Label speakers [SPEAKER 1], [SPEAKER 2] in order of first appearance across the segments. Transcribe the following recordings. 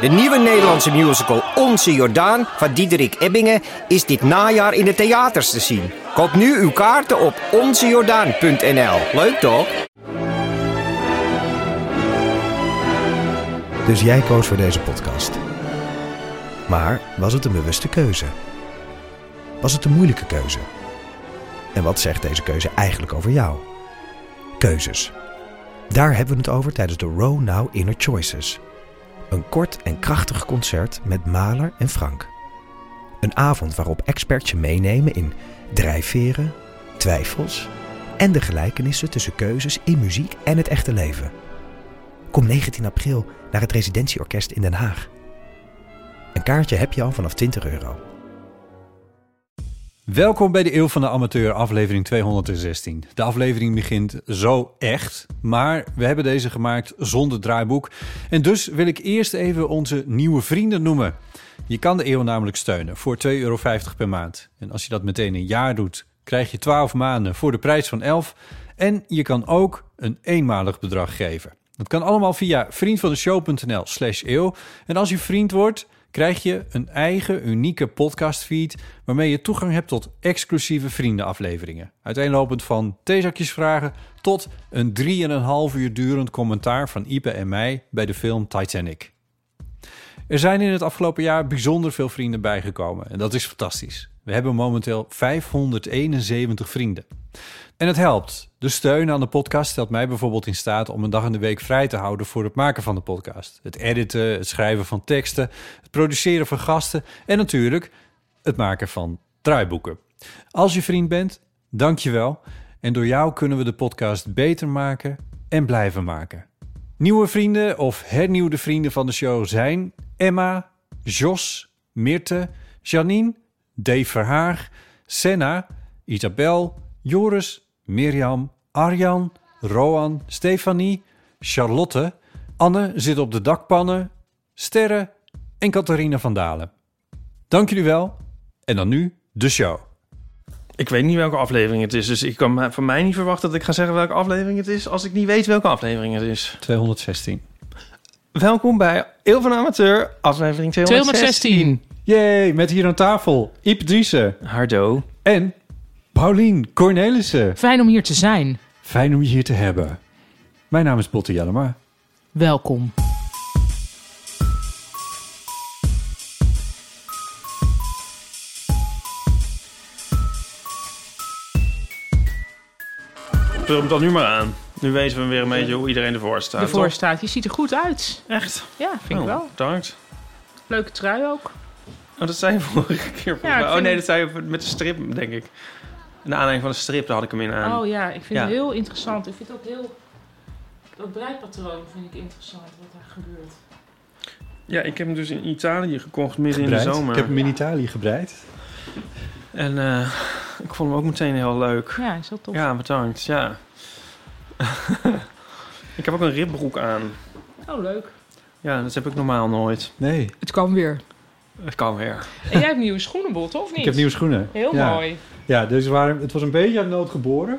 [SPEAKER 1] De nieuwe Nederlandse musical Onze Jordaan van Diederik Ebbingen is dit najaar in de theaters te zien. Koop nu uw kaarten op onzejordaan.nl. Leuk toch?
[SPEAKER 2] Dus jij koos voor deze podcast. Maar was het een bewuste keuze? Was het een moeilijke keuze? En wat zegt deze keuze eigenlijk over jou? Keuzes. Daar hebben we het over tijdens de Row Now Inner Choices. Een kort en krachtig concert met Maler en Frank. Een avond waarop experts je meenemen in drijfveren, twijfels en de gelijkenissen tussen keuzes in muziek en het echte leven. Kom 19 april naar het Residentieorkest in Den Haag. Een kaartje heb je al vanaf 20 euro.
[SPEAKER 3] Welkom bij de Eeuw van de Amateur, aflevering 216. De aflevering begint zo echt, maar we hebben deze gemaakt zonder draaiboek. En dus wil ik eerst even onze nieuwe vrienden noemen. Je kan de Eeuw namelijk steunen voor 2,50 euro per maand. En als je dat meteen een jaar doet, krijg je 12 maanden voor de prijs van 11. En je kan ook een eenmalig bedrag geven. Dat kan allemaal via vriendvandeshow.nl slash eeuw. En als je vriend wordt, krijg je een eigen unieke podcastfeed... waarmee je toegang hebt tot exclusieve vriendenafleveringen. Uiteenlopend van theezakjesvragen tot een 3,5 uur durend commentaar van Ipe en mij... bij de film Titanic. Er zijn in het afgelopen jaar bijzonder veel vrienden bijgekomen. En dat is fantastisch. We hebben momenteel 571 vrienden. En het helpt. De steun aan de podcast stelt mij bijvoorbeeld in staat om een dag in de week vrij te houden voor het maken van de podcast. Het editen, het schrijven van teksten, het produceren van gasten en natuurlijk het maken van draaiboeken. Als je vriend bent, dank je wel. En door jou kunnen we de podcast beter maken en blijven maken. Nieuwe vrienden of hernieuwde vrienden van de show zijn Emma, Jos, Mirte, Janine, Dave Verhaag, Senna, Isabel, Joris, Mirjam, Arjan, Roan, Stefanie, Charlotte, Anne zit op de dakpannen, Sterre en Catharina van Dalen. Dank jullie wel en dan nu de show.
[SPEAKER 4] Ik weet niet welke aflevering het is, dus ik kan ma- van mij niet verwachten dat ik ga zeggen welke aflevering het is als ik niet weet welke aflevering het is.
[SPEAKER 3] 216.
[SPEAKER 4] Welkom bij Eeuw van de Amateur, aflevering 216.
[SPEAKER 5] 216.
[SPEAKER 3] Yay, met hier aan tafel Iep Driessen
[SPEAKER 4] Hardo.
[SPEAKER 3] en Paulien Cornelissen.
[SPEAKER 5] Fijn om hier te zijn.
[SPEAKER 3] Fijn om je hier te hebben. Mijn naam is Botte Jellema.
[SPEAKER 5] Welkom.
[SPEAKER 4] Vul hem dan nu maar aan. Nu weten we weer een beetje hoe iedereen ervoor staat.
[SPEAKER 5] De
[SPEAKER 4] toch?
[SPEAKER 5] voorstaat. Je ziet er goed uit.
[SPEAKER 4] Echt?
[SPEAKER 5] Ja, vind ik
[SPEAKER 4] Oh,
[SPEAKER 5] wel.
[SPEAKER 4] Bedankt.
[SPEAKER 5] Leuke trui ook.
[SPEAKER 4] Oh, dat zei je vorige keer.
[SPEAKER 5] ik
[SPEAKER 4] volgens mij. oh
[SPEAKER 5] vind
[SPEAKER 4] nee,
[SPEAKER 5] het-
[SPEAKER 4] dat zei je met de strip, denk ik. Naar aanleiding van de strip, daar had ik hem in aan.
[SPEAKER 5] Oh ja, ik vind
[SPEAKER 4] Ja.
[SPEAKER 5] het heel interessant. Ik vind ook heel... Dat breipatroon vind ik interessant, wat daar gebeurt.
[SPEAKER 4] Ja, ik heb hem dus in Italië gekocht midden in de
[SPEAKER 3] Gebreid.
[SPEAKER 4] zomer.
[SPEAKER 3] Ik heb hem in Italië gebreid.
[SPEAKER 4] En eh, ik vond hem ook meteen heel leuk.
[SPEAKER 5] Ja, is heel tof.
[SPEAKER 4] Ja, bedankt. Ja. ik heb ook een ribbroek aan.
[SPEAKER 5] Oh, leuk.
[SPEAKER 4] Ja, dat heb ik normaal nooit.
[SPEAKER 3] Nee,
[SPEAKER 5] Het kan weer.
[SPEAKER 4] Het kan weer.
[SPEAKER 5] En jij hebt nieuwe schoenen, Bot, of niet?
[SPEAKER 3] ik heb nieuwe schoenen.
[SPEAKER 5] Heel
[SPEAKER 3] Ja.
[SPEAKER 5] mooi.
[SPEAKER 3] Ja, dus waren, het was een beetje uit nood geboren.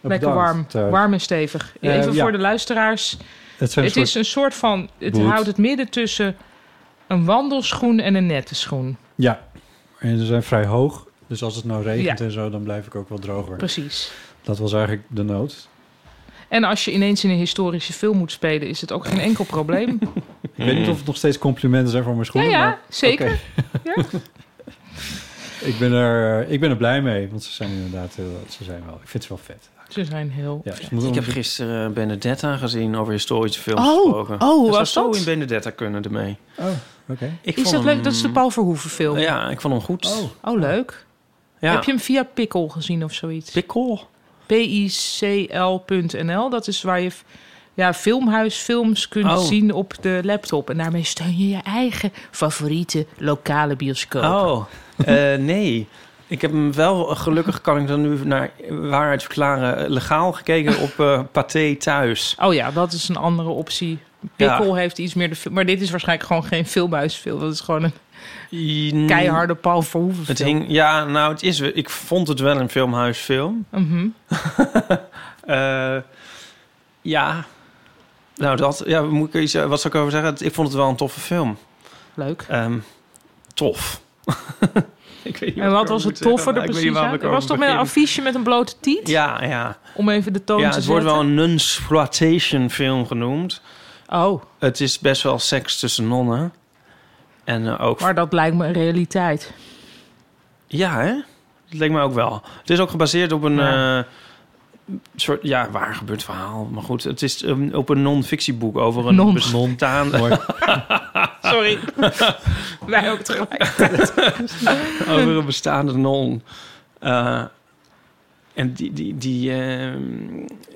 [SPEAKER 5] Lekker warm.
[SPEAKER 3] Bedankt, eh,
[SPEAKER 5] Warm en stevig.
[SPEAKER 3] Eh,
[SPEAKER 5] Even
[SPEAKER 3] ja.
[SPEAKER 5] voor de luisteraars.
[SPEAKER 3] Het zijn
[SPEAKER 5] het
[SPEAKER 3] soort-
[SPEAKER 5] is een soort van... Het
[SPEAKER 3] Boot.
[SPEAKER 5] houdt het midden tussen een wandelschoen en een nette schoen.
[SPEAKER 3] Ja, en ze zijn vrij hoog. Dus als het nou regent en zo, dan blijf ik ook wel droger.
[SPEAKER 5] Precies.
[SPEAKER 3] Dat was eigenlijk de nood.
[SPEAKER 5] En als je ineens in een historische film moet spelen, is het ook geen enkel probleem.
[SPEAKER 3] Ik weet
[SPEAKER 4] Mm.
[SPEAKER 3] niet of het nog steeds complimenten zijn voor mijn
[SPEAKER 5] ja,
[SPEAKER 3] schoenen.
[SPEAKER 5] ja,
[SPEAKER 3] maar
[SPEAKER 5] zeker.
[SPEAKER 3] ik, ben er, eh, ik ben er blij mee, want ze zijn inderdaad heel, ze zijn wel, ik vind ze wel vet.
[SPEAKER 5] Ze zijn heel.
[SPEAKER 3] Ja, ze moeten
[SPEAKER 4] Ik heb
[SPEAKER 3] wel-
[SPEAKER 4] gisteren eh, Benedetta gezien over historische films
[SPEAKER 5] Oh,
[SPEAKER 4] gesproken.
[SPEAKER 5] oh, hoe
[SPEAKER 4] Dat
[SPEAKER 5] was
[SPEAKER 4] zou
[SPEAKER 5] dat?
[SPEAKER 4] zo in Benedetta kunnen ermee.
[SPEAKER 3] Oh, oké.
[SPEAKER 5] Is
[SPEAKER 4] Ik vond
[SPEAKER 5] dat
[SPEAKER 4] hem-
[SPEAKER 5] leuk? Dat is de Paul Verhoeven film.
[SPEAKER 4] Ja, ik vond hem goed.
[SPEAKER 3] Oh,
[SPEAKER 5] Oh, leuk.
[SPEAKER 4] ja.
[SPEAKER 5] Heb je hem via Pickle gezien of zoiets?
[SPEAKER 4] Pikkel?
[SPEAKER 5] P-I-C-L.nl. Dat is waar je f- ja, filmhuisfilms kunt
[SPEAKER 4] Oh.
[SPEAKER 5] zien op de laptop. En daarmee steun je je eigen favoriete lokale bioscoop.
[SPEAKER 4] Oh, eh, nee. Ik heb hem wel, gelukkig kan ik dan nu naar waarheid verklaren, eh, legaal gekeken op eh Pathé Thuis.
[SPEAKER 5] Oh ja, dat is een andere optie. Pickle heeft iets meer de film. Maar dit is waarschijnlijk gewoon geen filmhuisfilm. Dat is gewoon een
[SPEAKER 4] I-
[SPEAKER 5] keiharde Paul Verhoeven
[SPEAKER 4] Het
[SPEAKER 5] film.
[SPEAKER 4] hing, ja, nou, het is, ik vond het wel een filmhuisfilm.
[SPEAKER 5] Mhm.
[SPEAKER 4] Eh, ja, Nou, dat, ja, moet ik er iets, eh, wat zou ik over zeggen? Ik vond het wel een toffe film.
[SPEAKER 5] Leuk.
[SPEAKER 4] Ehm, tof. ik weet niet
[SPEAKER 5] En wat
[SPEAKER 4] ik
[SPEAKER 5] was
[SPEAKER 4] over
[SPEAKER 5] het
[SPEAKER 4] moet
[SPEAKER 5] toffe
[SPEAKER 4] zeggen.
[SPEAKER 5] er
[SPEAKER 4] Ik weet
[SPEAKER 5] precies
[SPEAKER 4] niet waar
[SPEAKER 5] aan?
[SPEAKER 4] ik
[SPEAKER 5] Er
[SPEAKER 4] over
[SPEAKER 5] was toch met een
[SPEAKER 4] begin.
[SPEAKER 5] affiche met een blote tiet?
[SPEAKER 4] Ja, ja.
[SPEAKER 5] Om even de toon
[SPEAKER 4] ja
[SPEAKER 5] te
[SPEAKER 4] het wordt wel
[SPEAKER 5] zetten?
[SPEAKER 4] een non-exploitation film genoemd.
[SPEAKER 5] Oh,
[SPEAKER 4] Het is best wel seks tussen nonnen. En eh, ook...
[SPEAKER 5] maar dat lijkt me een realiteit.
[SPEAKER 4] Ja, hè? Dat leek me ook wel. Het is ook gebaseerd op een...
[SPEAKER 5] Ja.
[SPEAKER 4] eh, soort, ja, waar gebeurt verhaal. Maar goed, het is ehm, op een non-fictieboek over een
[SPEAKER 5] Non.
[SPEAKER 4] bestaande...
[SPEAKER 3] Mooi.
[SPEAKER 5] Sorry. Wij ook tegelijk.
[SPEAKER 4] over een bestaande non. Eh, en die, die, die ehm,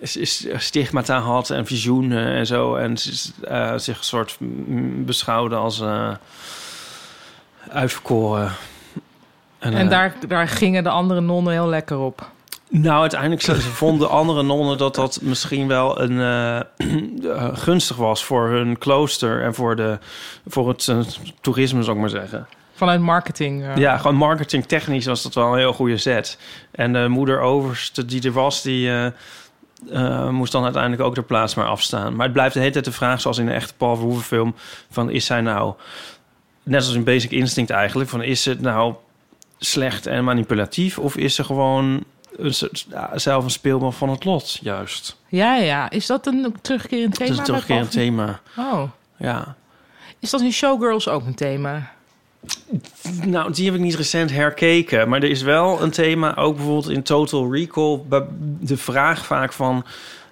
[SPEAKER 4] s- s- stigmata had en visioenen en zo. En s- eh, zich een soort mm, beschouwde als eh, uitverkoren.
[SPEAKER 5] En
[SPEAKER 4] eh,
[SPEAKER 5] daar, daar gingen de andere nonnen heel lekker op.
[SPEAKER 4] Nou, uiteindelijk ze- ze vonden andere nonnen dat dat misschien wel een, eh, eh, gunstig was voor hun klooster en voor, de, voor het eh, toerisme, zou ik maar zeggen.
[SPEAKER 5] Vanuit marketing. eh.
[SPEAKER 4] Ja, gewoon marketingtechnisch was dat wel een heel goede set. En de moeder overste die er was, die eh, eh, moest dan uiteindelijk ook de plaats maar afstaan. Maar het blijft de hele tijd de vraag, zoals in de echte Paul Verhoeven film, van is zij nou, net als in Basic Instinct eigenlijk, van is het nou slecht en manipulatief of is ze gewoon een soort- ja, zelf een speelbal van het lot, juist?
[SPEAKER 5] ja, ja. Is dat een terugkerend thema?
[SPEAKER 4] dat is
[SPEAKER 5] bij
[SPEAKER 4] toch weer een thema.
[SPEAKER 5] Paul? Oh.
[SPEAKER 4] Ja.
[SPEAKER 5] Is dat in Showgirls ook een thema?
[SPEAKER 4] Nou, die heb ik niet recent herkeken. Maar er is wel een thema, ook bijvoorbeeld in Total Recall... bij- de vraag vaak van...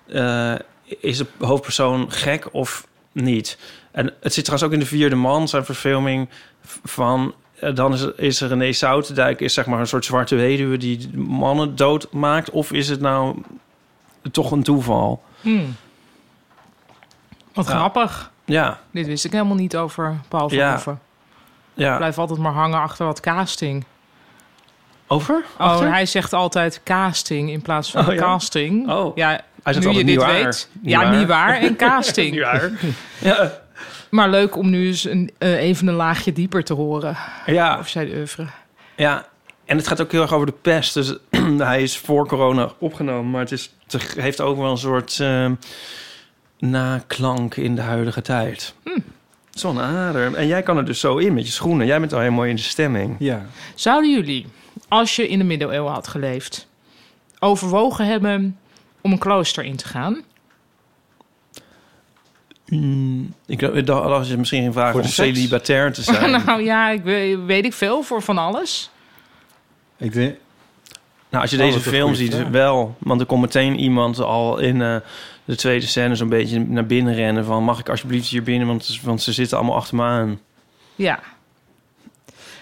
[SPEAKER 4] eh, is de hoofdpersoon gek of niet? En het zit trouwens ook in De Vierde Man, zijn verfilming... v- van... eh, dan is, is er René Soutendijk, is zeg maar een soort zwarte weduwe... die mannen doodmaakt. Of is het nou toch een toeval?
[SPEAKER 5] Hmm. Wat
[SPEAKER 4] Ja.
[SPEAKER 5] grappig.
[SPEAKER 4] Ja,
[SPEAKER 5] Dit wist ik helemaal niet over Paul
[SPEAKER 4] Ja.
[SPEAKER 5] Verhoeven. Ik
[SPEAKER 4] ja.
[SPEAKER 5] blijf altijd maar hangen achter wat casting.
[SPEAKER 4] Over?
[SPEAKER 5] Oh,
[SPEAKER 4] Achter?
[SPEAKER 5] hij zegt altijd casting in plaats van
[SPEAKER 4] Oh, ja?
[SPEAKER 5] casting.
[SPEAKER 4] Oh.
[SPEAKER 5] Ja,
[SPEAKER 4] Hij zegt
[SPEAKER 5] nu je dit
[SPEAKER 4] altijd niet waar.
[SPEAKER 5] weet.
[SPEAKER 4] Niet
[SPEAKER 5] ja,
[SPEAKER 4] waar.
[SPEAKER 5] niet waar. En casting.
[SPEAKER 4] Ja,
[SPEAKER 5] Maar leuk om nu eens een, eh, even een laagje dieper te horen.
[SPEAKER 4] ja.
[SPEAKER 5] Of zij de oeuvre.
[SPEAKER 4] Ja, en het gaat ook heel erg over de pest. Dus hij is voor corona opgenomen, maar het is, het heeft ook wel een soort ehm, naklank in de huidige tijd.
[SPEAKER 3] Hmm.
[SPEAKER 4] Zo'n adem. En jij kan er dus zo in met je schoenen. Jij bent al helemaal in de stemming.
[SPEAKER 3] Ja.
[SPEAKER 5] Zouden jullie, als je in de middeleeuwen had geleefd, overwogen hebben om een klooster in te gaan?
[SPEAKER 4] ik dacht- ik dacht, als je misschien geen vraag
[SPEAKER 3] Hmm. Voor
[SPEAKER 4] om
[SPEAKER 3] de seks?
[SPEAKER 4] celibatair te zijn.
[SPEAKER 5] nou ja, ik weet, weet ik veel voor van alles.
[SPEAKER 3] Ik denk,
[SPEAKER 4] Nou, als je
[SPEAKER 3] Oh,
[SPEAKER 4] deze
[SPEAKER 3] wat een
[SPEAKER 4] film
[SPEAKER 3] goeie
[SPEAKER 4] ziet,
[SPEAKER 3] vraag.
[SPEAKER 4] wel. Want er komt meteen iemand al in eh, de tweede scène zo'n beetje naar binnen rennen. Van, mag ik alsjeblieft hier binnen? Want, want ze zitten allemaal achter me aan.
[SPEAKER 5] Ja,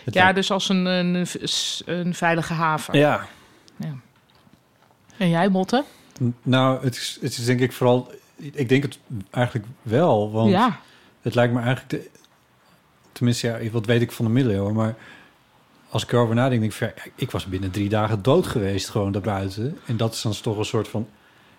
[SPEAKER 3] het
[SPEAKER 5] ja
[SPEAKER 3] lijkt-
[SPEAKER 5] dus als een, een, een veilige haven.
[SPEAKER 4] Ja.
[SPEAKER 5] En jij, Motte?
[SPEAKER 3] nou, het is, het is denk ik vooral... Ik denk het eigenlijk wel, want
[SPEAKER 5] Ja.
[SPEAKER 3] het lijkt me eigenlijk... De, tenminste, ja, wat weet ik van de middeleeuwen, maar... Als ik erover nadenk, denk ik van... ja, ik was binnen drie dagen dood geweest, gewoon daarbuiten. En dat is dan toch een soort van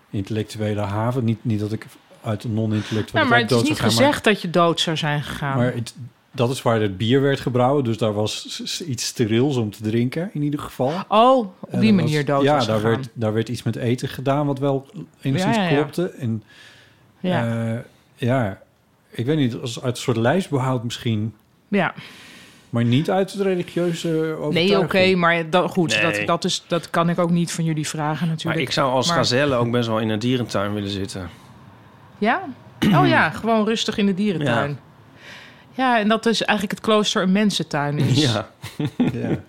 [SPEAKER 3] intellectuele haven. Niet, niet dat ik uit een non-intellectuele
[SPEAKER 5] Ja, maar
[SPEAKER 3] dood
[SPEAKER 5] het is
[SPEAKER 3] zou
[SPEAKER 5] niet
[SPEAKER 3] gaan, maar-
[SPEAKER 5] gezegd dat je dood zou zijn gegaan.
[SPEAKER 3] Maar het- dat is waar het bier werd gebrouwen. Dus daar was s- s- iets sterils om te drinken, in ieder geval.
[SPEAKER 5] oh, op
[SPEAKER 3] En
[SPEAKER 5] die
[SPEAKER 3] er was-
[SPEAKER 5] manier dood
[SPEAKER 3] Ja,
[SPEAKER 5] was
[SPEAKER 3] daar
[SPEAKER 5] gegaan.
[SPEAKER 3] werd, daar werd iets met eten gedaan, wat wel enigszins
[SPEAKER 5] Ja, ja, ja.
[SPEAKER 3] klopte. En
[SPEAKER 5] ja.
[SPEAKER 3] ja. ja, ik weet niet, als uit een soort lijstbehoud misschien.
[SPEAKER 5] ja.
[SPEAKER 3] Maar niet uit het religieuze overtuiging.
[SPEAKER 5] Nee, oké, maar dat, goed,
[SPEAKER 4] Nee.
[SPEAKER 5] dat, dat, is, dat kan ik ook niet van jullie vragen natuurlijk.
[SPEAKER 4] Maar ik zou als
[SPEAKER 5] Maar-
[SPEAKER 4] gazelle ook best wel in een dierentuin willen zitten.
[SPEAKER 5] Ja? Oh ja, gewoon rustig in de dierentuin. Ja. en dat is eigenlijk het klooster een mensentuin is.
[SPEAKER 4] Ja.
[SPEAKER 3] Ja,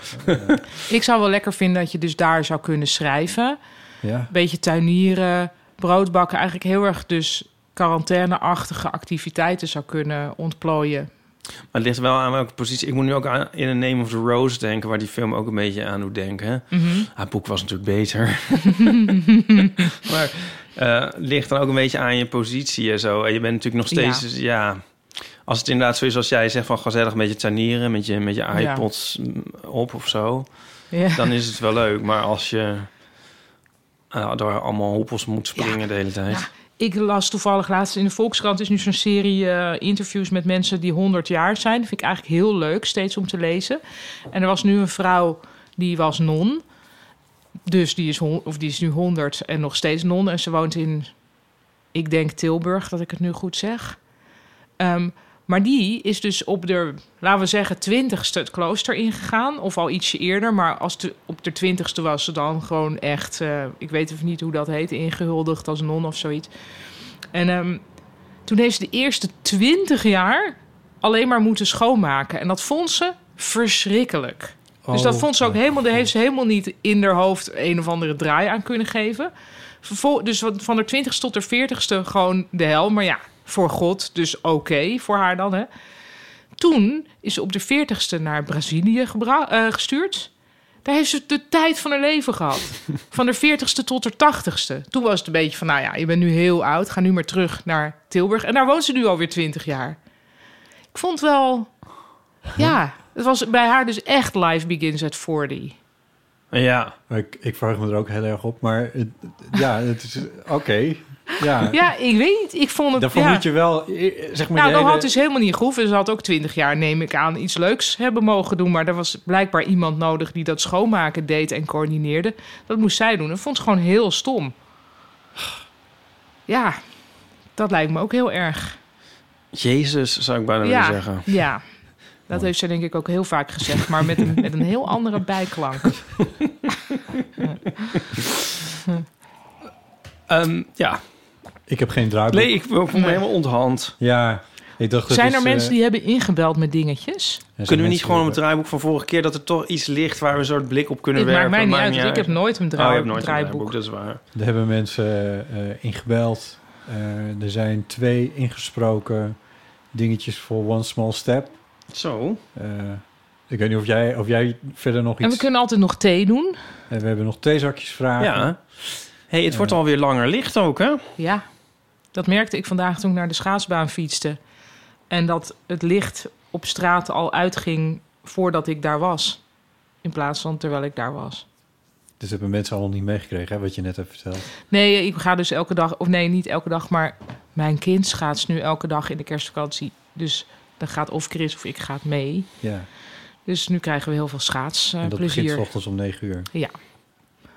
[SPEAKER 5] Ik zou wel lekker vinden dat je dus daar zou kunnen schrijven.
[SPEAKER 3] ja.
[SPEAKER 5] Beetje tuinieren, brood bakken. Eigenlijk heel erg dus quarantaine-achtige activiteiten zou kunnen ontplooien.
[SPEAKER 4] Maar het ligt wel aan welke positie. Ik moet nu ook aan in een Name of the Rose denken, waar die film ook een beetje aan doet denken.
[SPEAKER 5] Mhm.
[SPEAKER 4] Haar boek was natuurlijk beter. maar eh, het ligt dan ook een beetje aan je positie en zo. En je bent natuurlijk nog steeds,
[SPEAKER 5] Ja.
[SPEAKER 4] dus ja. Als het inderdaad zo is als jij zegt van gezellig met je tuinieren, met je, met je
[SPEAKER 5] Ja.
[SPEAKER 4] iPods mm, op of zo,
[SPEAKER 5] Ja.
[SPEAKER 4] dan is het wel leuk. Maar als je eh, door allemaal hoepels moet springen de hele tijd.
[SPEAKER 5] Ik las toevallig laatst in de Volkskrant is nu zo'n serie eh, interviews met mensen die 100 jaar zijn. Dat vind ik eigenlijk heel leuk, steeds om te lezen. En er was nu een vrouw die was non. Dus die is, hon- of die is nu 100 en nog steeds non. En ze woont in ik denk Tilburg, dat ik het nu goed zeg. Ehm, maar die is dus op de, laten we zeggen, twintigste het klooster ingegaan. Of al ietsje eerder, maar als het op de twintigste was ze dan gewoon echt... eh, ik weet even niet hoe dat heet, ingehuldigd als non of zoiets. En ehm, toen heeft ze de eerste twintig jaar alleen maar moeten schoonmaken. En dat vond ze verschrikkelijk. Dus dat vond ze ook helemaal, daar heeft ze helemaal niet in haar hoofd een of andere draai aan kunnen geven. Vervol- dus van van haar twintigste tot haar veertigste gewoon de hel. Maar ja, voor God, dus oké voor haar dan. Hè. Toen is ze op de veertigste naar Brazilië gebra- eh, gestuurd. Daar heeft ze de tijd van haar leven gehad. Van de veertigste tot haar tachtigste. Toen was het een beetje van, nou ja, je bent nu heel oud. Ga nu maar terug naar Tilburg. En daar woont ze nu alweer twintig jaar. Ik vond wel... Ja, het was bij haar dus echt Life Begins at 40.
[SPEAKER 4] Ja.
[SPEAKER 3] Ik, ik vraag me er ook heel erg op, maar het- ja, het is oké. Ja,
[SPEAKER 5] Ja, ik weet niet. Ik vond het...
[SPEAKER 3] daarvoor
[SPEAKER 5] ja.
[SPEAKER 3] moet je wel, eh, zeg maar,
[SPEAKER 5] Nou,
[SPEAKER 3] je
[SPEAKER 5] dat
[SPEAKER 3] hele-
[SPEAKER 5] had dus helemaal niet gehoeven. Ze had ook twintig jaar, neem ik aan, iets leuks hebben mogen doen. Maar er was blijkbaar iemand nodig die dat schoonmaken deed en coördineerde. Dat moest zij doen. Dat vond ze gewoon heel stom. Ja, dat lijkt me ook heel erg.
[SPEAKER 4] Jezus, zou ik bijna
[SPEAKER 5] ja,
[SPEAKER 4] willen zeggen.
[SPEAKER 5] ja. Dat heeft ze denk ik ook heel vaak gezegd, maar met een, met een heel andere bijklank.
[SPEAKER 4] Ehm, ja.
[SPEAKER 3] ik heb geen draaiboek.
[SPEAKER 4] Nee, ik voel me helemaal onthand.
[SPEAKER 3] Ja, ik dacht dat
[SPEAKER 5] Zijn
[SPEAKER 3] is,
[SPEAKER 5] er
[SPEAKER 3] eh,
[SPEAKER 5] mensen die hebben ingebeld met dingetjes?
[SPEAKER 3] er zijn
[SPEAKER 4] Kunnen we niet
[SPEAKER 3] mensen
[SPEAKER 4] gewoon op het
[SPEAKER 3] die-
[SPEAKER 4] draaiboek van vorige keer... dat er toch iets ligt waar we een soort blik op kunnen
[SPEAKER 5] Het maakt
[SPEAKER 4] werpen?
[SPEAKER 5] mij niet uit,
[SPEAKER 4] niet
[SPEAKER 5] want ik heb nooit een
[SPEAKER 4] Oh, je
[SPEAKER 5] draai-
[SPEAKER 4] hebt nooit een
[SPEAKER 5] draaiboek.
[SPEAKER 4] draaiboek, dat is waar.
[SPEAKER 3] Er hebben mensen eh, ingebeld. Eh, er zijn twee ingesproken dingetjes voor One Small Step.
[SPEAKER 4] Zo.
[SPEAKER 3] Eh, ik weet niet of jij, of jij verder nog iets...
[SPEAKER 5] En we kunnen altijd nog thee doen.
[SPEAKER 3] Eh, we hebben nog theezakjes vragen.
[SPEAKER 4] Ja. hey, het wordt alweer langer licht ook, hè?
[SPEAKER 5] Ja, dat merkte ik vandaag toen ik naar de schaatsbaan fietste. En dat het licht op straat al uitging voordat ik daar was. In plaats van terwijl ik daar was.
[SPEAKER 3] Dus hebben mensen allemaal niet meegekregen, hè, wat je net hebt verteld.
[SPEAKER 5] Nee, ik ga dus elke dag, of nee, niet elke dag, maar mijn kind schaats nu elke dag in de kerstvakantie. Dus dan gaat of Chris of ik gaat mee.
[SPEAKER 3] Ja.
[SPEAKER 5] Dus nu krijgen we heel veel
[SPEAKER 3] en dat begint
[SPEAKER 5] schaatsplezier.
[SPEAKER 3] s ochtends om 9 uur.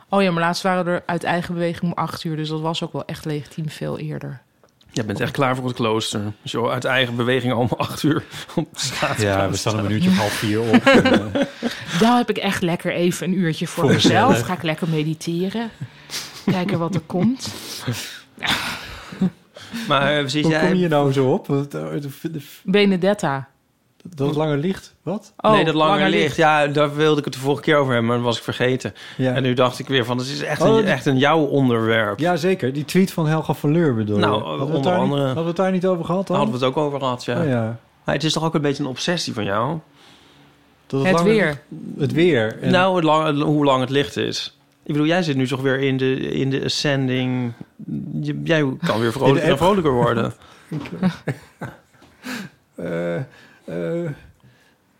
[SPEAKER 5] oh ja, maar laatst waren er uit eigen beweging om acht uur. Dus dat was ook wel echt legitiem veel eerder.
[SPEAKER 4] Je bent echt klaar voor het klooster. Zo uit eigen beweging al om acht uur op straat.
[SPEAKER 3] Ja, we staan een minuutje of half vier op. En, eh,
[SPEAKER 5] Daar heb ik echt lekker even een uurtje voor,
[SPEAKER 3] Voor
[SPEAKER 5] mezelf.
[SPEAKER 3] mezelf.
[SPEAKER 5] Ga ik lekker mediteren. Kijken wat er komt.
[SPEAKER 4] Maar eh, zit
[SPEAKER 3] hoe
[SPEAKER 4] jij...
[SPEAKER 3] kom je nou zo op? Dat, dat,
[SPEAKER 5] Benedetta.
[SPEAKER 3] dat langer licht? Wat?
[SPEAKER 5] Oh,
[SPEAKER 4] nee, dat langer, licht.
[SPEAKER 5] licht.
[SPEAKER 4] Ja, daar wilde ik het de vorige keer over hebben, maar dat was ik vergeten.
[SPEAKER 3] Ja.
[SPEAKER 4] En nu dacht ik weer van, het is echt,
[SPEAKER 3] Oh,
[SPEAKER 4] een,
[SPEAKER 3] die-
[SPEAKER 4] echt een jouw onderwerp.
[SPEAKER 3] Ja, zeker. Die tweet van Helga van Leur bedoel je?
[SPEAKER 4] Nou,
[SPEAKER 3] Hadden we het
[SPEAKER 4] onder
[SPEAKER 3] daar niet-
[SPEAKER 4] andere.
[SPEAKER 3] hadden we het daar niet over gehad
[SPEAKER 4] Daar
[SPEAKER 3] dan?
[SPEAKER 4] hadden we het ook over gehad, ja.
[SPEAKER 3] Oh, ja.
[SPEAKER 4] Maar het is toch ook een beetje een obsessie van jou?
[SPEAKER 3] Dat
[SPEAKER 5] Het
[SPEAKER 3] langer-
[SPEAKER 5] weer.
[SPEAKER 3] Het weer. En-
[SPEAKER 4] Nou, het lang, het- hoe lang het licht is. Ik bedoel, jij zit nu toch weer in de, in de ascending. Je- jij kan weer
[SPEAKER 3] In
[SPEAKER 4] vrolijker,
[SPEAKER 3] de
[SPEAKER 4] en
[SPEAKER 3] app.
[SPEAKER 4] vrolijker worden.
[SPEAKER 3] Eh, eh,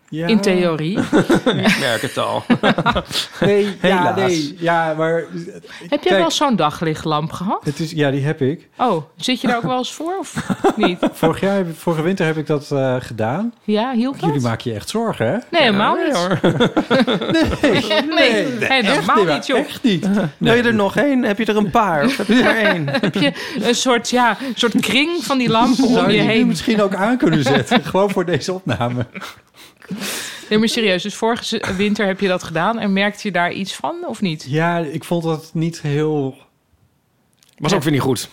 [SPEAKER 3] ja.
[SPEAKER 5] In theorie.
[SPEAKER 4] Ik merk het al.
[SPEAKER 3] Nee, ja,
[SPEAKER 4] Helaas.
[SPEAKER 3] nee. Ja, maar eh,
[SPEAKER 5] Heb jij
[SPEAKER 3] Kijk.
[SPEAKER 5] wel zo'n daglichtlamp gehad?
[SPEAKER 3] het is, ja, die heb ik.
[SPEAKER 5] Oh, zit je daar ook wel eens voor of niet?
[SPEAKER 3] Vorig jaar, heb ik- vorige winter heb ik dat eh, gedaan.
[SPEAKER 5] Ja, hielp dat?
[SPEAKER 3] Jullie maken je echt zorgen, hè?
[SPEAKER 5] Nee, helemaal niet. Nee, nee, helemaal niet, joh.
[SPEAKER 3] Echt niet.
[SPEAKER 4] Wil je er nog één? Heb je er een paar? Of heb je er één?
[SPEAKER 5] Heb je een soort, ja, een soort kring van die lampen om
[SPEAKER 3] Zou
[SPEAKER 5] je
[SPEAKER 3] je die
[SPEAKER 5] heen?
[SPEAKER 3] misschien ook aan kunnen zetten? Gewoon voor deze opname.
[SPEAKER 5] Nee, maar serieus. Dus vorige z- winter heb je dat gedaan en merkte je daar iets van of niet?
[SPEAKER 3] Ja, ik vond dat niet heel,
[SPEAKER 4] Was ook weer niet goed.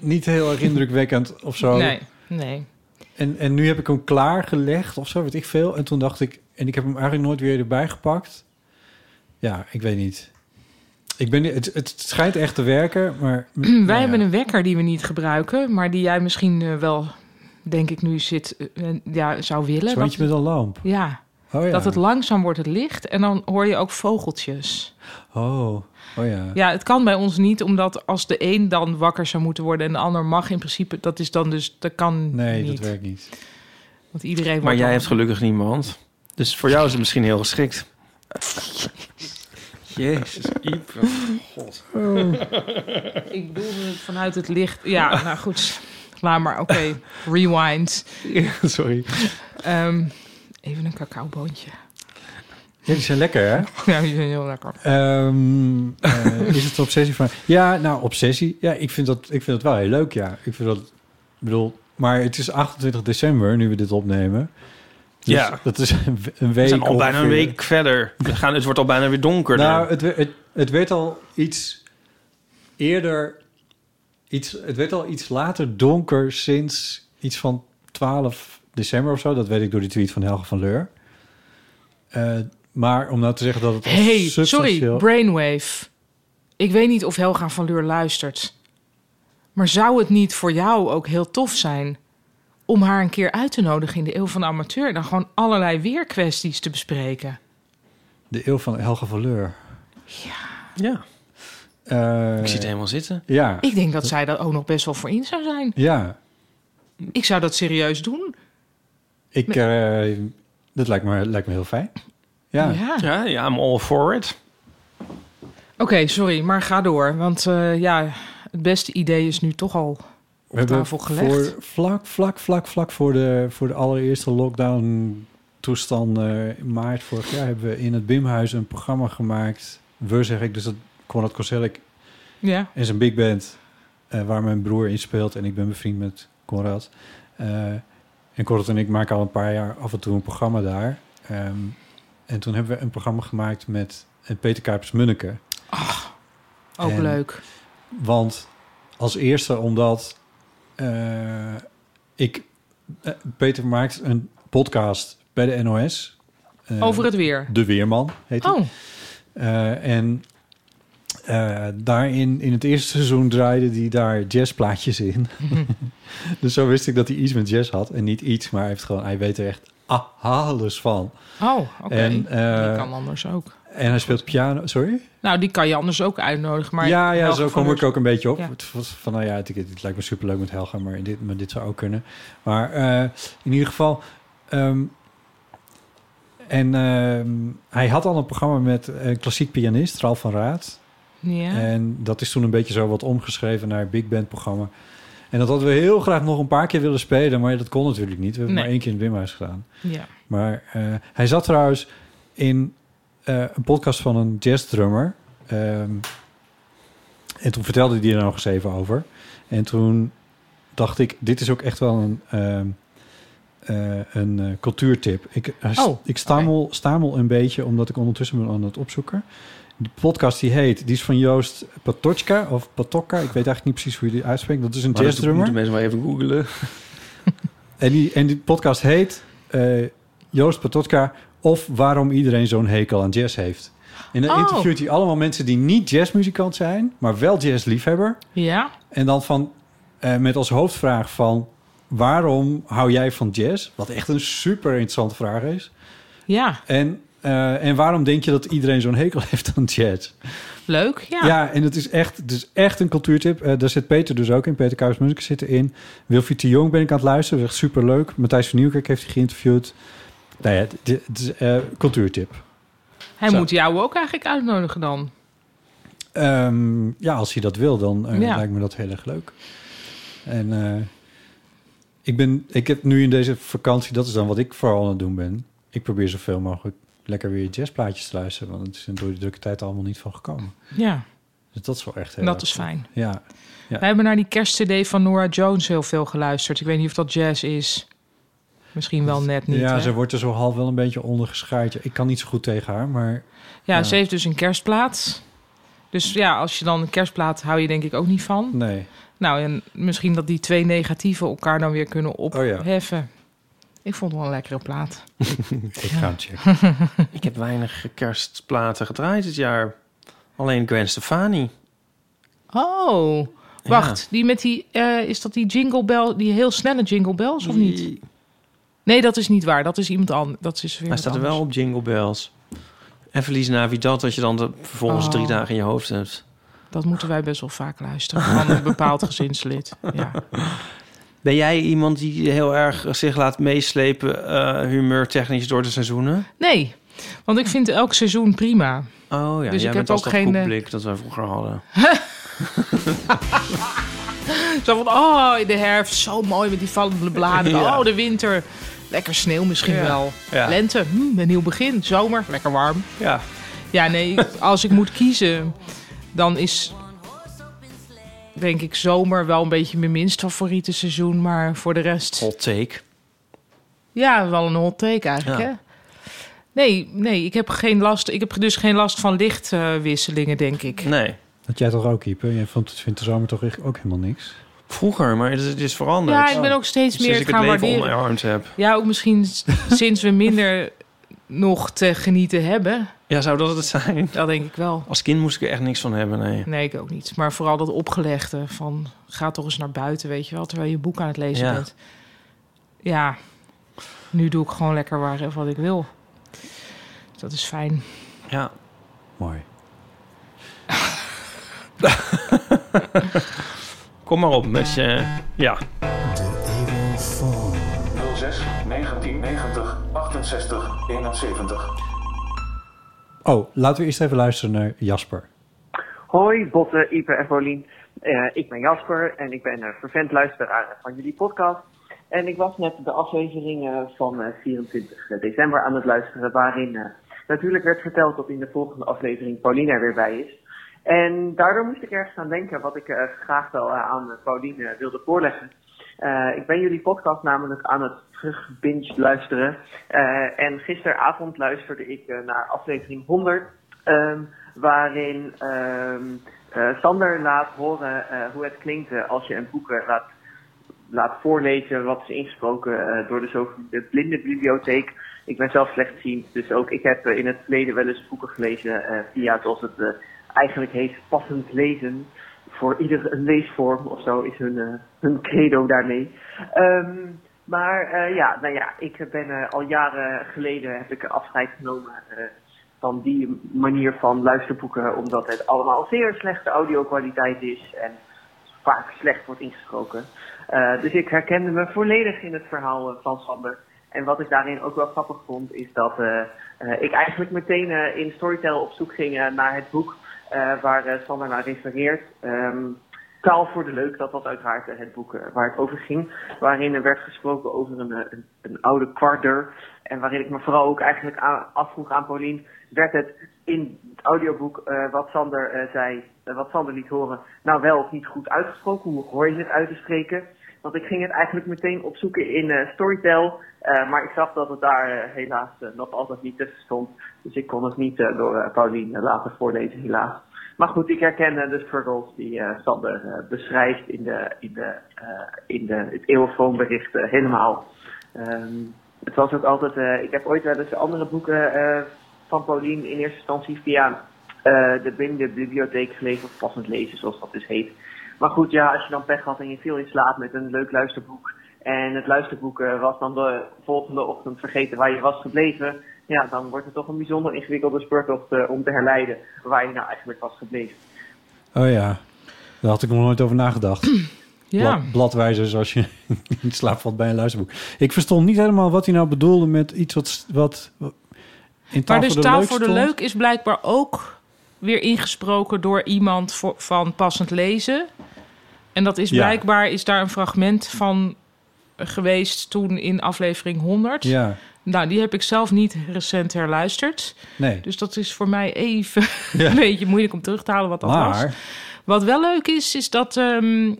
[SPEAKER 3] niet heel erg indrukwekkend of zo.
[SPEAKER 5] Nee, nee.
[SPEAKER 3] En, en nu heb ik hem klaargelegd of zo, weet ik veel. En toen dacht ik, en ik heb hem eigenlijk nooit weer erbij gepakt. Ja, ik weet niet. Ik ben, niet- het, het schijnt echt te werken, maar... nou
[SPEAKER 5] Wij
[SPEAKER 3] ja.
[SPEAKER 5] hebben een wekker die we niet gebruiken, maar die jij misschien eh, wel, denk ik nu, zit, eh, en- ja, zou willen.
[SPEAKER 3] Zo'n eentje
[SPEAKER 5] Dat-
[SPEAKER 3] met een lamp.
[SPEAKER 5] ja,
[SPEAKER 3] Oh ja.
[SPEAKER 5] dat het langzaam wordt het licht en dan hoor je ook vogeltjes.
[SPEAKER 3] Oh, oh ja.
[SPEAKER 5] Ja, het kan bij ons niet, omdat als de een dan wakker zou moeten worden en de ander mag in principe, dat is dan dus, dat kan
[SPEAKER 3] Nee,
[SPEAKER 5] niet.
[SPEAKER 3] dat werkt niet.
[SPEAKER 5] Want iedereen
[SPEAKER 4] Maar
[SPEAKER 5] wordt
[SPEAKER 4] jij
[SPEAKER 5] dan-
[SPEAKER 4] hebt gelukkig niemand. Dus voor jou is het misschien heel geschikt. Jezus, Iep.
[SPEAKER 5] Oh. Ik bedoelde het vanuit het licht. Ja, nou goed, laat maar. Oké, rewind.
[SPEAKER 4] Sorry.
[SPEAKER 5] Ehm, even een cacaoboontje.
[SPEAKER 3] Ja, die zijn lekker, hè?
[SPEAKER 5] Ja, die zijn heel lekker.
[SPEAKER 3] Ehm, eh, is het een obsessie van? Ja, nou, obsessie. Ja, ik vind dat, ik vind dat wel heel leuk, ja. Ik vind dat, ik bedoel, maar het is 28 december nu we dit opnemen. Dus
[SPEAKER 4] Ja.
[SPEAKER 3] Dat is een, we- een week.
[SPEAKER 4] We zijn al bijna een
[SPEAKER 3] ongeveer.
[SPEAKER 4] week verder. We gaan, het wordt al bijna weer donker.
[SPEAKER 3] Nou, het, we- het, het werd al iets eerder, iets, het werd al iets later donker sinds iets van 12 december of zo. Dat weet ik door die tweet van Helge van Leur. Eh, maar om nou te zeggen dat het als
[SPEAKER 5] hey, sorry,
[SPEAKER 3] substantieel-
[SPEAKER 5] Brainwave. Ik weet niet of Helga van Leur luistert. Maar zou het niet voor jou ook heel tof zijn... om haar een keer uit te nodigen in de Eeuw van de Amateur... en dan gewoon allerlei weerkwesties te bespreken?
[SPEAKER 3] De eeuw van Helge van Leur.
[SPEAKER 4] ja.
[SPEAKER 3] Eh,
[SPEAKER 4] Ik zie het helemaal zitten.
[SPEAKER 3] Ja,
[SPEAKER 5] Ik denk dat zij daar ook nog best wel voor in zou zijn.
[SPEAKER 3] ja.
[SPEAKER 5] Ik zou dat serieus doen.
[SPEAKER 3] Ik, eh, dat lijkt me, lijkt me heel fijn. Ja.
[SPEAKER 5] Ja.
[SPEAKER 4] Ja, ja, I'm all for it.
[SPEAKER 5] Oké, sorry, maar ga door. Want eh, ja, het beste idee is nu toch al...
[SPEAKER 3] We hebben
[SPEAKER 5] tafel gelegd.
[SPEAKER 3] Voor, vlak, vlak, vlak, vlak voor de, voor de allereerste lockdown toestanden in maart vorig jaar hebben we in het Bimhuis een programma gemaakt. We zeg ik, dus dat Konrad Kosellik
[SPEAKER 5] Ja,
[SPEAKER 3] en zijn big band, eh, waar mijn broer in speelt en ik ben bevriend met Konrad. Eh, en Konrad en ik maken al een paar jaar af en toe een programma daar. Ehm, en toen hebben we een programma gemaakt met eh, Peter Kuipers Munneke.
[SPEAKER 5] ook
[SPEAKER 3] En-
[SPEAKER 5] leuk.
[SPEAKER 3] Want als eerste omdat eh, ik... eh, Peter maakt een podcast bij de NOS. Eh,
[SPEAKER 5] Over het weer.
[SPEAKER 3] De Weerman heet hij.
[SPEAKER 5] Oh,
[SPEAKER 3] Eh, en eh, daarin, in het eerste seizoen, draaide hij daar jazzplaatjes in. dus zo wist ik dat hij iets met jazz had. En niet iets, maar hij, heeft gewoon, hij weet er echt alles van.
[SPEAKER 5] oh oké.
[SPEAKER 3] En, eh,
[SPEAKER 5] die kan anders ook.
[SPEAKER 3] En hij speelt piano... Sorry?
[SPEAKER 5] Nou, die kan je anders ook uitnodigen. Maar
[SPEAKER 3] ja, ja
[SPEAKER 5] Helge
[SPEAKER 3] zo
[SPEAKER 5] van
[SPEAKER 3] kom
[SPEAKER 5] Leur-
[SPEAKER 3] ik ook een beetje op.
[SPEAKER 5] Ja.
[SPEAKER 3] Het was van, nou ja, het, het lijkt me superleuk met Helga, maar dit, maar dit zou ook kunnen. Maar eh, in ieder geval... ehm, en ehm, hij had al een programma met een klassiek pianist, Ralf van Raad.
[SPEAKER 5] Ja.
[SPEAKER 3] En dat is toen een beetje zo wat omgeschreven naar big band programma. En dat hadden we heel graag nog een paar keer willen spelen, maar dat kon natuurlijk niet. We hebben
[SPEAKER 5] Nee.
[SPEAKER 3] maar één keer in het Wimhuis gedaan.
[SPEAKER 5] ja.
[SPEAKER 3] Maar eh, hij zat trouwens in eh, een podcast van een jazzdrummer. Ehm en toen vertelde hij er nog eens even over. En toen dacht ik, dit is ook echt wel een, ehm, eh, een eh, cultuurtip. Ik, hij st-
[SPEAKER 5] Oh,
[SPEAKER 3] ik stamel, stamel een beetje, omdat ik ondertussen ben aan het opzoeken. De podcast die heet, die is van Joost Patochka of Patokka. Ik weet eigenlijk niet precies hoe je die uitspreekt. Dat is een
[SPEAKER 4] Maar dat
[SPEAKER 3] jazzdrummer.
[SPEAKER 4] moeten mensen maar even googelen.
[SPEAKER 3] En die, en die podcast heet eh, Joost Patotka of Waarom iedereen zo'n hekel aan jazz heeft. En dan
[SPEAKER 5] Oh.
[SPEAKER 3] interviewt hij allemaal mensen die niet jazzmuzikant zijn, maar wel jazzliefhebber.
[SPEAKER 5] ja.
[SPEAKER 3] En dan van, eh, met als hoofdvraag van waarom hou jij van jazz? Wat echt een super interessante vraag is.
[SPEAKER 5] Ja,
[SPEAKER 3] En, eh, en waarom denk je dat iedereen zo'n hekel heeft aan jazz?
[SPEAKER 5] leuk. Ja.
[SPEAKER 3] Ja, en het is echt, het is echt een cultuurtip. Eh, daar zit Peter dus ook in. Peter Kuijs Muziek zit erin. Wilfried de Jong ben ik aan het luisteren. Dat is echt superleuk. Matthijs van Nieuwkerk heeft hij geïnterviewd. Nou ja, het- het het is eh cultuurtip.
[SPEAKER 5] Hij
[SPEAKER 3] Zo.
[SPEAKER 5] moet jou ook eigenlijk uitnodigen dan.
[SPEAKER 3] Ehm, ja, als hij dat wil, dan eh,
[SPEAKER 5] Ja.
[SPEAKER 3] lijkt me dat heel erg leuk. En eh, ik, ben, ik heb nu in deze vakantie, dat is dan wat ik vooral aan het doen ben. Ik probeer zoveel mogelijk lekker weer jazzplaatjes te luisteren. Want het is er door de drukke tijd allemaal niet van gekomen.
[SPEAKER 5] Ja,
[SPEAKER 3] Dus dat is wel echt heel
[SPEAKER 5] dat
[SPEAKER 3] erg
[SPEAKER 5] is
[SPEAKER 3] goed.
[SPEAKER 5] fijn.
[SPEAKER 3] Ja.
[SPEAKER 5] Wij hebben naar die kerstcd van Nora Jones heel veel geluisterd. Ik weet niet of dat jazz is. Misschien wel net niet.
[SPEAKER 3] ja,
[SPEAKER 5] hè?
[SPEAKER 3] ze wordt er zo half wel een beetje ondergeschaaid. Ik kan niet zo goed tegen haar, maar
[SPEAKER 5] ja,
[SPEAKER 3] ja.
[SPEAKER 5] ze heeft dus een kerstplaat. Dus ja, als je dan een kerstplaat hou je denk ik ook niet van.
[SPEAKER 3] nee.
[SPEAKER 5] Nou, en misschien dat die twee negatieven elkaar dan weer kunnen
[SPEAKER 3] Oh ja.
[SPEAKER 5] opheffen. Ik vond het wel een lekkere plaat.
[SPEAKER 3] Ik ga hem checken.
[SPEAKER 4] Ik heb weinig kerstplaten gedraaid dit jaar. Alleen Gwen Stefani.
[SPEAKER 5] Oh, wacht. Die met die, eh, is dat die jingle bell, die heel snelle jingle bells of niet?
[SPEAKER 4] Die-
[SPEAKER 5] Nee, dat is niet waar. Dat is iemand anders. Dat is weer
[SPEAKER 4] Hij
[SPEAKER 5] wat
[SPEAKER 4] staat er wel
[SPEAKER 5] anders.
[SPEAKER 4] op Jingle Bells. En verlies Navidad dat je dan de, vervolgens
[SPEAKER 5] Oh.
[SPEAKER 4] drie dagen in je hoofd hebt.
[SPEAKER 5] Dat moeten wij best wel vaak luisteren van een bepaald gezinslid. Ja.
[SPEAKER 4] Ben jij iemand die heel erg zich laat meeslepen eh humeurtechnisch door de seizoenen?
[SPEAKER 5] Nee, want ik vind elk seizoen prima.
[SPEAKER 4] Oh ja,
[SPEAKER 5] Dus
[SPEAKER 4] jij
[SPEAKER 5] ik
[SPEAKER 4] bent
[SPEAKER 5] heb
[SPEAKER 4] als
[SPEAKER 5] ook
[SPEAKER 4] dat
[SPEAKER 5] geen, eh,
[SPEAKER 4] koekblik dat wij vroeger hadden.
[SPEAKER 5] Zo van, oh, de herfst, zo mooi met die vallende bladeren.
[SPEAKER 4] Ja.
[SPEAKER 5] Oh, de winter. Lekker sneeuw misschien
[SPEAKER 4] Ja.
[SPEAKER 5] wel.
[SPEAKER 4] Ja.
[SPEAKER 5] Lente, hm, een nieuw begin. Zomer, lekker warm.
[SPEAKER 4] Ja.
[SPEAKER 5] Ja, nee, als ik moet kiezen, dan is denk ik zomer wel een beetje mijn minst favoriete seizoen. Maar voor de rest,
[SPEAKER 4] Hot take.
[SPEAKER 5] ja, wel een hot take eigenlijk.
[SPEAKER 4] Ja.
[SPEAKER 5] Hè? Nee, nee, ik heb geen last. Ik heb dus geen last van lichtwisselingen, denk ik.
[SPEAKER 4] Nee.
[SPEAKER 3] Dat jij toch ook, keeper? Je vond het vindt de zomer toch echt ook helemaal niks?
[SPEAKER 4] Vroeger, maar het is, het is veranderd.
[SPEAKER 5] Ja, ik ben ook steeds
[SPEAKER 4] Sinds
[SPEAKER 5] meer
[SPEAKER 4] ik het
[SPEAKER 5] gaan
[SPEAKER 4] leven
[SPEAKER 5] waarderen.
[SPEAKER 4] omarmd heb.
[SPEAKER 5] Ja, ook misschien s- sinds we minder nog te genieten hebben.
[SPEAKER 4] Ja, zou dat het zijn?
[SPEAKER 5] Dat denk ik wel.
[SPEAKER 4] Als kind moest ik er echt niks van hebben, nee.
[SPEAKER 5] Nee, ik ook niet. Maar vooral dat opgelegde van ga toch eens naar buiten, weet je wel, terwijl je boek aan het lezen
[SPEAKER 4] Ja.
[SPEAKER 5] bent. Ja, nu doe ik gewoon lekker waar wat ik wil. Dat is fijn.
[SPEAKER 4] Ja.
[SPEAKER 3] Mooi.
[SPEAKER 4] Kom maar op met je... Ja.
[SPEAKER 6] 06 1990 68 71.
[SPEAKER 3] Oh, laten we eerst even luisteren naar Jasper.
[SPEAKER 7] Hoi, Botte, Ipe en Paulien. Eh, ik ben Jasper en ik ben een vervent luisteraar van jullie podcast. En ik was net de aflevering eh, van eh, 24 december aan het luisteren, waarin eh, natuurlijk werd verteld dat in de volgende aflevering Paulien er weer bij is. En daardoor moest ik ergens aan denken wat ik eh, graag wel eh, aan Paulien eh, wilde voorleggen. Eh, ik ben jullie podcast namelijk aan het terugbinge luisteren. Eh, en gisteravond luisterde ik eh, naar aflevering 100. ehm, waarin ehm, eh, Sander laat horen eh, hoe het klinkt eh, als je een boek eh, laat, laat voorlezen wat is ingesproken eh, door de zogenaamde blinde bibliotheek. Ik ben zelf slechtziend, dus ook ik heb eh, in het verleden wel eens boeken gelezen eh, via zoals het eh, eigenlijk heet passend lezen. Voor ieder een leesvorm of zo is hun, eh, hun credo daarmee. Ehm, maar eh, ja, nou ja, ik ben eh, al jaren geleden heb ik afscheid genomen eh, van die manier van luisterboeken, omdat het allemaal zeer slechte audio-kwaliteit is en vaak slecht wordt ingesproken. Eh, dus ik herkende me volledig in het verhaal eh, van Sander. En wat ik daarin ook wel grappig vond, is dat eh, eh, ik eigenlijk meteen eh, in Storytel op zoek ging eh, naar het boek eh, waar eh, Sander naar refereert. Ehm, Taal voor de Leuk, dat was uiteraard eh, het boek eh, waar het over ging. Waarin er werd gesproken over een, eh, een, een oude kwarder. En waarin ik me vooral ook eigenlijk aan, afvroeg aan Paulien. Werd het in het audioboek eh, wat Sander eh, zei, eh, wat Sander liet horen, nou wel of niet goed uitgesproken? Hoe hoor je het uit te spreken? Want ik ging het eigenlijk meteen opzoeken in eh, Storytel. eh, maar ik zag dat het daar eh, helaas eh, nog altijd niet tussen stond. Dus ik kon het niet eh, door eh, Paulien eh, laten voorlezen, helaas. Maar goed, ik herken eh, de struggles die eh, Sander eh, beschrijft in, de, in, de, eh, in de, het eeuwfoonbericht eh, helemaal. Ehm, het was ook altijd, eh, ik heb ooit wel eens andere boeken eh, van Paulien in eerste instantie via eh, de Binde Bibliotheek gelezen, of passend lezen zoals dat dus heet. Maar goed, ja, als je dan pech had en je viel in slaap met een leuk luisterboek. En het luisterboek eh, was dan de volgende ochtend vergeten waar je was gebleven. Ja, dan wordt het toch een bijzonder ingewikkelde speurtocht eh, om te herleiden waar je nou eigenlijk was gebleven.
[SPEAKER 3] Oh ja, daar had ik nog nooit over nagedacht.
[SPEAKER 5] Ja,
[SPEAKER 3] Blad- bladwijzers als je in slaap valt bij een luisterboek. Ik verstond niet helemaal wat hij nou bedoelde met iets wat... wat in taal
[SPEAKER 5] maar dus
[SPEAKER 3] voor de
[SPEAKER 5] taal
[SPEAKER 3] leuk
[SPEAKER 5] voor de
[SPEAKER 3] stond.
[SPEAKER 5] leuk is blijkbaar ook weer ingesproken door iemand voor- van passend lezen. En dat is
[SPEAKER 3] Ja.
[SPEAKER 5] blijkbaar is daar een fragment van geweest toen in aflevering 100.
[SPEAKER 3] Ja,
[SPEAKER 5] Nou, die heb ik zelf niet recent herluisterd.
[SPEAKER 3] nee.
[SPEAKER 5] Dus dat is voor mij even
[SPEAKER 3] Ja.
[SPEAKER 5] een beetje moeilijk om terug te halen wat dat was.
[SPEAKER 3] maar,
[SPEAKER 5] Wat wel leuk is, is dat ehm,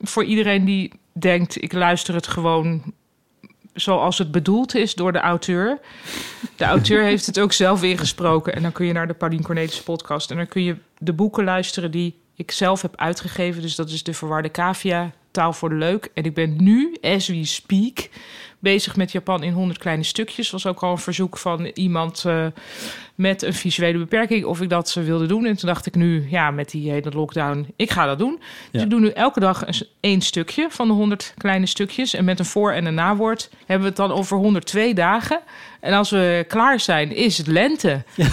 [SPEAKER 5] voor iedereen die denkt: ik luister het gewoon zoals het bedoeld is door de auteur. De auteur heeft het ook zelf ingesproken. En dan kun je naar de Paulien Cornelissen podcast. En dan kun je de boeken luisteren die ik zelf heb uitgegeven. Dus dat is De Verwarde Cavia, Taal voor de Leuk. En ik ben nu, as we speak, bezig met Japan in 100 kleine stukjes. was ook al een verzoek van iemand... eh, met een visuele beperking of ik dat ze wilde doen. En toen dacht ik nu, ja, met die hele lockdown, ik ga dat doen. Dus
[SPEAKER 3] Ja.
[SPEAKER 5] ik doe nu elke dag eens één stukje van de 100 kleine stukjes. En met een voor- en een nawoord hebben we het dan over 102 dagen. En als we klaar zijn, is het lente. Ehm,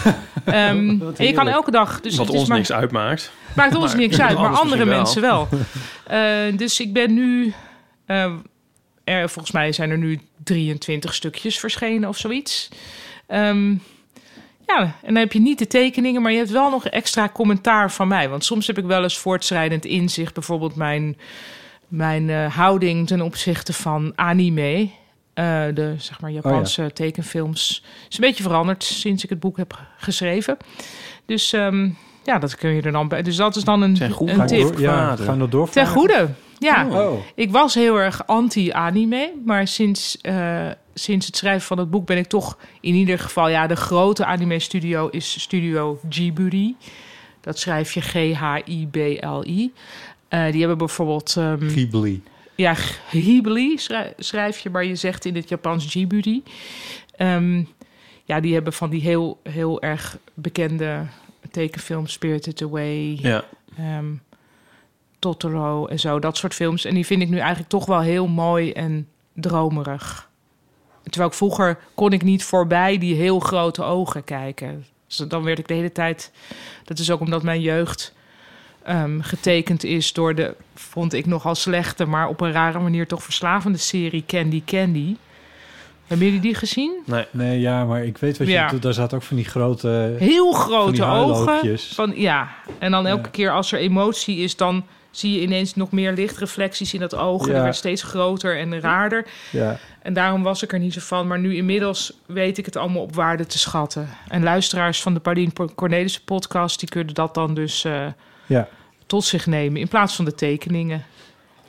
[SPEAKER 5] en je kan elke dag... Dus
[SPEAKER 4] Wat
[SPEAKER 5] het is
[SPEAKER 4] ons
[SPEAKER 5] maar-
[SPEAKER 4] niks uitmaakt.
[SPEAKER 5] Maakt ons
[SPEAKER 4] Maar
[SPEAKER 5] niks uit, maar
[SPEAKER 4] anders
[SPEAKER 5] andere mensen
[SPEAKER 4] misschien
[SPEAKER 5] wel. Eh, dus ik ben nu... eh, er, volgens mij zijn er nu 23 stukjes verschenen of zoiets. Ehm, ja, en dan heb je niet de tekeningen, maar je hebt wel nog extra commentaar van mij. Want soms heb ik wel eens voortschrijdend inzicht. Bijvoorbeeld mijn, mijn eh, houding ten opzichte van anime. Eh, eh, de zeg maar, Japanse tekenfilms. is een beetje veranderd sinds ik het boek heb geschreven. Dus ehm, ja, dat kun je er dan bij. Dus dat is dan een,
[SPEAKER 4] Zijn goed,
[SPEAKER 5] een
[SPEAKER 4] maar
[SPEAKER 5] tip.
[SPEAKER 4] hoor.
[SPEAKER 3] Ja,
[SPEAKER 4] Vader.
[SPEAKER 3] gaan we dat door?
[SPEAKER 5] Ten goede, ja.
[SPEAKER 3] Oh.
[SPEAKER 5] Ik was heel erg anti-anime, maar sinds, eh, sinds het schrijven van het boek ben ik toch in ieder geval... Ja, de grote anime-studio is Studio Ghibli. Dat schrijf je G-H-I-B-L-I. Eh, die hebben bijvoorbeeld... ehm,
[SPEAKER 3] Ghibli.
[SPEAKER 5] ja, Ghibli schrij- schrijf je, maar je zegt in het Japans Ghibli. Ehm, ja, die hebben van die heel, heel erg bekende tekenfilms, Spirited Away...
[SPEAKER 4] Ja.
[SPEAKER 5] Ehm, Totoro en zo, dat soort films. En die vind ik nu eigenlijk toch wel heel mooi en dromerig. Terwijl ik vroeger kon ik niet voorbij die heel grote ogen kijken. Dus dan werd ik de hele tijd... Dat is ook omdat mijn jeugd ehm, getekend is door de... vond ik nogal slechte, maar op een rare manier toch verslavende serie Candy Candy. Hebben jullie die gezien?
[SPEAKER 4] Nee.
[SPEAKER 3] Nee, ja, maar ik weet wat je
[SPEAKER 5] Ja.
[SPEAKER 3] bedoelt. Daar zaten ook van die grote...
[SPEAKER 5] Heel
[SPEAKER 3] van die
[SPEAKER 5] grote ogen.
[SPEAKER 3] huiloogjes.
[SPEAKER 5] Van, ja, en dan elke
[SPEAKER 3] Ja.
[SPEAKER 5] keer als er emotie is, dan zie je ineens nog meer lichtreflecties in dat oog. En
[SPEAKER 3] Ja.
[SPEAKER 5] dat werd steeds groter en raarder.
[SPEAKER 3] Ja.
[SPEAKER 5] En daarom was ik er niet zo van. Maar nu inmiddels weet ik het allemaal op waarde te schatten. En luisteraars van de Paulien Cornelissen podcast... die kunnen dat dan dus eh,
[SPEAKER 3] Ja.
[SPEAKER 5] tot zich nemen in plaats van de tekeningen.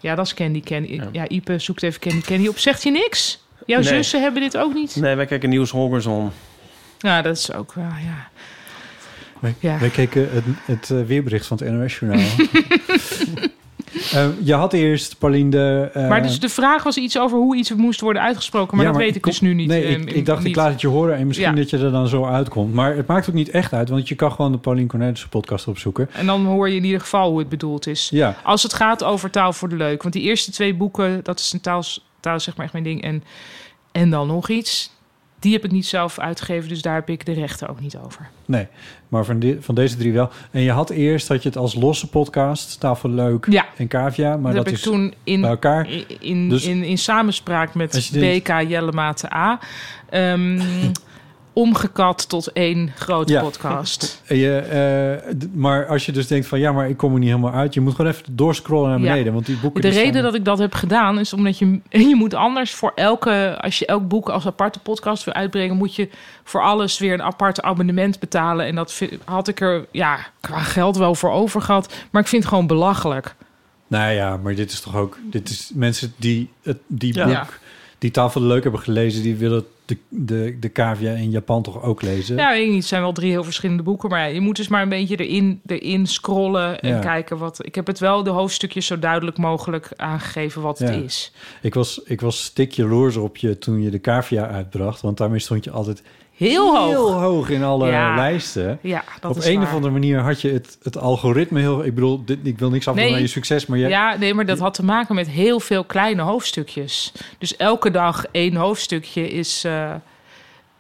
[SPEAKER 5] Ja, dat is Candy Candy. Ja, Ipe zoekt even Candy Candy op. Zegt je niks? Jouw
[SPEAKER 4] Nee.
[SPEAKER 5] zussen hebben dit ook niet?
[SPEAKER 4] nee, wij kijken Nieuws Holgersson.
[SPEAKER 5] Nou, dat is ook wel, ja.
[SPEAKER 3] Wij,
[SPEAKER 5] Ja.
[SPEAKER 3] wij keken het, het eh, weerbericht van het NOS-journaal. Eh, je had eerst, Pauline, de... eh,
[SPEAKER 5] Maar dus de vraag was iets over hoe iets moest worden uitgesproken. Maar
[SPEAKER 3] ja,
[SPEAKER 5] dat weet ik
[SPEAKER 3] kon-
[SPEAKER 5] dus nu niet.
[SPEAKER 3] Nee,
[SPEAKER 5] ehm,
[SPEAKER 3] ik,
[SPEAKER 5] in-
[SPEAKER 3] ik dacht,
[SPEAKER 5] niet.
[SPEAKER 3] ik laat het je horen en misschien
[SPEAKER 5] Ja.
[SPEAKER 3] dat je er dan zo uitkomt. Maar het maakt ook niet echt uit, want je kan gewoon de Pauline Cornelissen podcast opzoeken.
[SPEAKER 5] En dus- dan hoor je in ieder geval hoe het bedoeld is.
[SPEAKER 3] Ja,
[SPEAKER 5] Als het gaat over taal voor de leuk. Want die eerste twee boeken, dat is een taal, taal is zeg maar echt mijn ding. En, en dan nog iets. Die heb ik niet zelf uitgegeven, dus daar heb ik de rechten ook niet over.
[SPEAKER 3] nee, maar van, die- van deze drie wel. En je had eerst dat je het als losse podcast, Tafel Leuk
[SPEAKER 5] Ja.
[SPEAKER 3] en Kavia, maar
[SPEAKER 5] dat
[SPEAKER 3] dat,
[SPEAKER 5] heb ik
[SPEAKER 3] is
[SPEAKER 5] toen
[SPEAKER 3] bij
[SPEAKER 5] in,
[SPEAKER 3] elkaar.
[SPEAKER 5] in, in,
[SPEAKER 3] Dus-
[SPEAKER 5] in, in samenspraak
[SPEAKER 3] Als
[SPEAKER 5] met
[SPEAKER 3] je denkt-
[SPEAKER 5] BK Jellematen A ehm, omgekat tot één grote
[SPEAKER 3] Ja.
[SPEAKER 5] podcast.
[SPEAKER 3] En Je, eh, d- maar als je dus denkt van ja, maar ik kom er niet helemaal uit. Je moet gewoon even doorscrollen naar
[SPEAKER 5] Ja.
[SPEAKER 3] beneden. Want die boeken...
[SPEAKER 5] De
[SPEAKER 3] die
[SPEAKER 5] reden
[SPEAKER 3] staan-
[SPEAKER 5] dat ik dat heb gedaan is omdat je, je moet anders voor elke, als je elk boek als aparte podcast wil uitbrengen, moet je voor alles weer een apart abonnement betalen. En dat vi- had ik er ja, qua geld wel voor over gehad, maar ik vind het gewoon belachelijk.
[SPEAKER 3] Nou ja, maar dit is toch ook... Dit is mensen die het, die
[SPEAKER 4] Ja.
[SPEAKER 3] boek,
[SPEAKER 5] Ja.
[SPEAKER 3] die tafel leuk hebben gelezen... die willen de, de, de cavia in Japan toch ook lezen?
[SPEAKER 5] Ja, weet ik niet, het zijn wel drie heel verschillende boeken, maar ja, je moet dus maar een beetje erin, erin scrollen en
[SPEAKER 3] Ja.
[SPEAKER 5] kijken wat. Ik heb het wel de hoofdstukjes zo duidelijk mogelijk aangegeven wat
[SPEAKER 3] Ja.
[SPEAKER 5] het is.
[SPEAKER 3] Ik, was, ik was stik jaloers op je toen je de cavia uitbracht. Want daarmee stond je altijd
[SPEAKER 5] Heel hoog.
[SPEAKER 3] heel hoog in alle
[SPEAKER 5] Ja.
[SPEAKER 3] lijsten.
[SPEAKER 5] Ja, dat
[SPEAKER 3] op
[SPEAKER 5] is
[SPEAKER 3] een
[SPEAKER 5] waar.
[SPEAKER 3] of andere manier had je het, het algoritme heel... Ik bedoel, dit, ik wil niks afdoen
[SPEAKER 5] Nee.
[SPEAKER 3] aan je succes, maar je...
[SPEAKER 5] Ja, nee, maar dat had te maken met heel veel kleine hoofdstukjes. Dus elke dag één hoofdstukje is. eh,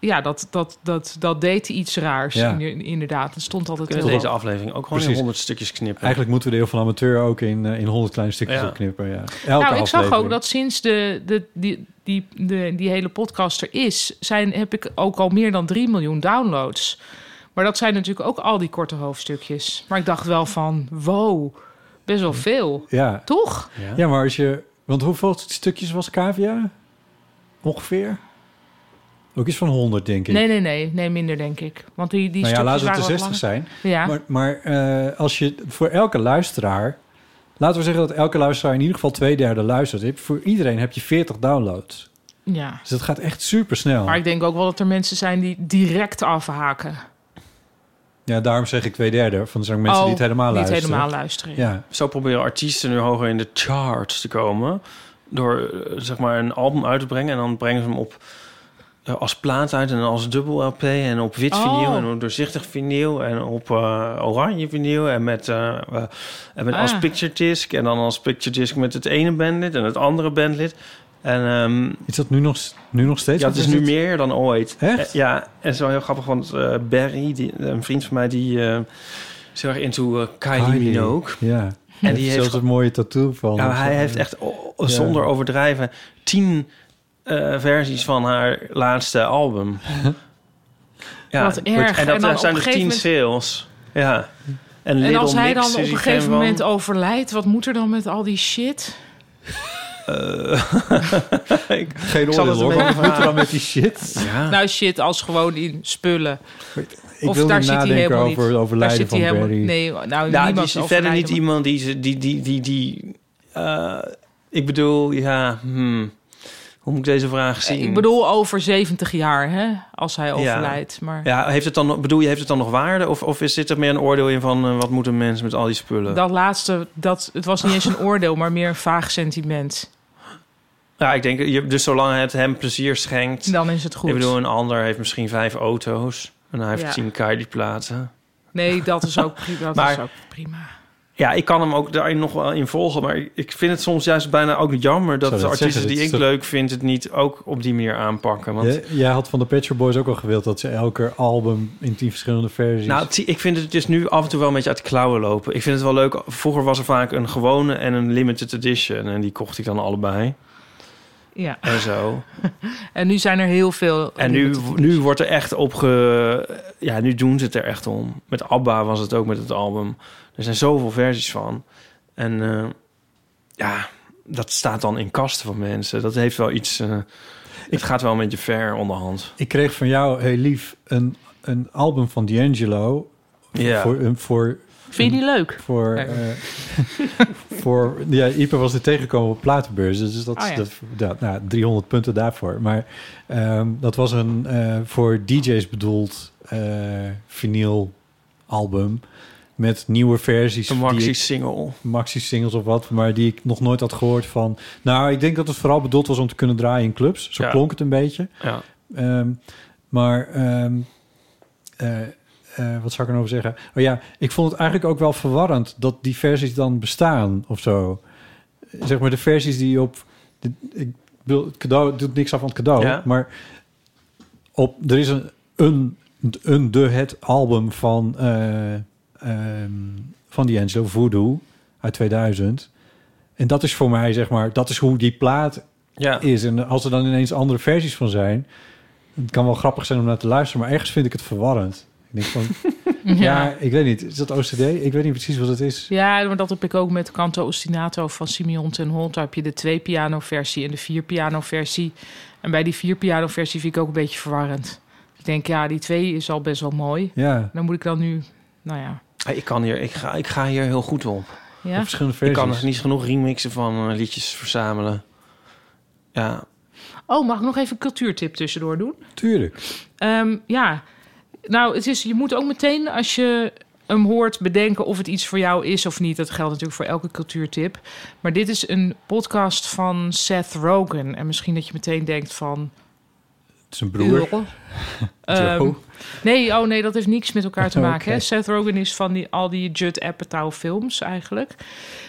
[SPEAKER 5] ja, dat, dat, dat, dat deed iets raars.
[SPEAKER 3] Ja.
[SPEAKER 5] in- Inderdaad, het stond altijd
[SPEAKER 4] Kunnen
[SPEAKER 5] heel
[SPEAKER 4] we deze
[SPEAKER 5] hoog.
[SPEAKER 4] aflevering ook gewoon
[SPEAKER 3] Precies.
[SPEAKER 4] in 100 stukjes knippen?
[SPEAKER 3] Eigenlijk moeten we de heel van amateur ook in, eh, in 100 kleine stukjes
[SPEAKER 4] Ja.
[SPEAKER 3] opknippen. Ja. Elke
[SPEAKER 5] Nou, ik zag ook
[SPEAKER 3] aflevering.
[SPEAKER 5] dat sinds de, de, die, die, de, die hele podcast er is, zijn, heb ik ook al meer dan 3 miljoen downloads. Maar dat zijn natuurlijk ook al die korte hoofdstukjes. Maar ik dacht wel van, wow, best wel veel.
[SPEAKER 3] Ja.
[SPEAKER 5] Toch?
[SPEAKER 4] Ja.
[SPEAKER 3] ja, maar als je... Want hoeveel stukjes was cavia? Ongeveer? Ook iets van 100, denk ik.
[SPEAKER 5] Nee, nee, nee. Nee, minder denk ik. Want die, die
[SPEAKER 3] nou ja,
[SPEAKER 5] stukjes
[SPEAKER 3] laten het
[SPEAKER 5] waren
[SPEAKER 3] de
[SPEAKER 5] wat
[SPEAKER 3] 60
[SPEAKER 5] langer.
[SPEAKER 3] zijn.
[SPEAKER 5] Ja.
[SPEAKER 3] Maar, maar eh, als je voor elke luisteraar... Laten we zeggen dat elke luisteraar in ieder geval twee derde luistert. Je hebt- Voor iedereen heb je 40 downloads.
[SPEAKER 5] Ja.
[SPEAKER 3] Dus dat gaat echt super snel.
[SPEAKER 5] Maar ik denk ook wel dat er mensen zijn die direct afhaken.
[SPEAKER 3] Ja, daarom zeg ik twee derde. Van er zijn ook mensen
[SPEAKER 5] Oh,
[SPEAKER 3] die het helemaal
[SPEAKER 5] niet
[SPEAKER 3] luisteren.
[SPEAKER 5] helemaal luisteren.
[SPEAKER 3] Ja,
[SPEAKER 4] Zo proberen artiesten nu hoger in de charts te komen. Door eh, zeg maar een album uit te brengen. En dan brengen ze hem op eh, als plaat uit en als dubbel LP. En op wit
[SPEAKER 5] Oh.
[SPEAKER 4] vinyl en op doorzichtig vinyl. En op eh, oranje vinyl. En met, eh, eh, en met als
[SPEAKER 5] Ah.
[SPEAKER 4] picture disc. En dan als picture disc met het ene bandlid en het andere bandlid. En ehm,
[SPEAKER 3] is dat nu nog, nu nog steeds?
[SPEAKER 4] ja, het
[SPEAKER 3] Of
[SPEAKER 4] is nu meer dan ooit.
[SPEAKER 3] Echt?
[SPEAKER 4] Eh, Ja, en het is wel heel grappig, want eh, Barry, die, een vriend van mij, die eh, is heel erg into eh, Kylie,
[SPEAKER 3] Kylie.
[SPEAKER 4] Minogue.
[SPEAKER 3] Ja.
[SPEAKER 4] En die heeft
[SPEAKER 3] zelfs een mooie tattoo van.
[SPEAKER 4] Ja,
[SPEAKER 3] of
[SPEAKER 4] hij
[SPEAKER 3] zo.
[SPEAKER 4] heeft echt o- o-
[SPEAKER 3] Ja.
[SPEAKER 4] zonder overdrijven tien eh, versies van haar laatste album. ja,
[SPEAKER 5] Wat erg.
[SPEAKER 4] En
[SPEAKER 5] En
[SPEAKER 4] dat
[SPEAKER 5] dan
[SPEAKER 4] eh, zijn
[SPEAKER 5] op
[SPEAKER 4] dus
[SPEAKER 5] een
[SPEAKER 4] tien
[SPEAKER 5] gegeven
[SPEAKER 4] sales. Ja. En,
[SPEAKER 5] En
[SPEAKER 4] Little
[SPEAKER 5] als hij
[SPEAKER 4] Mix
[SPEAKER 5] dan
[SPEAKER 4] is
[SPEAKER 5] op
[SPEAKER 4] die
[SPEAKER 5] een gegeven
[SPEAKER 4] fan van.
[SPEAKER 5] moment overlijdt, wat moet er dan met al die shit?
[SPEAKER 4] Eh, ik,
[SPEAKER 3] Geen
[SPEAKER 4] zal
[SPEAKER 3] oordeel
[SPEAKER 4] het
[SPEAKER 3] hoor,
[SPEAKER 4] een
[SPEAKER 3] want wat moet er
[SPEAKER 4] beetje
[SPEAKER 3] dan
[SPEAKER 4] vragen.
[SPEAKER 3] met die shit?
[SPEAKER 4] ja.
[SPEAKER 5] Nou, shit, als gewoon in spullen.
[SPEAKER 3] Ik
[SPEAKER 5] Of
[SPEAKER 3] wil
[SPEAKER 5] daar
[SPEAKER 3] niet
[SPEAKER 5] zit hij
[SPEAKER 3] nadenken
[SPEAKER 5] helemaal
[SPEAKER 3] over het
[SPEAKER 5] Daar
[SPEAKER 3] overlijden
[SPEAKER 5] zit hij
[SPEAKER 3] van
[SPEAKER 5] helemaal...
[SPEAKER 3] Barry.
[SPEAKER 5] Nee, nou,
[SPEAKER 4] Nou,
[SPEAKER 5] niemand
[SPEAKER 4] die is
[SPEAKER 5] overlijden,
[SPEAKER 4] verder niet
[SPEAKER 5] maar-
[SPEAKER 4] iemand die... ze- die, die, die, die eh, ik bedoel, ja... hmm, hoe moet ik deze vraag zien?
[SPEAKER 5] Eh, Ik bedoel over 70 jaar, hè, als hij
[SPEAKER 4] Ja.
[SPEAKER 5] overlijdt. Maar
[SPEAKER 4] Ja, heeft het dan, nog- bedoel je, heeft het dan nog waarde? Of, of is- zit er meer een oordeel in van... eh, wat moet een mens met al die spullen?
[SPEAKER 5] dat laatste, dat, het was niet eens een oordeel, maar meer een vaag sentiment.
[SPEAKER 4] Ja, ik denk, je- dus zolang het hem plezier schenkt...
[SPEAKER 5] Dan is het goed.
[SPEAKER 4] Ik bedoel, een ander heeft misschien vijf auto's... en hij heeft
[SPEAKER 5] Ja.
[SPEAKER 4] tien Kylie-platen.
[SPEAKER 5] Nee, dat is ook, pri- dat
[SPEAKER 4] Maar-
[SPEAKER 5] is ook prima.
[SPEAKER 4] Ja, ik kan hem ook daarin nog wel in volgen... maar ik- ik vind het soms juist bijna ook jammer... dat
[SPEAKER 3] Zou
[SPEAKER 4] de
[SPEAKER 3] dat
[SPEAKER 4] artiesten
[SPEAKER 3] zeggen?
[SPEAKER 4] die
[SPEAKER 3] Dit
[SPEAKER 4] ik
[SPEAKER 3] is toch-
[SPEAKER 4] leuk vind... het niet ook op die manier aanpakken. Want
[SPEAKER 3] Jij- Jij had van de Pet Shop Boys ook al gewild dat ze elke album in tien verschillende versies...
[SPEAKER 4] Nou, zie, ik vind het dus nu af en toe wel een beetje uit de klauwen lopen. Ik vind het wel leuk. Vroeger was er vaak een gewone en een limited edition. En die kocht ik dan allebei.
[SPEAKER 5] Ja.
[SPEAKER 4] En zo.
[SPEAKER 5] En nu zijn er heel veel...
[SPEAKER 4] En nu, nu wordt er echt op ge... Ja, nu doen ze het er echt om. Met ABBA was het ook met het album. Er zijn zoveel versies van. En eh, ja, dat staat dan in kasten van mensen. Dat heeft wel iets... eh, het gaat wel een beetje ver onderhand.
[SPEAKER 3] Ik kreeg van jou, heel lief, een, een album van D'Angelo
[SPEAKER 4] Ja.
[SPEAKER 3] voor, een- voor
[SPEAKER 5] Vind je die leuk?
[SPEAKER 3] Voor,
[SPEAKER 5] Kijk.
[SPEAKER 3] eh, voor ja, Ieper was er tegengekomen op platenbeurs. Dus dat,
[SPEAKER 5] Oh ja.
[SPEAKER 3] dat, ja, nou, 300 punten daarvoor. Maar ehm, dat was een eh, voor DJ's bedoeld eh vinyl album. Met nieuwe versies.
[SPEAKER 4] Een
[SPEAKER 3] die ik-
[SPEAKER 4] maxi-single.
[SPEAKER 3] maxi-singles of wat, maar die ik nog nooit had gehoord van... Nou, ik denk dat het vooral bedoeld was om te kunnen draaien in clubs. Zo
[SPEAKER 4] Ja.
[SPEAKER 3] klonk het een beetje.
[SPEAKER 4] Ja.
[SPEAKER 3] Ehm, maar ehm, eh, eh, wat zou ik er nou over zeggen? Oh ja, ik vond het eigenlijk ook wel verwarrend dat die versies dan bestaan of zo. Zeg maar de versies die op... de- ik wil, het cadeau het doet niks af van het cadeau,
[SPEAKER 4] Ja.
[SPEAKER 3] maar op, er is een, een, een de het album van, eh ehm van D'Angelo, Voodoo, uit 2000. En dat is voor mij, zeg maar, dat is hoe die plaat
[SPEAKER 4] Ja.
[SPEAKER 3] is. En als er dan ineens andere versies van zijn... het kan wel grappig zijn om naar te luisteren... maar ergens vind ik het verwarrend. Ik denk van,
[SPEAKER 5] Ja.
[SPEAKER 3] ja,
[SPEAKER 5] ja.
[SPEAKER 3] ik weet niet. Is dat OCD? Ik weet niet precies wat het is.
[SPEAKER 5] maar dat heb ik ook met Canto Ostinato van Simeon ten Holt. Daar heb je de twee piano versie en de vier piano versie. En bij die vier piano versie vind ik ook een beetje verwarrend. Ik denk, ja, die twee is al best wel mooi.
[SPEAKER 3] Ja,
[SPEAKER 5] Dan moet ik dan nu, nou ja.
[SPEAKER 4] Ik, kan hier, ik, ga, ik ga hier heel goed op.
[SPEAKER 3] op
[SPEAKER 5] ja.
[SPEAKER 3] verschillende
[SPEAKER 4] Ik
[SPEAKER 3] versies.
[SPEAKER 4] kan nog niet genoeg remixen van eh, liedjes verzamelen. Ja,
[SPEAKER 5] Oh, mag ik nog even een cultuurtip tussendoor doen?
[SPEAKER 3] Tuurlijk.
[SPEAKER 5] Ehm, ja, nou, het is, je moet ook meteen als je hem hoort bedenken of het iets voor jou is of niet. Dat geldt natuurlijk voor elke cultuurtip. Maar dit is een podcast van Seth Rogen. En misschien dat je meteen denkt van...
[SPEAKER 3] Het is een broer.
[SPEAKER 5] "Uw." Ehm,
[SPEAKER 3] Joe.
[SPEAKER 5] nee, oh nee, dat heeft niks met elkaar te
[SPEAKER 3] Oh, Oké.
[SPEAKER 5] maken. hè. Seth Rogen is van die, al die Judd Apatow films eigenlijk.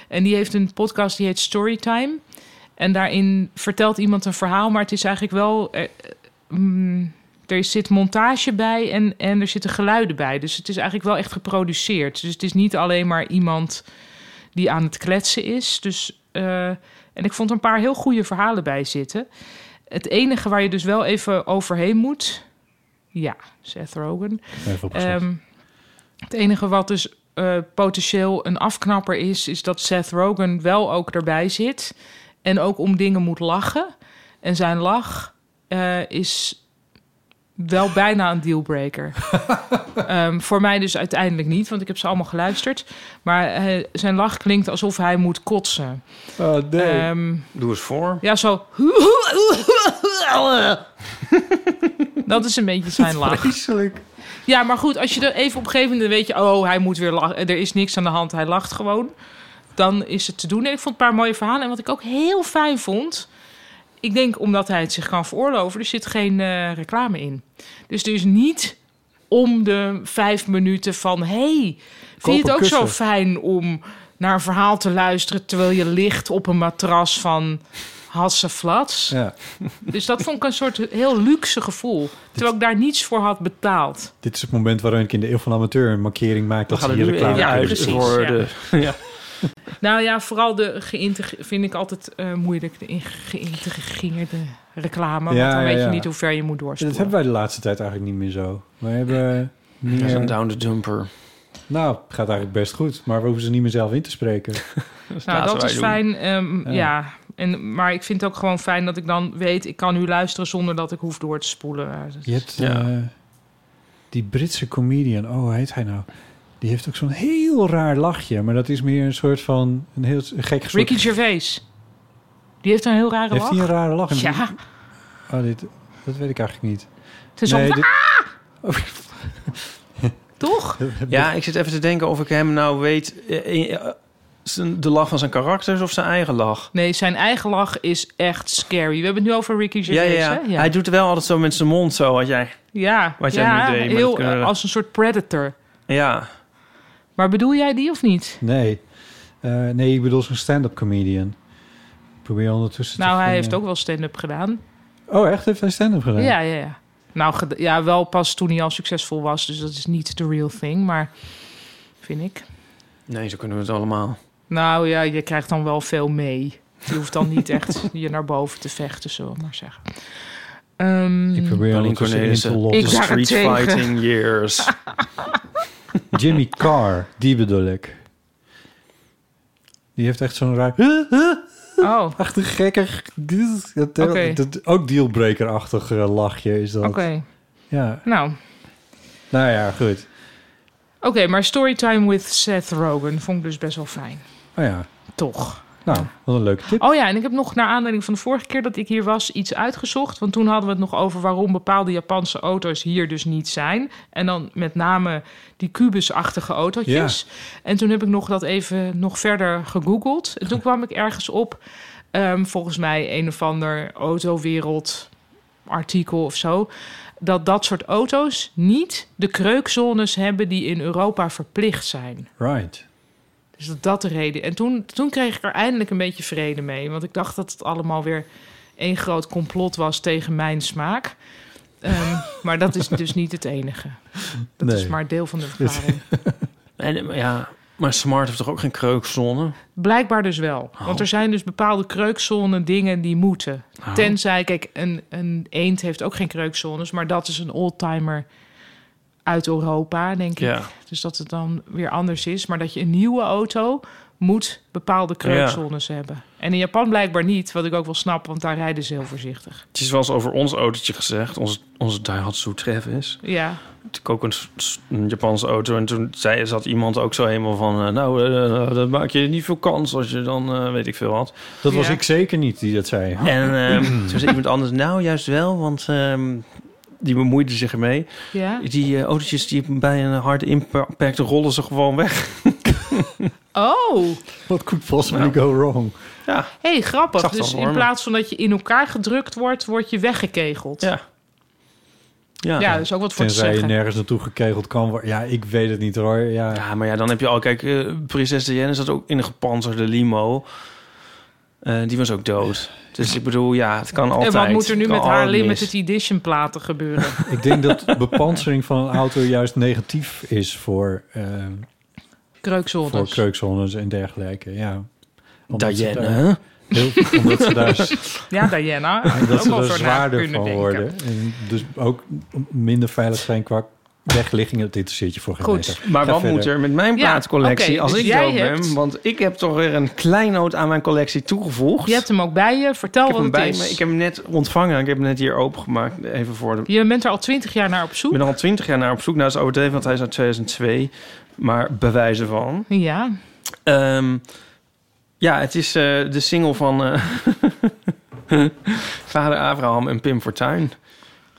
[SPEAKER 5] En die heeft een podcast die heet Storytime. En daarin vertelt iemand een verhaal, maar het is eigenlijk wel... eh, mm, er zit montage bij en, en er zitten geluiden bij. Dus het is eigenlijk wel echt geproduceerd. Dus het is niet alleen maar iemand die aan het kletsen is. Dus, eh, en ik vond er een paar heel goede verhalen bij zitten. Het enige waar je dus wel even overheen moet... Ja, Seth Rogen.
[SPEAKER 3] Even opgezocht.
[SPEAKER 5] Ehm, het enige wat dus eh, potentieel een afknapper is, is dat Seth Rogen wel ook erbij zit. En ook om dingen moet lachen. En zijn lach eh, is wel bijna een dealbreaker. Ehm, voor mij dus uiteindelijk niet, want ik heb ze allemaal geluisterd. Maar eh, zijn lach klinkt alsof hij moet kotsen.
[SPEAKER 3] oh, nee.
[SPEAKER 5] Ehm,
[SPEAKER 4] doe eens voor.
[SPEAKER 5] ja, zo. Dat is een beetje zijn lach.
[SPEAKER 3] Vreselijk.
[SPEAKER 5] Ja, maar goed, als je er even op een gegeven moment weet je... oh, hij moet weer lachen, er is niks aan de hand, hij lacht gewoon. Dan is het te doen. En ik vond een paar mooie verhalen. En wat ik ook heel fijn vond... ik denk omdat hij het zich kan veroorloven... er zit geen eh, reclame in. Dus er is niet om de vijf minuten van... hey, vind je
[SPEAKER 3] een
[SPEAKER 5] het ook zo
[SPEAKER 3] kussen.
[SPEAKER 5] fijn om naar een verhaal te luisteren... terwijl je ligt op een matras van... Hasse Flats.
[SPEAKER 3] Ja.
[SPEAKER 5] Dus dat vond ik een soort heel luxe gevoel. Terwijl ik daar niets voor had betaald.
[SPEAKER 3] Dit is het moment waarin ik in de eeuw van de amateur een markering maak...
[SPEAKER 4] We
[SPEAKER 3] dat
[SPEAKER 4] gaan
[SPEAKER 3] ze
[SPEAKER 4] er
[SPEAKER 3] hier
[SPEAKER 4] nu
[SPEAKER 3] reclame
[SPEAKER 5] Ja,
[SPEAKER 4] even
[SPEAKER 3] kunnen
[SPEAKER 4] uit
[SPEAKER 3] doen.
[SPEAKER 5] precies,
[SPEAKER 4] voor
[SPEAKER 5] ja.
[SPEAKER 4] de... Ja.
[SPEAKER 5] Nou ja, vooral de geïntegreerde vind ik altijd eh, moeilijk. De in- geïntegreerde reclame.
[SPEAKER 3] Ja,
[SPEAKER 5] want dan
[SPEAKER 3] ja,
[SPEAKER 5] weet
[SPEAKER 3] ja.
[SPEAKER 5] je niet hoe ver je moet doorspoelen.
[SPEAKER 3] Dat hebben wij de laatste tijd eigenlijk niet meer zo. We hebben...
[SPEAKER 4] Dat is
[SPEAKER 3] Meer...
[SPEAKER 4] een down the dumper.
[SPEAKER 3] Nou, het gaat eigenlijk best goed. Maar we hoeven ze niet meer zelf in te spreken.
[SPEAKER 4] Dat,
[SPEAKER 5] nou,
[SPEAKER 4] laten
[SPEAKER 5] dat
[SPEAKER 4] wij
[SPEAKER 5] is
[SPEAKER 4] doen.
[SPEAKER 5] fijn. ehm,
[SPEAKER 3] Ja.
[SPEAKER 5] ja. En, maar ik vind het ook gewoon fijn dat ik dan weet... ik kan nu luisteren zonder dat ik hoef door te spoelen. Eh, dus-
[SPEAKER 3] Je hebt
[SPEAKER 4] Ja.
[SPEAKER 3] eh, die Britse comedian, oh, hoe heet hij nou? Die heeft ook zo'n heel raar lachje, maar dat is meer een soort van een heel gek soort.
[SPEAKER 5] Ricky Gervais. Die heeft een heel rare
[SPEAKER 3] heeft hij een
[SPEAKER 5] lach.
[SPEAKER 3] rare lach?
[SPEAKER 5] Ja,
[SPEAKER 3] Oh, dit, dat weet ik eigenlijk niet.
[SPEAKER 5] het is
[SPEAKER 3] Nee,
[SPEAKER 5] om- Ah!
[SPEAKER 3] dit-
[SPEAKER 5] toch?
[SPEAKER 4] Ja, ik zit even te denken of ik hem nou weet... eh, eh, zijn- De lach van zijn karakters of zijn eigen lach?
[SPEAKER 5] Nee, zijn eigen lach is echt scary. We hebben het nu over Ricky
[SPEAKER 4] Ja, ja,
[SPEAKER 5] Gervais,
[SPEAKER 4] ja.
[SPEAKER 5] hè? Ja,
[SPEAKER 4] Hij doet wel altijd zo met zijn mond zo, wat jij...
[SPEAKER 5] ja.
[SPEAKER 4] Wat jij
[SPEAKER 5] ja,
[SPEAKER 4] nu deed, maar dat
[SPEAKER 5] heel,
[SPEAKER 4] kunnen we-
[SPEAKER 5] eh, als een soort predator.
[SPEAKER 4] Ja,
[SPEAKER 5] Maar bedoel jij die of niet?
[SPEAKER 3] Nee, Eh, nee, ik bedoel zo'n stand-up comedian. Ik probeer ondertussen. te
[SPEAKER 5] Nou, hij
[SPEAKER 3] vinden.
[SPEAKER 5] heeft ook wel stand-up gedaan.
[SPEAKER 3] Oh, echt? Heeft hij stand-up gedaan?
[SPEAKER 5] Ja, ja, ja. Nou, ged- ja, wel pas toen hij al succesvol was. Dus dat is niet the real thing, maar vind ik.
[SPEAKER 4] nee, zo kunnen we het allemaal.
[SPEAKER 5] Nou ja, je krijgt dan wel veel mee. Je hoeft dan niet echt je naar boven te vechten, zullen we maar zeggen. Ehm,
[SPEAKER 3] Ik probeer
[SPEAKER 4] Paulien
[SPEAKER 3] ondertussen in te
[SPEAKER 4] Cornelissen.
[SPEAKER 3] lossen.
[SPEAKER 5] Ik
[SPEAKER 4] The
[SPEAKER 5] zag het
[SPEAKER 4] Street
[SPEAKER 5] tegen.
[SPEAKER 4] Fighting Years.
[SPEAKER 3] Jimmy Carr, die bedoel ik. Die heeft echt zo'n raar...
[SPEAKER 5] Oh, oké.
[SPEAKER 3] Echt een gekker... Dat, dat-
[SPEAKER 5] Oké.
[SPEAKER 3] dat- ook dealbreaker-achtig eh, lachje is dat. Ja.
[SPEAKER 5] Nou,
[SPEAKER 3] Nou ja, goed.
[SPEAKER 5] oké, maar Storytime with Seth Rogen vond ik dus best wel fijn.
[SPEAKER 3] Oh ja.
[SPEAKER 5] Toch?
[SPEAKER 3] Nou, wat een leuke tip.
[SPEAKER 5] Oh ja, en ik heb nog naar aanleiding van de vorige keer dat ik hier was iets uitgezocht. Want toen hadden we het nog over waarom bepaalde Japanse auto's hier dus niet zijn. En dan met name die kubusachtige autootjes. En toen heb ik nog dat even nog verder gegoogeld. En toen kwam ik ergens op, ehm, volgens mij een of ander autowereld artikel of zo... dat dat soort auto's niet de kreukzones hebben die in Europa verplicht zijn.
[SPEAKER 3] Right.
[SPEAKER 5] Dus dat dat de reden. En toen, toen kreeg ik er eindelijk een beetje vrede mee. Want ik dacht dat het allemaal weer één groot complot was tegen mijn smaak. Ehm, maar dat is dus niet het enige. Dat
[SPEAKER 3] Nee.
[SPEAKER 5] is maar deel van de verklaring.
[SPEAKER 4] En, eh, ja, maar Smart heeft toch ook geen kreukzone?
[SPEAKER 5] Blijkbaar dus wel.
[SPEAKER 4] Oh.
[SPEAKER 5] Want er zijn dus bepaalde kreukzone dingen die moeten.
[SPEAKER 4] Oh.
[SPEAKER 5] Tenzij, kijk, een, een eend heeft ook geen kreukzones. Maar dat is een oldtimer uit Europa, denk ik.
[SPEAKER 4] Ja.
[SPEAKER 5] Dus dat het dan weer anders is. Maar dat je een nieuwe auto moet bepaalde kreukzones hebben. En in Japan blijkbaar niet, wat ik ook wel snap, want daar rijden ze heel voorzichtig.
[SPEAKER 4] Het is wel eens over ons autootje gezegd, onze, onze Daihatsu Travis.
[SPEAKER 5] Ja,
[SPEAKER 4] Het is ook een, s- s- een Japanse auto. En toen zei, zat iemand ook zo helemaal van... eh, nou, eh, dat maak je niet veel kans als je dan eh, weet ik veel wat.
[SPEAKER 3] Dat was
[SPEAKER 5] Ja.
[SPEAKER 3] ik zeker niet die dat zei.
[SPEAKER 4] En ehm, toen zei iemand anders... Nou, juist wel, want ehm, die bemoeide zich ermee.
[SPEAKER 5] ja.
[SPEAKER 4] Die eh, autootjes die bij een harde impact rollen ze gewoon weg. Nou.
[SPEAKER 5] Oh,
[SPEAKER 3] What could possibly go wrong?
[SPEAKER 4] Ja,
[SPEAKER 5] hey,
[SPEAKER 4] Ik
[SPEAKER 5] grappig.
[SPEAKER 4] zag het al
[SPEAKER 5] Dus
[SPEAKER 4] voor
[SPEAKER 5] in
[SPEAKER 4] me.
[SPEAKER 5] plaats van dat je in elkaar gedrukt wordt, word je weggekegeld.
[SPEAKER 4] ja. Ja.
[SPEAKER 5] Ja, dus ook wat voor te
[SPEAKER 3] Tenzij je
[SPEAKER 5] zeggen.
[SPEAKER 3] nergens naartoe gekegeld kan worden. Ja, ik weet het niet hoor. Ja.
[SPEAKER 4] Ja, maar ja, dan heb je al... Kijk, eh, prinses Diana zat ook in een gepanzerde limo. Eh, die was ook dood. Dus ik bedoel, ja, het kan altijd.
[SPEAKER 5] En wat moet er nu
[SPEAKER 4] Het
[SPEAKER 5] met
[SPEAKER 4] kan
[SPEAKER 5] haar
[SPEAKER 4] altijd mis.
[SPEAKER 5] limited edition platen gebeuren?
[SPEAKER 3] Ik denk dat bepansering van een auto juist negatief is voor, eh, voor
[SPEAKER 5] Kreukzolders.
[SPEAKER 3] kreukzones en dergelijke. Ja. Omdat ze
[SPEAKER 4] Diana,
[SPEAKER 3] daar-
[SPEAKER 4] hè?
[SPEAKER 3] heel- omdat ze daar
[SPEAKER 5] Ja, Diana. Had
[SPEAKER 3] dat
[SPEAKER 5] ook
[SPEAKER 3] ze
[SPEAKER 5] wel
[SPEAKER 3] er
[SPEAKER 5] zo na
[SPEAKER 3] zwaarder
[SPEAKER 5] kunnen
[SPEAKER 3] van
[SPEAKER 5] denken.
[SPEAKER 3] worden. En dus ook minder veilig zijn qua wegligging. Dat interesseert je voor geen
[SPEAKER 5] Goed.
[SPEAKER 3] meter.
[SPEAKER 4] Maar
[SPEAKER 3] Ga
[SPEAKER 4] wat
[SPEAKER 3] verder.
[SPEAKER 4] moet er met mijn
[SPEAKER 5] Ja,
[SPEAKER 4] plaatcollectie
[SPEAKER 5] oké,
[SPEAKER 4] als
[SPEAKER 5] dus
[SPEAKER 4] ik
[SPEAKER 5] jij
[SPEAKER 4] dood
[SPEAKER 5] hebt-
[SPEAKER 4] ben? Want ik heb toch weer een kleinoot aan mijn collectie toegevoegd.
[SPEAKER 5] Je hebt hem ook bij je. Vertel
[SPEAKER 4] ik heb
[SPEAKER 5] wat
[SPEAKER 4] hem
[SPEAKER 5] het
[SPEAKER 4] bij
[SPEAKER 5] is.
[SPEAKER 4] me. Ik heb hem net ontvangen. Ik heb hem net hier opengemaakt. Even voor de...
[SPEAKER 5] Je bent er al twintig jaar naar op
[SPEAKER 4] Ik
[SPEAKER 5] zoek.
[SPEAKER 4] ben er al twintig jaar naar op zoek. naar is overdreven, want hij is uit 2002. Maar bewijzen van.
[SPEAKER 5] Ja.
[SPEAKER 4] Ehm, ja, het is eh, de single van eh, Vader Abraham en Pim Fortuyn.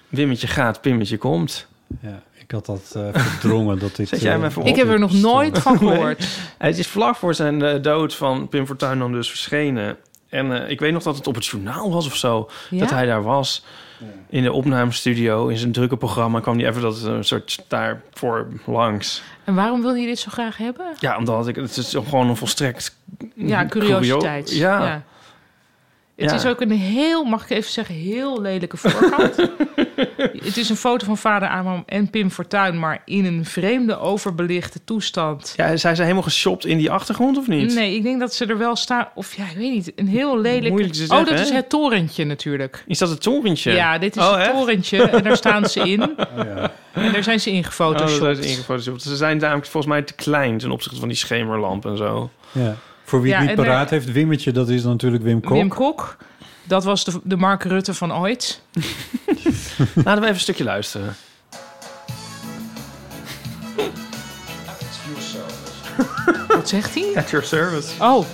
[SPEAKER 4] Wimmetje gaat, Pimmetje komt.
[SPEAKER 3] Ja, ik had dat eh, verdrongen. dat dit,
[SPEAKER 4] Zet jij hem
[SPEAKER 3] eh,
[SPEAKER 4] even op?
[SPEAKER 5] Ik heb er nog nooit van gehoord.
[SPEAKER 4] Het is vlak voor zijn eh, dood van Pim Fortuyn dan dus verschenen. En eh, ik weet nog dat het op het journaal was of zo. Dat
[SPEAKER 5] Ja?
[SPEAKER 4] hij daar was. In de opnamestudio, in zijn drukke programma... kwam hij even dat eh, een soort daarvoor langs.
[SPEAKER 5] En waarom wil je dit zo graag hebben?
[SPEAKER 4] Ja, omdat ik, het is gewoon een volstrekt...
[SPEAKER 5] Ja, curiositeit.
[SPEAKER 4] Hm, curio- Ja, ja.
[SPEAKER 5] Het
[SPEAKER 4] Ja.
[SPEAKER 5] is ook een heel, mag ik even zeggen, heel lelijke voorkant. het is een foto van vader Abraham en Pim Fortuyn... maar in een vreemde, overbelichte toestand.
[SPEAKER 4] zijn ze helemaal geshopt in die achtergrond of niet?
[SPEAKER 5] Nee, ik denk dat ze er wel staan... Of ja, ik weet niet, een heel lelijke...
[SPEAKER 4] Moeilijk te
[SPEAKER 5] oh,
[SPEAKER 4] zeggen,
[SPEAKER 5] dat
[SPEAKER 4] hè?
[SPEAKER 5] is het torentje natuurlijk.
[SPEAKER 4] Is dat het torentje?
[SPEAKER 5] Ja, dit is
[SPEAKER 4] Oh,
[SPEAKER 5] het
[SPEAKER 4] echt?
[SPEAKER 5] torentje en daar staan ze in.
[SPEAKER 3] oh, ja.
[SPEAKER 5] En daar zijn ze
[SPEAKER 4] Oh, dat
[SPEAKER 5] ingefotoshopt.
[SPEAKER 4] is ingefotoshopt. Ze zijn namelijk volgens mij te klein ten opzichte van die schemerlamp en zo.
[SPEAKER 3] Ja. Voor wie het
[SPEAKER 5] Ja,
[SPEAKER 3] niet
[SPEAKER 5] en,
[SPEAKER 3] paraat
[SPEAKER 5] eh,
[SPEAKER 3] heeft, Wimmetje, dat is dan natuurlijk Wim Kok.
[SPEAKER 5] Wim Kok, dat was de, de Mark Rutte van ooit.
[SPEAKER 4] Laten we even een stukje luisteren.
[SPEAKER 5] Wat zegt hij?
[SPEAKER 4] At your service.
[SPEAKER 5] Oh,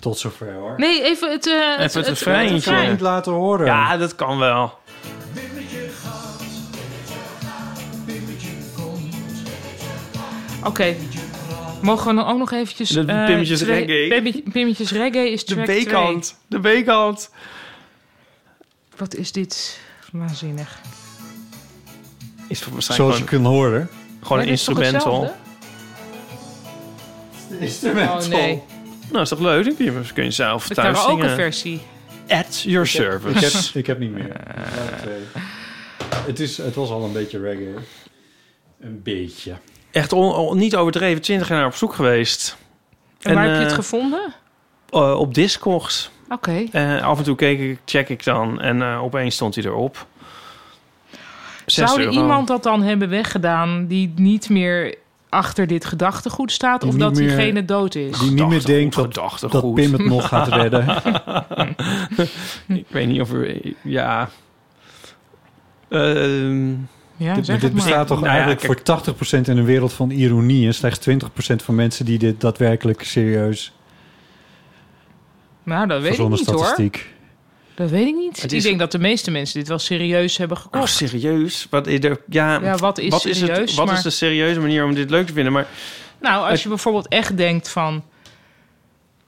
[SPEAKER 3] Tot zover hoor.
[SPEAKER 5] nee, even het... eh het,
[SPEAKER 4] het
[SPEAKER 5] het-
[SPEAKER 4] refreintje.
[SPEAKER 5] het refrein.
[SPEAKER 3] Niet laten horen.
[SPEAKER 4] Ja, dat kan wel.
[SPEAKER 5] Oké. Mogen we dan ook nog eventjes...
[SPEAKER 4] De
[SPEAKER 5] eh,
[SPEAKER 4] Pimmetjes
[SPEAKER 5] twee-
[SPEAKER 4] Reggae.
[SPEAKER 5] Pimmet- Pimmetjes Reggae is
[SPEAKER 4] De
[SPEAKER 5] track 2.
[SPEAKER 4] B-kant. De B-kant.
[SPEAKER 5] Wat is dit waanzinnig.
[SPEAKER 4] Is toch waarschijnlijk
[SPEAKER 3] Zoals je
[SPEAKER 4] gewoon,
[SPEAKER 3] kunt horen.
[SPEAKER 4] gewoon
[SPEAKER 5] Maar
[SPEAKER 4] een
[SPEAKER 5] dit is toch
[SPEAKER 4] instrumental.
[SPEAKER 5] hetzelfde?
[SPEAKER 3] Instrumental.
[SPEAKER 5] Oh nee,
[SPEAKER 4] Nou, is toch leuk? Dan kun je- kun je zelf
[SPEAKER 5] de
[SPEAKER 4] thuis
[SPEAKER 5] karaoke
[SPEAKER 4] zingen.
[SPEAKER 5] versie.
[SPEAKER 4] At your
[SPEAKER 3] Ik heb,
[SPEAKER 4] service.
[SPEAKER 3] ik heb niet meer. Laat het, eh, Het, is, het was al een beetje reggae. Een beetje.
[SPEAKER 4] Echt on- on- niet overdreven, 20 jaar op zoek geweest.
[SPEAKER 5] En, waar
[SPEAKER 4] En,
[SPEAKER 5] heb je het
[SPEAKER 4] eh,
[SPEAKER 5] gevonden?
[SPEAKER 4] Eh, op Discogs.
[SPEAKER 5] Oké.
[SPEAKER 4] Eh, af en toe keek ik, check ik dan en eh, opeens stond hij erop. Zes
[SPEAKER 5] Zou er
[SPEAKER 4] euro.
[SPEAKER 5] iemand dat dan hebben weggedaan die niet meer achter dit gedachtegoed staat?
[SPEAKER 3] Die
[SPEAKER 5] Of
[SPEAKER 3] niet
[SPEAKER 5] dat
[SPEAKER 3] meer-
[SPEAKER 5] diegene dood is?
[SPEAKER 3] Die niet meer
[SPEAKER 4] Gedachtegoed,
[SPEAKER 3] denkt dat, dat
[SPEAKER 4] gedachtegoed.
[SPEAKER 3] Pim het nog gaat redden.
[SPEAKER 4] Ik weet niet of er... Ja... Ehm,
[SPEAKER 5] Ja,
[SPEAKER 3] dit
[SPEAKER 5] zeg
[SPEAKER 3] dit
[SPEAKER 5] het maar.
[SPEAKER 3] bestaat toch
[SPEAKER 4] Nou ja,
[SPEAKER 3] eigenlijk voor 80% in een wereld van ironie... en slechts 20% van mensen die dit daadwerkelijk serieus...
[SPEAKER 5] Nou, dat weet ik
[SPEAKER 3] verzonnen
[SPEAKER 5] niet hoor.
[SPEAKER 3] statistiek...
[SPEAKER 5] Dat weet ik niet.
[SPEAKER 4] Het
[SPEAKER 5] Ik
[SPEAKER 4] is-
[SPEAKER 5] denk dat de meeste mensen dit wel serieus hebben
[SPEAKER 4] oh,
[SPEAKER 5] gekocht.
[SPEAKER 4] serieus? Wat is er... Ja,
[SPEAKER 5] ja, wat is
[SPEAKER 4] wat, is,
[SPEAKER 5] serieus?
[SPEAKER 4] het, wat
[SPEAKER 5] maar...
[SPEAKER 4] is de serieuze manier om dit leuk te vinden? Maar
[SPEAKER 5] Nou, als je bijvoorbeeld echt denkt van...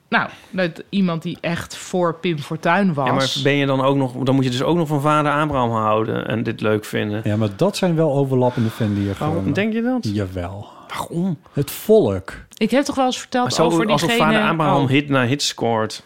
[SPEAKER 5] Nou, dat iemand die echt voor Pim Fortuyn was...
[SPEAKER 4] Ja, maar ben je dan ook nog, dan moet je dus ook nog van vader Abraham houden en dit leuk vinden.
[SPEAKER 3] Ja, maar dat zijn wel overlappende fandiagrammen.
[SPEAKER 4] Waarom denk je dat?
[SPEAKER 3] Jawel.
[SPEAKER 4] Waarom?
[SPEAKER 3] Het volk.
[SPEAKER 5] Ik heb toch wel eens verteld
[SPEAKER 4] Maar zo,
[SPEAKER 5] over
[SPEAKER 4] alsof
[SPEAKER 5] diegene...
[SPEAKER 4] vader Abraham
[SPEAKER 5] Oh,
[SPEAKER 4] hit na hit scoort.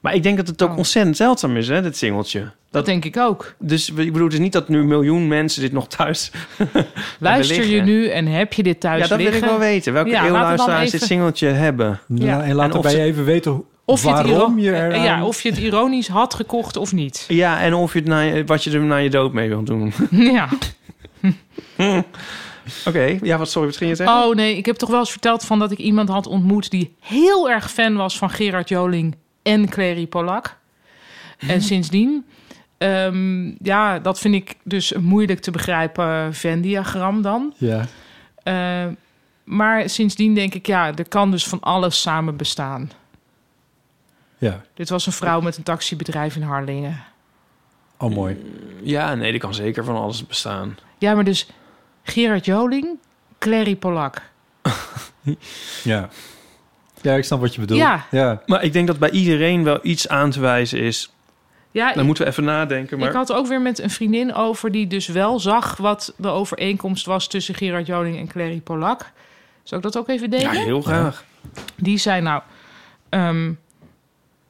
[SPEAKER 4] Maar ik denk dat het ook
[SPEAKER 5] Oh.
[SPEAKER 4] ontzettend zeldzaam is, hè, dit singeltje.
[SPEAKER 5] dat denk ik ook.
[SPEAKER 4] Dus we- ik bedoel, het is niet dat nu een miljoen mensen dit nog thuis...
[SPEAKER 5] Luister je
[SPEAKER 4] liggen.
[SPEAKER 5] nu en heb je dit thuis
[SPEAKER 4] ja, dat wil
[SPEAKER 5] liggen?
[SPEAKER 4] ik wel weten. Welke
[SPEAKER 5] Ja, laten we dan
[SPEAKER 4] eeuwluisteraars
[SPEAKER 5] even-
[SPEAKER 4] dit singeltje hebben.
[SPEAKER 5] Ja.
[SPEAKER 3] Ja, en laten
[SPEAKER 4] En of
[SPEAKER 3] wij
[SPEAKER 4] ze-
[SPEAKER 3] even weten ho-
[SPEAKER 5] Of je, het
[SPEAKER 3] waarom
[SPEAKER 5] iro-
[SPEAKER 3] je er
[SPEAKER 5] eh, ja, of je het ironisch had gekocht of niet.
[SPEAKER 4] Ja, en of je het na, wat je er na je dood mee wilt doen. Oké,
[SPEAKER 5] Ja.
[SPEAKER 4] ja, wat sorry, wat ging je zeggen?
[SPEAKER 5] Oh nee, ik heb toch wel eens verteld van dat ik iemand had ontmoet... die heel erg fan was van Gerard Joling en Clary Polak.
[SPEAKER 3] Mhm.
[SPEAKER 5] En sindsdien... ehm, ja, dat vind ik dus een moeilijk te begrijpen Venn-diagram dan.
[SPEAKER 3] Ja.
[SPEAKER 5] Eh, maar sindsdien denk ik, ja, er kan dus van alles samen bestaan.
[SPEAKER 3] ja.
[SPEAKER 5] Dit was een vrouw met een taxibedrijf in Harlingen.
[SPEAKER 3] Oh, mooi.
[SPEAKER 4] Eh, Ja, nee, dat kan zeker van alles bestaan.
[SPEAKER 5] Ja, maar dus Gerard Joling, Clary Polak.
[SPEAKER 3] Ja. Ja, ik snap wat je bedoelt.
[SPEAKER 5] Ja.
[SPEAKER 3] ja.
[SPEAKER 4] Maar ik denk dat bij iedereen wel iets aan te wijzen is.
[SPEAKER 5] Ja,
[SPEAKER 4] Dan
[SPEAKER 5] ik,
[SPEAKER 4] moeten we even nadenken, maar...
[SPEAKER 5] ik had ook weer met een vriendin over die dus wel zag wat de overeenkomst was tussen Gerard Joling en Clary Polak. Zou ik dat ook even delen?
[SPEAKER 4] Ja, heel graag.
[SPEAKER 5] Die zei nou ehm,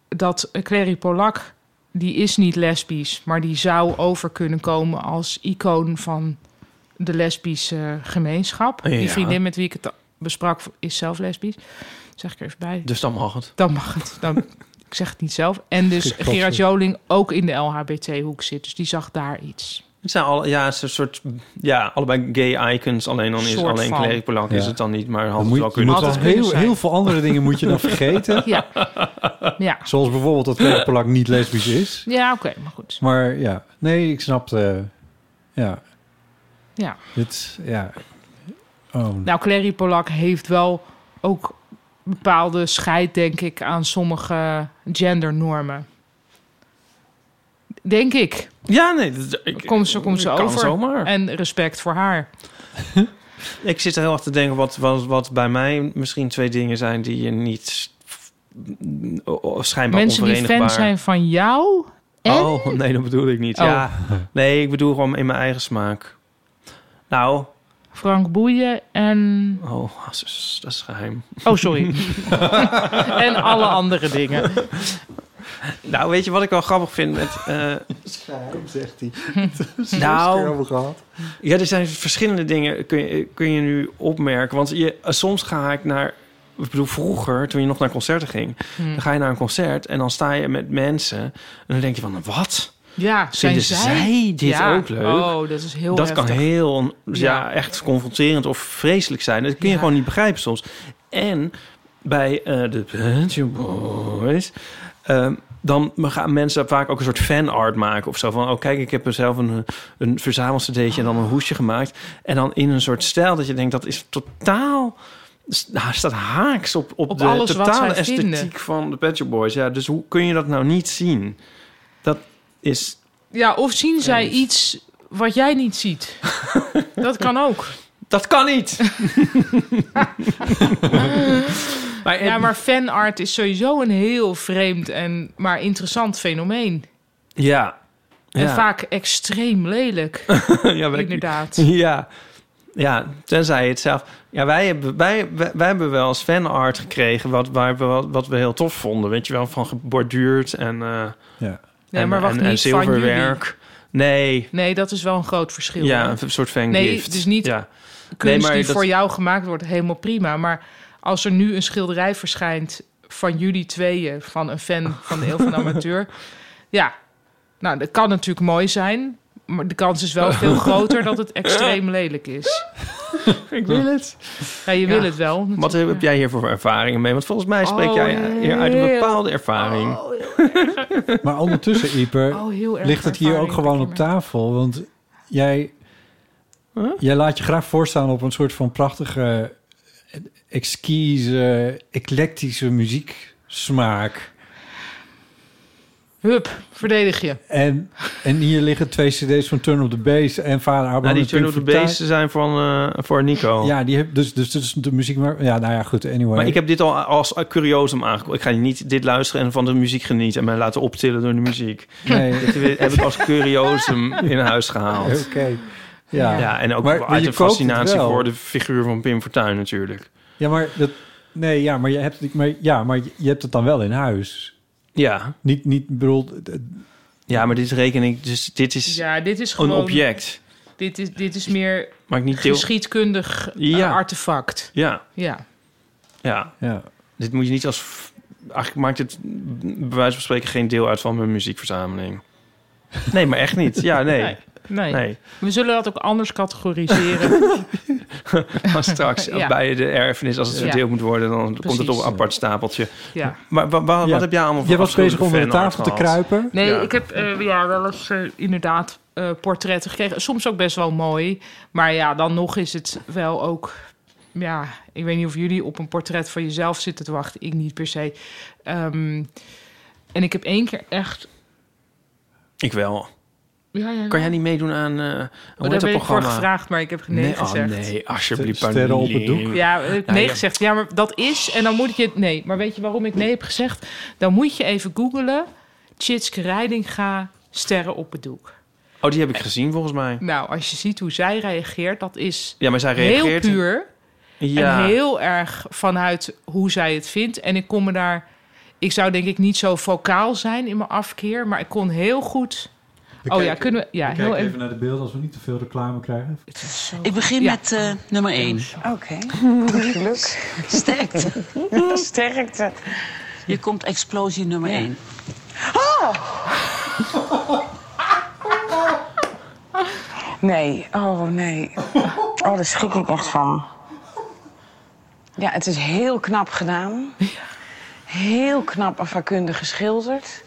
[SPEAKER 5] dat Clary Polak, die is niet lesbisch, maar die zou over kunnen komen als icoon van de lesbische gemeenschap.
[SPEAKER 4] Ja.
[SPEAKER 5] Die vriendin met wie ik het besprak is zelf lesbisch. Zeg ik er even bij.
[SPEAKER 4] Dus dan mag het.
[SPEAKER 5] Dan mag het. Dan, ik zeg het niet zelf. En dus
[SPEAKER 3] Ik geloof
[SPEAKER 5] Gerard
[SPEAKER 3] het.
[SPEAKER 5] Joling ook in de LHBT-hoek zit. Dus die zag daar iets.
[SPEAKER 4] Het zijn al, ja, het is een soort, ja, allebei gay icons. Alleen dan is
[SPEAKER 5] Soort
[SPEAKER 4] alleen
[SPEAKER 5] van.
[SPEAKER 4] Clary Polak is
[SPEAKER 3] Ja.
[SPEAKER 4] het dan niet, maar had
[SPEAKER 3] Dan
[SPEAKER 4] het
[SPEAKER 3] moet
[SPEAKER 4] wel
[SPEAKER 3] je, je
[SPEAKER 4] kunnen.
[SPEAKER 3] moet wel
[SPEAKER 5] Altijd kunnen
[SPEAKER 3] heel,
[SPEAKER 5] zijn.
[SPEAKER 3] heel veel andere dingen moet je dan vergeten.
[SPEAKER 5] Ja. Ja,
[SPEAKER 3] Zoals bijvoorbeeld dat Claire Polak niet lesbisch is.
[SPEAKER 5] ja oké, maar goed.
[SPEAKER 3] Maar ja, nee, ik snap de... Ja.
[SPEAKER 5] Ja.
[SPEAKER 3] Dit, ja. Oh,
[SPEAKER 5] Nou, Clary Polak heeft wel ook bepaalde scheid, denk ik, aan sommige gendernormen. Denk ik.
[SPEAKER 4] Ja, nee. dat- Ik,
[SPEAKER 5] Komt ze, komt ze
[SPEAKER 4] kan
[SPEAKER 5] over.
[SPEAKER 4] zomaar.
[SPEAKER 5] En respect voor haar.
[SPEAKER 4] Ik zit er heel erg te denken wat, wat, wat bij mij misschien twee dingen zijn die je niet mm, o- o- schijnbaar
[SPEAKER 5] Mensen die fan
[SPEAKER 4] onverenigbaar...
[SPEAKER 5] zijn van jou. En?
[SPEAKER 4] Oh, nee, dat bedoel ik niet.
[SPEAKER 5] Oh.
[SPEAKER 4] Ja, nee, ik bedoel gewoon in mijn eigen smaak. Nou,
[SPEAKER 5] Frank Boeien en...
[SPEAKER 4] oh, dat is- dat is geheim.
[SPEAKER 5] Oh, sorry. en alle andere dingen.
[SPEAKER 4] Nou, weet je wat ik wel grappig vind met... eh, nou, ja, er zijn verschillende dingen kun je, kun je nu opmerken. Want je, eh, soms ga ik naar... Ik bedoel, vroeger, toen je nog naar concerten ging... dan ga je naar een concert en dan sta je met mensen... en dan denk je van, wat?
[SPEAKER 5] Ja, zijn
[SPEAKER 4] Vinden zij dit
[SPEAKER 5] ja.
[SPEAKER 4] ook leuk?
[SPEAKER 5] Oh, dat is heel
[SPEAKER 4] dat
[SPEAKER 5] heftig.
[SPEAKER 4] kan heel ja,
[SPEAKER 5] Ja.
[SPEAKER 4] echt confronterend of vreselijk zijn. Dat kun je
[SPEAKER 5] Ja.
[SPEAKER 4] gewoon niet begrijpen soms. En bij eh, de Pet Shop Boys... ehm, dan gaan mensen vaak ook een soort fanart maken of zo. Van, oh kijk, ik heb er zelf een, een verzamelcd'tje en dan een hoesje gemaakt. En dan in een soort stijl dat je denkt, dat is totaal... Nou, staat haaks op, op,
[SPEAKER 5] Op
[SPEAKER 4] de
[SPEAKER 5] alles wat
[SPEAKER 4] totale
[SPEAKER 5] zij
[SPEAKER 4] esthetiek
[SPEAKER 5] vinden.
[SPEAKER 4] van de Pet Shop Boys. Ja, dus hoe kun je dat nou niet zien? Dat is...
[SPEAKER 5] Ja, of zien zij iets wat jij niet ziet? dat kan ook.
[SPEAKER 4] Dat kan niet! maar,
[SPEAKER 5] Ja, maar fanart is sowieso een heel vreemd en maar interessant fenomeen.
[SPEAKER 4] Ja.
[SPEAKER 5] En vaak extreem lelijk,
[SPEAKER 4] ja, wij-
[SPEAKER 5] inderdaad.
[SPEAKER 4] Ja. ja, tenzij je het zelf... Ja, wij hebben, wij, wij, wij hebben wel eens fanart gekregen... Wat, waar we- wat, wat we heel tof vonden. Weet je wel, van geborduurd en, eh
[SPEAKER 3] Ja.
[SPEAKER 5] Nee,
[SPEAKER 4] en,
[SPEAKER 5] maar wacht
[SPEAKER 4] en,
[SPEAKER 5] niet
[SPEAKER 4] en
[SPEAKER 5] van
[SPEAKER 4] zilverwerk. nee,
[SPEAKER 5] Nee, dat is wel een groot verschil.
[SPEAKER 4] ja,
[SPEAKER 5] hoor.
[SPEAKER 4] een soort fangift.
[SPEAKER 5] Nee, dus niet-
[SPEAKER 4] Ja.
[SPEAKER 5] kunst
[SPEAKER 4] Nee, maar
[SPEAKER 5] die
[SPEAKER 4] dat-
[SPEAKER 5] voor jou gemaakt wordt, helemaal prima. Maar als er nu een schilderij verschijnt van jullie tweeën... van een fan van de Eeuw van de Amateur... ja, nou, dat kan natuurlijk mooi zijn... maar de kans is wel veel groter dat het extreem lelijk is.
[SPEAKER 4] Ik wil het.
[SPEAKER 5] Ja, je
[SPEAKER 4] Ja.
[SPEAKER 5] wil het wel.
[SPEAKER 4] Wat
[SPEAKER 5] natuurlijk,
[SPEAKER 4] heb jij hiervoor voor ervaringen mee? Want volgens mij spreek
[SPEAKER 5] Oh,
[SPEAKER 4] jij hier uit een
[SPEAKER 5] heel-
[SPEAKER 4] bepaalde ervaring.
[SPEAKER 3] Maar ondertussen, Ieper,
[SPEAKER 5] ja. Oh, heel erg
[SPEAKER 3] ligt het hier ook
[SPEAKER 5] ervaring
[SPEAKER 3] gewoon
[SPEAKER 5] heb
[SPEAKER 3] op
[SPEAKER 5] ik hiermee.
[SPEAKER 3] tafel. Want jij,
[SPEAKER 4] Huh?
[SPEAKER 3] jij laat je graag voorstaan op een soort van prachtige, eh, exquise, eclectische muzieksmaak.
[SPEAKER 5] Hup, verdedig je.
[SPEAKER 3] En, en hier liggen twee cd's van Turn Up The Bass en Vader Abraham.
[SPEAKER 4] nou, die
[SPEAKER 3] en Pink
[SPEAKER 4] Turn of the
[SPEAKER 3] Fortuyn.
[SPEAKER 4] Beesten zijn van, eh, voor Nico.
[SPEAKER 3] Ja, die heb, dus, dus, dus de muziek... Maar, ja, nou ja, goed, anyway.
[SPEAKER 4] Maar ik heb dit al als curiosum aangekomen. Ik ga niet dit luisteren en van de muziek genieten en mij laten optillen door de muziek.
[SPEAKER 3] Nee,
[SPEAKER 4] Dit heb ik als curiosum in huis gehaald.
[SPEAKER 3] oké. Ja. Ja.
[SPEAKER 4] Ja, en ook
[SPEAKER 3] Maar- maar
[SPEAKER 4] uit
[SPEAKER 3] je
[SPEAKER 4] een
[SPEAKER 3] koopt het
[SPEAKER 4] fascinatie
[SPEAKER 3] wel.
[SPEAKER 4] voor de figuur van Pim Fortuyn natuurlijk.
[SPEAKER 3] maar dat... Nee, ja, maar je hebt, het- maar, ja, maar je- je hebt het dan wel in huis.
[SPEAKER 4] Ja,
[SPEAKER 3] Niet, niet bedoel... d- d-
[SPEAKER 4] ja maar dit reken ik... Dus dit is
[SPEAKER 5] Ja, dit is
[SPEAKER 4] een
[SPEAKER 5] gewoon...
[SPEAKER 4] object.
[SPEAKER 5] Dit is, dit is meer
[SPEAKER 4] Maar ik niet deel...
[SPEAKER 5] geschiedkundig eh,
[SPEAKER 4] Ja.
[SPEAKER 5] artefact.
[SPEAKER 4] Ja,
[SPEAKER 5] Ja.
[SPEAKER 4] ja.
[SPEAKER 3] Ja.
[SPEAKER 4] Dit moet je niet als... f- Eigenlijk maakt het mm, bij wijze van spreken geen deel uit van mijn muziekverzameling. Nee, maar echt niet. Ja, nee.
[SPEAKER 5] Nee.
[SPEAKER 4] Nee.
[SPEAKER 5] We zullen dat ook anders categoriseren.
[SPEAKER 4] Maar straks
[SPEAKER 5] Ja.
[SPEAKER 4] bij de erfenis, als het
[SPEAKER 5] Ja.
[SPEAKER 4] verdeeld moet worden, dan komt het op
[SPEAKER 5] Precies.
[SPEAKER 4] een apart stapeltje.
[SPEAKER 5] ja.
[SPEAKER 4] Maar wa- wa-
[SPEAKER 3] Ja.
[SPEAKER 4] wat heb jij allemaal voor
[SPEAKER 3] Jij was bezig
[SPEAKER 4] afschuwelijke
[SPEAKER 3] onder de
[SPEAKER 4] fanart
[SPEAKER 3] tafel te
[SPEAKER 4] gehad?
[SPEAKER 3] kruipen.
[SPEAKER 5] Nee,
[SPEAKER 4] Ja.
[SPEAKER 5] ik heb eh, ja, wel eens eh, inderdaad eh, portretten gekregen. Soms ook best wel mooi. Maar ja, dan nog is het wel ook... Ja, ik weet niet of jullie op een portret van jezelf zitten te wachten. Ik niet per se. Ehm, en ik heb één keer echt...
[SPEAKER 4] Ik wel.
[SPEAKER 5] Ja, ja,
[SPEAKER 4] Kan jij niet meedoen aan eh hoe
[SPEAKER 5] Oh,
[SPEAKER 4] heet
[SPEAKER 5] daar
[SPEAKER 4] dat
[SPEAKER 5] oh, ben ik voor
[SPEAKER 4] programma?
[SPEAKER 5] gevraagd, maar ik heb nee,
[SPEAKER 4] nee, oh,
[SPEAKER 5] gezegd.
[SPEAKER 4] nee, alsjeblieft.
[SPEAKER 3] Sterren op het
[SPEAKER 4] Paulien.
[SPEAKER 3] doek.
[SPEAKER 5] Ja, ik heb nee
[SPEAKER 4] ja.
[SPEAKER 5] gezegd. Ja, maar dat is. En dan moet ik je. Nee, maar weet je waarom ik nee heb gezegd? Dan moet je even googelen. Chitske Rijdinga, sterren op het doek.
[SPEAKER 4] Oh, die heb ik gezien volgens mij.
[SPEAKER 5] Nou, als je ziet hoe zij reageert, dat is
[SPEAKER 4] Ja, maar zij
[SPEAKER 5] heel
[SPEAKER 4] reageert...
[SPEAKER 5] puur.
[SPEAKER 4] Ja.
[SPEAKER 5] En heel erg vanuit hoe zij het vindt. En ik kon me daar. Ik zou denk ik niet zo vocaal zijn in mijn afkeer, maar ik kon heel goed. oh ja, kunnen we. Ja, heel even.
[SPEAKER 3] naar de beelden als we niet te veel reclame krijgen.
[SPEAKER 8] Ik begin
[SPEAKER 5] Ja.
[SPEAKER 8] met eh, nummer 1.
[SPEAKER 9] Oké,
[SPEAKER 8] Sterkte.
[SPEAKER 9] sterkte.
[SPEAKER 8] Hier komt explosie nummer 1.
[SPEAKER 9] Nee, oh nee. Oh, daar schrik ik echt van. Ja, het is heel knap gedaan. Heel knap en vakkundig geschilderd.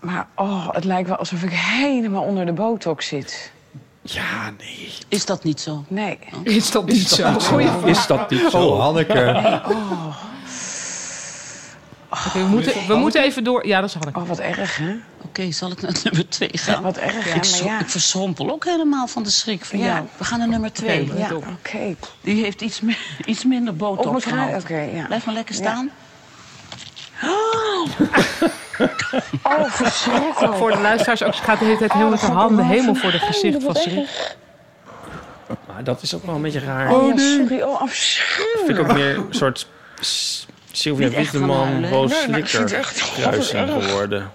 [SPEAKER 9] Maar oh, het lijkt wel alsof ik helemaal onder de botox zit.
[SPEAKER 4] Ja, nee.
[SPEAKER 8] Is dat niet zo?
[SPEAKER 9] Nee.
[SPEAKER 5] Is dat niet zo? Goeie vraag.
[SPEAKER 4] Is dat niet zo?
[SPEAKER 3] Oh, Hanneke.
[SPEAKER 9] Oh.
[SPEAKER 5] We moeten, we moeten even door. Ja, dat is Hanneke.
[SPEAKER 9] Oh, wat erg, hè?
[SPEAKER 8] Oké, zal ik naar nummer 2 gaan?
[SPEAKER 9] Wat erg, hè?
[SPEAKER 8] ik,
[SPEAKER 9] Maar
[SPEAKER 8] zo-
[SPEAKER 9] ja.
[SPEAKER 8] ik verschrompel ook helemaal van de schrik van
[SPEAKER 9] Ja.
[SPEAKER 8] jou. We gaan naar nummer 2.
[SPEAKER 5] Oké.
[SPEAKER 9] Ja,
[SPEAKER 5] Let op.
[SPEAKER 9] oké.
[SPEAKER 8] Die heeft iets, me- iets minder
[SPEAKER 9] Op
[SPEAKER 8] botox
[SPEAKER 9] elkaar,
[SPEAKER 8] gehad.
[SPEAKER 9] oké, ja.
[SPEAKER 8] Blijf maar lekker staan.
[SPEAKER 9] Oh, verschrikkelijk.
[SPEAKER 5] Voor de luisteraars ook, ze gaat de hele
[SPEAKER 8] Oh,
[SPEAKER 5] tijd heel met haar handen helemaal voor de gezicht van
[SPEAKER 9] Wat
[SPEAKER 5] schrik.
[SPEAKER 4] Maar dat is ook wel een beetje raar.
[SPEAKER 5] Oh,
[SPEAKER 9] Oh, ja, sorry. Oh, afschuwelijk.
[SPEAKER 4] Vind ik ook meer een soort s- Sylvia
[SPEAKER 9] Niet echt gaan
[SPEAKER 4] Wiedemann,
[SPEAKER 9] huilen.
[SPEAKER 4] Roos
[SPEAKER 9] Nee, maar ik
[SPEAKER 4] Slikker
[SPEAKER 9] vind het echt
[SPEAKER 4] kruising
[SPEAKER 9] godvererg.
[SPEAKER 4] geworden.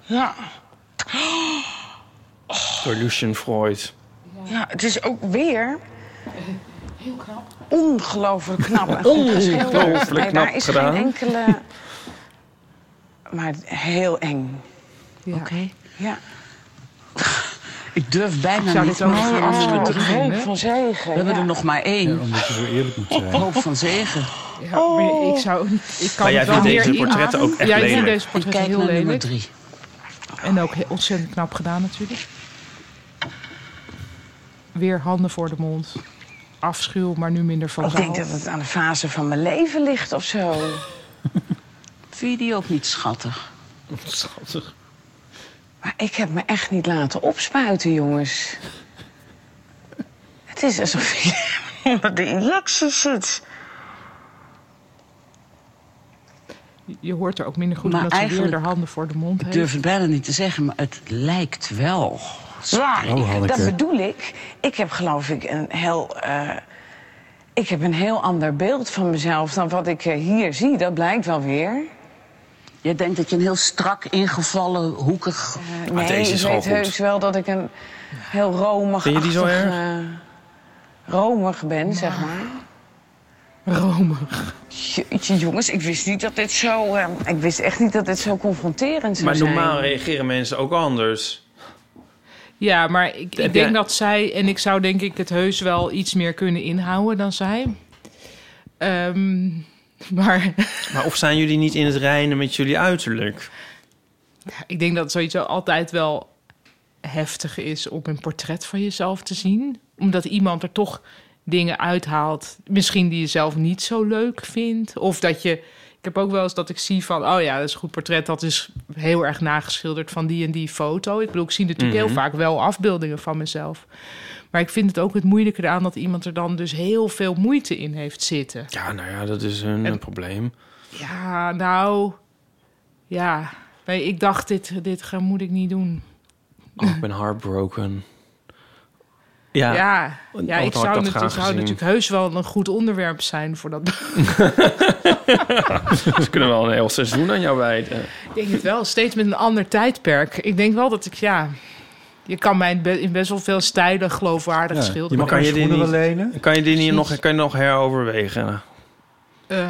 [SPEAKER 9] Ja.
[SPEAKER 4] Door Lucien Freud.
[SPEAKER 9] ja, het is ook weer... Heel knap. Ongelooflijk knap en goed geschilderd.
[SPEAKER 4] Ongelooflijk
[SPEAKER 9] Nee, daar
[SPEAKER 4] knap
[SPEAKER 9] is
[SPEAKER 4] gedaan.
[SPEAKER 9] geen enkele... Maar heel eng.
[SPEAKER 5] Ja.
[SPEAKER 8] Oké.
[SPEAKER 9] Ja.
[SPEAKER 8] Ik durf bijna
[SPEAKER 5] Ik zou
[SPEAKER 8] niet.
[SPEAKER 5] dit ook
[SPEAKER 8] maar
[SPEAKER 5] voor
[SPEAKER 8] ik vind
[SPEAKER 5] ons
[SPEAKER 8] het
[SPEAKER 5] moeten
[SPEAKER 8] bedroevend.
[SPEAKER 5] doen.
[SPEAKER 9] hoop
[SPEAKER 5] hè?
[SPEAKER 9] van
[SPEAKER 8] We
[SPEAKER 9] zegen.
[SPEAKER 8] hebben
[SPEAKER 9] ja.
[SPEAKER 8] er nog maar één.
[SPEAKER 3] Omdat je zo eerlijk moet eh, zijn.
[SPEAKER 8] Hoop van zegen. Oh.
[SPEAKER 5] Ja, maar ik zou niet. Ik kan
[SPEAKER 4] Maar jij
[SPEAKER 5] het wel
[SPEAKER 4] vindt
[SPEAKER 5] meer
[SPEAKER 4] deze
[SPEAKER 5] in-
[SPEAKER 4] portretten ook echt
[SPEAKER 5] Ja, ik vind
[SPEAKER 4] lelijk.
[SPEAKER 5] deze
[SPEAKER 8] Ik
[SPEAKER 5] portretten
[SPEAKER 8] kijk
[SPEAKER 5] heel
[SPEAKER 8] naar nummer
[SPEAKER 5] lelijk.
[SPEAKER 8] drie.
[SPEAKER 5] En ook heel ontzettend knap gedaan natuurlijk. Weer handen voor de mond. Afschuw, maar nu minder van
[SPEAKER 9] Ik denk dat het aan de fase van mijn leven ligt of zo.
[SPEAKER 8] Vind je die ook niet schattig?
[SPEAKER 4] Schattig.
[SPEAKER 9] Maar ik heb me echt niet laten opspuiten, jongens. Het is alsof je onder de injectie zit.
[SPEAKER 5] Je hoort er ook minder goed
[SPEAKER 8] Maar
[SPEAKER 5] omdat ze weer
[SPEAKER 8] eigenlijk-
[SPEAKER 5] haar handen voor de mond
[SPEAKER 8] Ik
[SPEAKER 5] heeft.
[SPEAKER 8] durf het bijna niet te zeggen, maar het lijkt wel.
[SPEAKER 9] Ja,
[SPEAKER 3] Oh, Hanneke.
[SPEAKER 9] dat bedoel ik. Ik heb geloof ik een heel... eh, ik heb een heel ander beeld van mezelf dan wat ik eh, hier zie. Dat blijkt wel weer.
[SPEAKER 8] Jij denkt dat je een heel strak ingevallen, hoekig... Ah,
[SPEAKER 9] Eh,
[SPEAKER 4] Maar
[SPEAKER 9] nee,
[SPEAKER 4] deze
[SPEAKER 9] ik
[SPEAKER 4] is gewoon
[SPEAKER 9] weet
[SPEAKER 4] goed.
[SPEAKER 9] heus wel dat ik een heel romig
[SPEAKER 4] Vind je die zo
[SPEAKER 9] achtig,
[SPEAKER 4] erg?
[SPEAKER 9] eh, romig ben,
[SPEAKER 8] Nou.
[SPEAKER 9] zeg maar.
[SPEAKER 5] Romig.
[SPEAKER 9] Jeetje, jongens, ik wist niet dat dit zo... eh, ik wist echt niet dat dit zo confronterend zou
[SPEAKER 4] Maar
[SPEAKER 9] zijn.
[SPEAKER 4] normaal reageren mensen ook anders.
[SPEAKER 5] Ja, maar ik,
[SPEAKER 4] Heb
[SPEAKER 5] ik denk
[SPEAKER 4] jij-
[SPEAKER 5] dat zij... En ik zou denk ik het heus wel iets meer kunnen inhouden dan zij. Ehm, maar
[SPEAKER 4] Maar of zijn jullie niet in het reinen met jullie uiterlijk?
[SPEAKER 5] ik denk dat zoiets wel altijd wel heftig is om een portret van jezelf te zien. Omdat iemand er toch dingen uithaalt. Misschien die je zelf niet zo leuk vindt. Of dat je... Ik heb ook wel eens dat ik zie van... oh ja, dat is een goed portret. Dat is heel erg nageschilderd van die en die foto. Ik bedoel, ik zie natuurlijk
[SPEAKER 4] Mhm.
[SPEAKER 5] heel vaak wel afbeeldingen van mezelf. Maar ik vind het ook het moeilijke eraan... dat iemand er dan dus heel veel moeite in heeft zitten.
[SPEAKER 4] Ja, nou ja, dat is hun eh, probleem.
[SPEAKER 5] Ja, nou... Ja, nee, ik dacht, dit, dit ga- moet ik niet doen.
[SPEAKER 4] Oh, ik ben heartbroken. Ja,
[SPEAKER 5] Ja,
[SPEAKER 4] want
[SPEAKER 5] ja
[SPEAKER 4] dan
[SPEAKER 5] ik
[SPEAKER 4] had ik
[SPEAKER 5] zou,
[SPEAKER 4] dat
[SPEAKER 5] natuurlijk,
[SPEAKER 4] graag
[SPEAKER 5] zou
[SPEAKER 4] gezien.
[SPEAKER 5] natuurlijk heus wel een goed onderwerp zijn voor dat.
[SPEAKER 4] ze Dus kunnen wel een heel seizoen aan jou wijden.
[SPEAKER 5] ik denk het wel, steeds met een ander tijdperk. Ik denk wel dat ik, ja. Je kan mij in be- in best wel veel stijlen geloofwaardig
[SPEAKER 3] Ja, je
[SPEAKER 5] schilderen.
[SPEAKER 3] mag
[SPEAKER 4] Kan
[SPEAKER 3] kan
[SPEAKER 4] je
[SPEAKER 3] je
[SPEAKER 4] dit
[SPEAKER 3] schoenen wel
[SPEAKER 4] niet-
[SPEAKER 3] lenen.
[SPEAKER 4] Kan je dit niet nog, kan je nog heroverwegen?
[SPEAKER 5] Eh,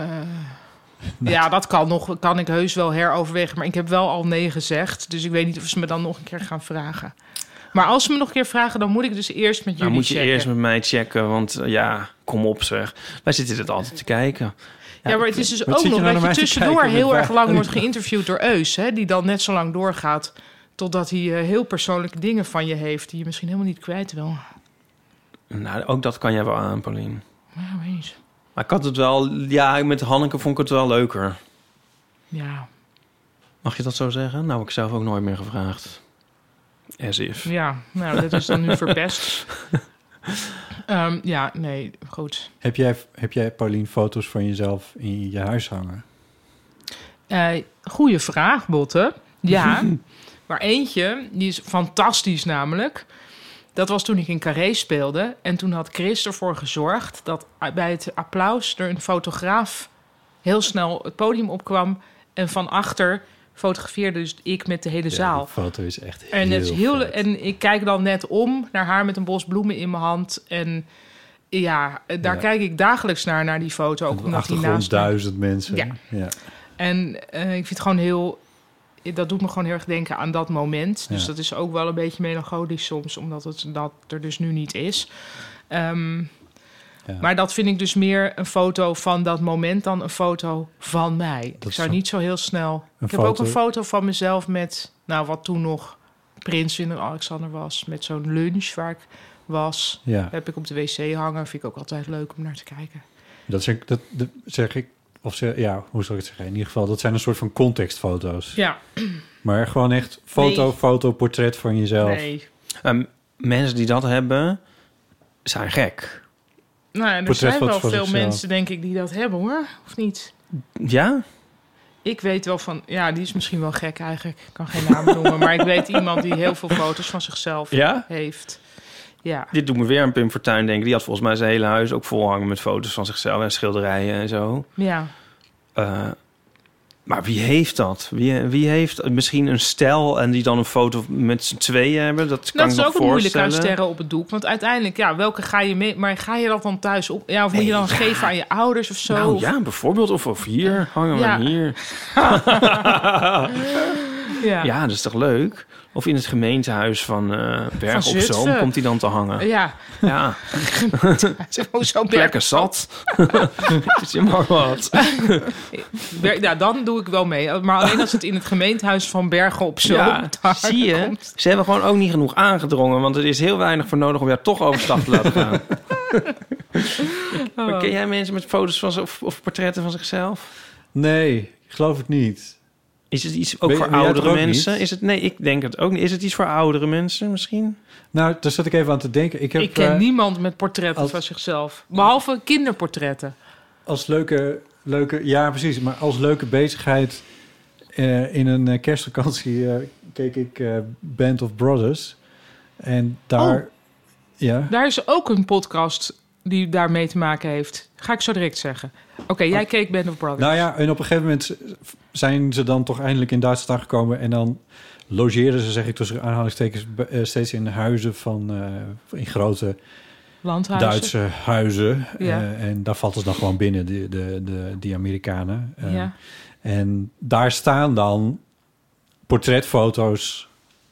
[SPEAKER 5] Ja, dat kan, nog, kan ik heus wel heroverwegen. Maar ik heb wel al nee gezegd. Dus ik weet niet of ze me dan nog een keer gaan vragen. Maar als ze me nog een keer vragen, dan moet ik dus eerst met
[SPEAKER 4] Nou,
[SPEAKER 5] jullie
[SPEAKER 4] moet je
[SPEAKER 5] checken.
[SPEAKER 4] eerst met mij checken, want eh, ja, kom op zeg. Wij zitten dit altijd te kijken.
[SPEAKER 5] Ja, maar het is dus
[SPEAKER 3] Wat
[SPEAKER 5] ook
[SPEAKER 3] zit je
[SPEAKER 5] nog dat
[SPEAKER 3] nou naar
[SPEAKER 5] je
[SPEAKER 3] mij te
[SPEAKER 5] tussendoor
[SPEAKER 3] kijken met
[SPEAKER 5] heel erg
[SPEAKER 3] waar-
[SPEAKER 5] lang wordt geïnterviewd door Eus. Hè, die dan net zo lang doorgaat totdat hij eh, heel persoonlijke dingen van je heeft... die je misschien helemaal niet kwijt wil.
[SPEAKER 4] Nou, ook dat kan jij wel aan, Paulien.
[SPEAKER 5] Ja, weet niet.
[SPEAKER 4] Maar ik had het wel... Ja, met Hanneke vond ik het wel leuker.
[SPEAKER 5] Ja,
[SPEAKER 4] Mag je dat zo zeggen? Nou, heb ik zelf ook nooit meer gevraagd. As if.
[SPEAKER 5] ja, nou, dat is dan nu verpest. Ehm, ja, nee, goed.
[SPEAKER 3] Heb jij, heb jij, Paulien, foto's van jezelf in je huis hangen?
[SPEAKER 5] Eh goeie vraag, Botte. Ja, maar eentje, die is fantastisch namelijk. Dat was toen ik in Carré speelde. En toen had Chris ervoor gezorgd dat bij het applaus er een fotograaf heel snel het podium opkwam. En van achter fotografeerde dus ik met de hele
[SPEAKER 3] Ja,
[SPEAKER 5] zaal.
[SPEAKER 3] die foto is echt heel
[SPEAKER 5] En, het is heel,
[SPEAKER 3] vet.
[SPEAKER 5] en ik kijk dan net om naar haar met een bos bloemen in mijn hand. En ja, eh, daar
[SPEAKER 3] Ja.
[SPEAKER 5] kijk ik dagelijks naar, naar die foto. Ook
[SPEAKER 3] Op de
[SPEAKER 5] omdat die
[SPEAKER 3] achtergrond
[SPEAKER 5] naast mij-
[SPEAKER 3] duizend mensen.
[SPEAKER 5] Ja.
[SPEAKER 3] ja.
[SPEAKER 5] en eh, ik vind het gewoon heel... Dat doet me gewoon heel erg denken aan dat moment. Dus
[SPEAKER 3] Ja.
[SPEAKER 5] dat is ook wel een beetje melancholisch soms... omdat het dat er dus nu niet is. Ehm,
[SPEAKER 3] Ja.
[SPEAKER 5] Maar dat vind ik dus meer een foto van dat moment... dan een foto van mij. ik
[SPEAKER 3] is
[SPEAKER 5] zou
[SPEAKER 3] zo-
[SPEAKER 5] niet zo heel snel... Ik heb
[SPEAKER 3] foto-
[SPEAKER 5] ook een foto van mezelf met... nou, wat toen nog prins in Alexander was... met zo'n lunch waar ik was...
[SPEAKER 3] Ja,
[SPEAKER 5] Heb ik op de wc hangen. Vind ik ook altijd leuk om naar te kijken.
[SPEAKER 3] dat zeg, dat, dat zeg ik. Of ze, ja, hoe zal ik het zeggen? In ieder geval, dat zijn een soort van contextfoto's.
[SPEAKER 5] Ja,
[SPEAKER 3] Maar gewoon echt foto,
[SPEAKER 5] Nee.
[SPEAKER 3] foto, portret van jezelf.
[SPEAKER 5] nee.
[SPEAKER 4] Ehm, mensen die dat hebben, zijn gek.
[SPEAKER 5] Nou, ja, er
[SPEAKER 3] Portret
[SPEAKER 5] zijn
[SPEAKER 3] wat
[SPEAKER 5] wel
[SPEAKER 3] van
[SPEAKER 5] veel
[SPEAKER 3] zichzelf.
[SPEAKER 5] mensen, denk ik, die dat hebben hoor. Of niet?
[SPEAKER 4] Ja?
[SPEAKER 5] Ik weet wel van, ja, die is misschien wel gek eigenlijk. Ik kan geen naam noemen, maar ik weet iemand die heel veel foto's van zichzelf
[SPEAKER 4] Ja?
[SPEAKER 5] heeft. Ja,
[SPEAKER 4] Dit doet me weer aan Pim Fortuyn denken. Die had volgens mij zijn hele huis ook vol hangen met foto's van zichzelf en schilderijen en zo.
[SPEAKER 5] ja.
[SPEAKER 4] eh, maar wie heeft dat? Wie, wie heeft misschien een stel en die dan een foto met z'n tweeën hebben? Dat kan
[SPEAKER 5] dat is
[SPEAKER 4] ik me
[SPEAKER 5] ook het moeilijk aan
[SPEAKER 4] voorstellen.
[SPEAKER 5] sterren op het doek. Want uiteindelijk, ja, welke ga je mee? Maar ga je dat dan thuis op? Ja, of moet je dan geven aan je ouders of zo?
[SPEAKER 4] Nou
[SPEAKER 5] Of-
[SPEAKER 4] ja, bijvoorbeeld. Of, of hier, hangen we
[SPEAKER 5] Ja.
[SPEAKER 4] hem hier.
[SPEAKER 5] ja.
[SPEAKER 4] Ja, dat is toch leuk? Of in het gemeentehuis van eh Berg
[SPEAKER 5] Van
[SPEAKER 4] op Zoom
[SPEAKER 5] Zutphen.
[SPEAKER 4] komt hij dan te hangen.
[SPEAKER 5] Ja. "Oh,
[SPEAKER 4] Ja,
[SPEAKER 5] Hoezo Berg?
[SPEAKER 4] plekken zat. Het is helemaal wat.
[SPEAKER 5] Berg- Ja, dan doe ik wel mee. Maar alleen als het in het gemeentehuis van Bergen op Zoom...
[SPEAKER 4] Ja,
[SPEAKER 5] daar
[SPEAKER 4] zie je?
[SPEAKER 5] komt.
[SPEAKER 4] Ze hebben gewoon ook niet genoeg aangedrongen. Want er is heel weinig voor nodig om jou toch overstap te laten gaan.
[SPEAKER 5] Oh.
[SPEAKER 4] Maar ken jij mensen met foto's van zich- of, of portretten van zichzelf?
[SPEAKER 3] Nee, ik geloof het niet.
[SPEAKER 4] Is het iets ook
[SPEAKER 3] Ben-
[SPEAKER 4] voor
[SPEAKER 3] ben jij het
[SPEAKER 4] oudere
[SPEAKER 3] ook niet?
[SPEAKER 4] mensen? Is het, nee, ik denk het ook niet. Is het iets voor oudere mensen misschien?
[SPEAKER 3] Nou, daar zat ik even aan te denken. Ik heb
[SPEAKER 5] Ik ken
[SPEAKER 3] eh,
[SPEAKER 5] niemand met portretten
[SPEAKER 3] als-
[SPEAKER 5] van zichzelf. Behalve kinderportretten.
[SPEAKER 3] als leuke, leuke, ja precies, maar als leuke bezigheid eh, in een eh, kerstvakantie eh, keek ik eh, Band of Brothers. En daar,
[SPEAKER 5] Oh.
[SPEAKER 3] ja,
[SPEAKER 5] Daar is ook een podcast die daarmee te maken heeft. Ga ik zo direct zeggen. Oké,
[SPEAKER 3] Oh.
[SPEAKER 5] jij keek Band of Brothers.
[SPEAKER 3] Nou ja, en op een gegeven moment zijn ze dan toch eindelijk in Duitsland aangekomen. En dan logeren ze, zeg ik tussen aanhalingstekens, be- eh, steeds in huizen van eh, in grote
[SPEAKER 5] Landhuizen.
[SPEAKER 3] Duitse huizen.
[SPEAKER 5] Ja.
[SPEAKER 3] Eh, en daar vatten ze dan gewoon binnen, de, de, de, die Amerikanen. Eh,
[SPEAKER 5] Ja.
[SPEAKER 3] En daar staan dan portretfoto's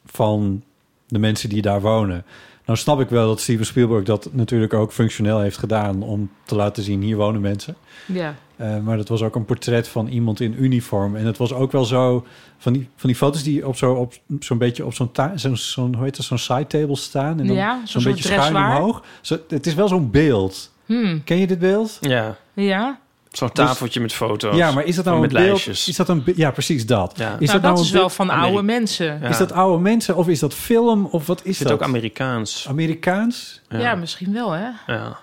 [SPEAKER 3] van de mensen die daar wonen. Nou snap ik wel dat Steven Spielberg dat natuurlijk ook functioneel heeft gedaan... om te laten zien, hier wonen mensen.
[SPEAKER 5] ja.
[SPEAKER 3] Eh, maar dat was ook een portret van iemand in uniform. En het was ook wel zo van die, van die foto's die op zo'n op, zo'n beetje op zo'n ta- zo'n zo'n hoe heet dat, zo'n side table staan. En dan
[SPEAKER 5] Ja, zo'n
[SPEAKER 3] zo'n
[SPEAKER 5] soort
[SPEAKER 3] beetje schuin
[SPEAKER 5] dressoir.
[SPEAKER 3] omhoog. Zo, het is wel zo'n beeld.
[SPEAKER 5] Hmm.
[SPEAKER 3] Ken je dit beeld?
[SPEAKER 4] Ja,
[SPEAKER 5] Ja.
[SPEAKER 4] zo'n tafeltje met foto's.
[SPEAKER 3] Dus- ja, maar is dat nou
[SPEAKER 4] met
[SPEAKER 3] een beeld?
[SPEAKER 4] lijstjes.
[SPEAKER 3] Is dat een be- ja, precies dat.
[SPEAKER 4] Ja.
[SPEAKER 3] Is
[SPEAKER 5] nou, dat, is
[SPEAKER 3] een
[SPEAKER 5] wel
[SPEAKER 3] beeld-
[SPEAKER 5] van
[SPEAKER 4] Amerika-
[SPEAKER 5] oude mensen.
[SPEAKER 4] Ja.
[SPEAKER 5] Ja.
[SPEAKER 3] Is dat oude mensen of is dat film of wat is
[SPEAKER 4] Is het
[SPEAKER 3] dat?
[SPEAKER 4] ook Amerikaans?
[SPEAKER 3] Amerikaans?
[SPEAKER 5] misschien wel, hè?
[SPEAKER 4] Ja.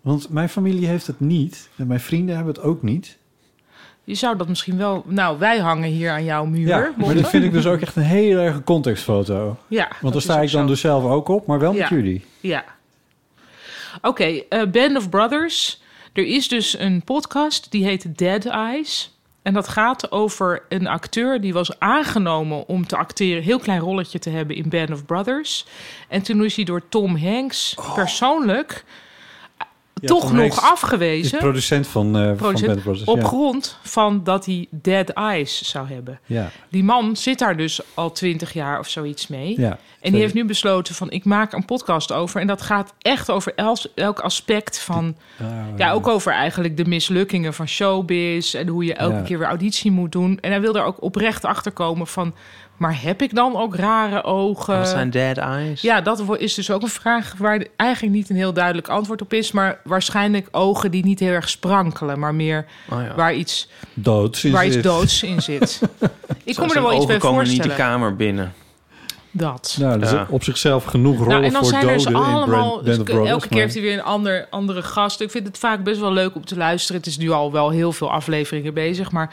[SPEAKER 3] Want mijn familie heeft het niet en mijn vrienden hebben het ook niet.
[SPEAKER 5] Je zou dat misschien wel... Nou, wij hangen hier aan jouw muur.
[SPEAKER 3] Ja, maar
[SPEAKER 5] Botte.
[SPEAKER 3] dat vind ik dus ook echt een hele erge contextfoto.
[SPEAKER 5] Ja,
[SPEAKER 3] Want daar
[SPEAKER 5] dat
[SPEAKER 3] sta
[SPEAKER 5] is
[SPEAKER 3] ik
[SPEAKER 5] ook
[SPEAKER 3] dan
[SPEAKER 5] zo.
[SPEAKER 3] dus zelf ook op, maar wel met
[SPEAKER 5] Ja.
[SPEAKER 3] jullie.
[SPEAKER 5] Ja. Oké, eh, Band of Brothers. Er is dus een podcast die heet Dead Eyes. En dat gaat over een acteur die was aangenomen om te acteren, een heel klein rolletje te hebben in Band of Brothers. En toen is hij door Tom Hanks
[SPEAKER 3] Oh.
[SPEAKER 5] persoonlijk toch
[SPEAKER 3] Tom
[SPEAKER 5] nog
[SPEAKER 3] Hanks Is
[SPEAKER 5] afgewezen.
[SPEAKER 3] producent van, eh van
[SPEAKER 5] Producent,
[SPEAKER 3] Band Brothers.
[SPEAKER 5] op
[SPEAKER 3] ja.
[SPEAKER 5] grond van dat hij Dead Eyes zou hebben.
[SPEAKER 3] Ja,
[SPEAKER 5] Die man zit daar dus al twintig jaar of zoiets mee.
[SPEAKER 3] ja.
[SPEAKER 5] En die heeft nu besloten van ik maak een podcast over. En dat gaat echt over el- elk aspect van.
[SPEAKER 3] Ah.
[SPEAKER 5] Ja, ook over eigenlijk de mislukkingen van showbiz. En hoe je elke
[SPEAKER 3] Ja.
[SPEAKER 5] keer weer auditie moet doen. En hij wil daar ook oprecht achter komen van. Maar heb ik dan ook rare ogen?
[SPEAKER 4] Wat zijn dead eyes?
[SPEAKER 5] Ja, dat wo- is dus ook een vraag waar eigenlijk niet een heel duidelijk antwoord op is. Maar waarschijnlijk ogen die niet heel erg sprankelen, maar meer
[SPEAKER 4] Oh ja.
[SPEAKER 5] waar iets,
[SPEAKER 3] dood. sinds
[SPEAKER 5] waar iets
[SPEAKER 3] dit.
[SPEAKER 5] doods in zit. ik kom me er
[SPEAKER 4] Zijn
[SPEAKER 5] wel iets
[SPEAKER 4] ogen
[SPEAKER 5] bij
[SPEAKER 4] komen niet de
[SPEAKER 5] voorstellen.
[SPEAKER 4] kamer binnen.
[SPEAKER 5] Dat.
[SPEAKER 3] Nou, dat is
[SPEAKER 4] Ja.
[SPEAKER 3] op zichzelf genoeg rollen
[SPEAKER 5] Nou, en dan
[SPEAKER 3] voor
[SPEAKER 5] zijn
[SPEAKER 3] doden
[SPEAKER 5] er dus
[SPEAKER 3] in Brand,
[SPEAKER 5] allemaal.
[SPEAKER 3] Band
[SPEAKER 5] dus
[SPEAKER 3] of
[SPEAKER 5] elke
[SPEAKER 3] Brothers.
[SPEAKER 5] keer heeft hij weer een ander, andere gast. Ik vind het vaak best wel leuk om te luisteren. Het is nu al wel heel veel afleveringen bezig. Maar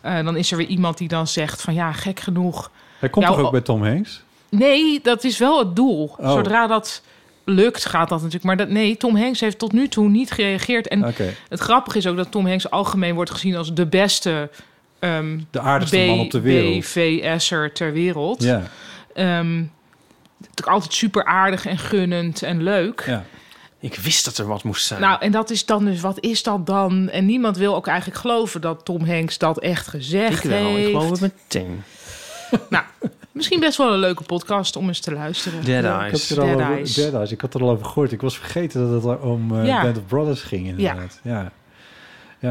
[SPEAKER 5] eh, dan is er weer iemand die dan zegt: van ja, gek genoeg.
[SPEAKER 3] maar Hij komt
[SPEAKER 5] Ja,
[SPEAKER 3] toch ook
[SPEAKER 5] oh.
[SPEAKER 3] bij Tom Hanks?
[SPEAKER 5] Nee, dat is wel het doel.
[SPEAKER 3] Oh.
[SPEAKER 5] Zodra dat lukt, gaat dat natuurlijk. Maar dat, nee, Tom Hanks heeft tot nu toe niet gereageerd. En
[SPEAKER 3] Oké,
[SPEAKER 5] het grappige is ook dat Tom Hanks algemeen wordt gezien als de beste. ehm
[SPEAKER 3] de aardigste man op de wereld.
[SPEAKER 5] BVS'er ter wereld.
[SPEAKER 3] Ja,
[SPEAKER 5] Ehm, natuurlijk altijd super aardig en gunnend en leuk.
[SPEAKER 3] ja.
[SPEAKER 4] Ik wist dat er wat moest zijn.
[SPEAKER 5] Nou, en dat is dan dus, wat is dat dan? En niemand wil ook eigenlijk geloven dat Tom Hanks dat echt
[SPEAKER 4] ik
[SPEAKER 5] gezegd
[SPEAKER 4] wel. Ik
[SPEAKER 5] heeft.
[SPEAKER 4] geloof het meteen.
[SPEAKER 5] Nou, misschien best wel een leuke podcast om eens te luisteren.
[SPEAKER 4] Dead
[SPEAKER 5] Ja.
[SPEAKER 3] Ik had,
[SPEAKER 4] eyes.
[SPEAKER 3] er al
[SPEAKER 5] Dead
[SPEAKER 3] over,
[SPEAKER 5] Eyes.
[SPEAKER 3] Dead Eyes. ik had er al over gehoord. Ik was vergeten dat het om eh,
[SPEAKER 5] Ja.
[SPEAKER 3] Band of Brothers ging inderdaad. Ja. Ja.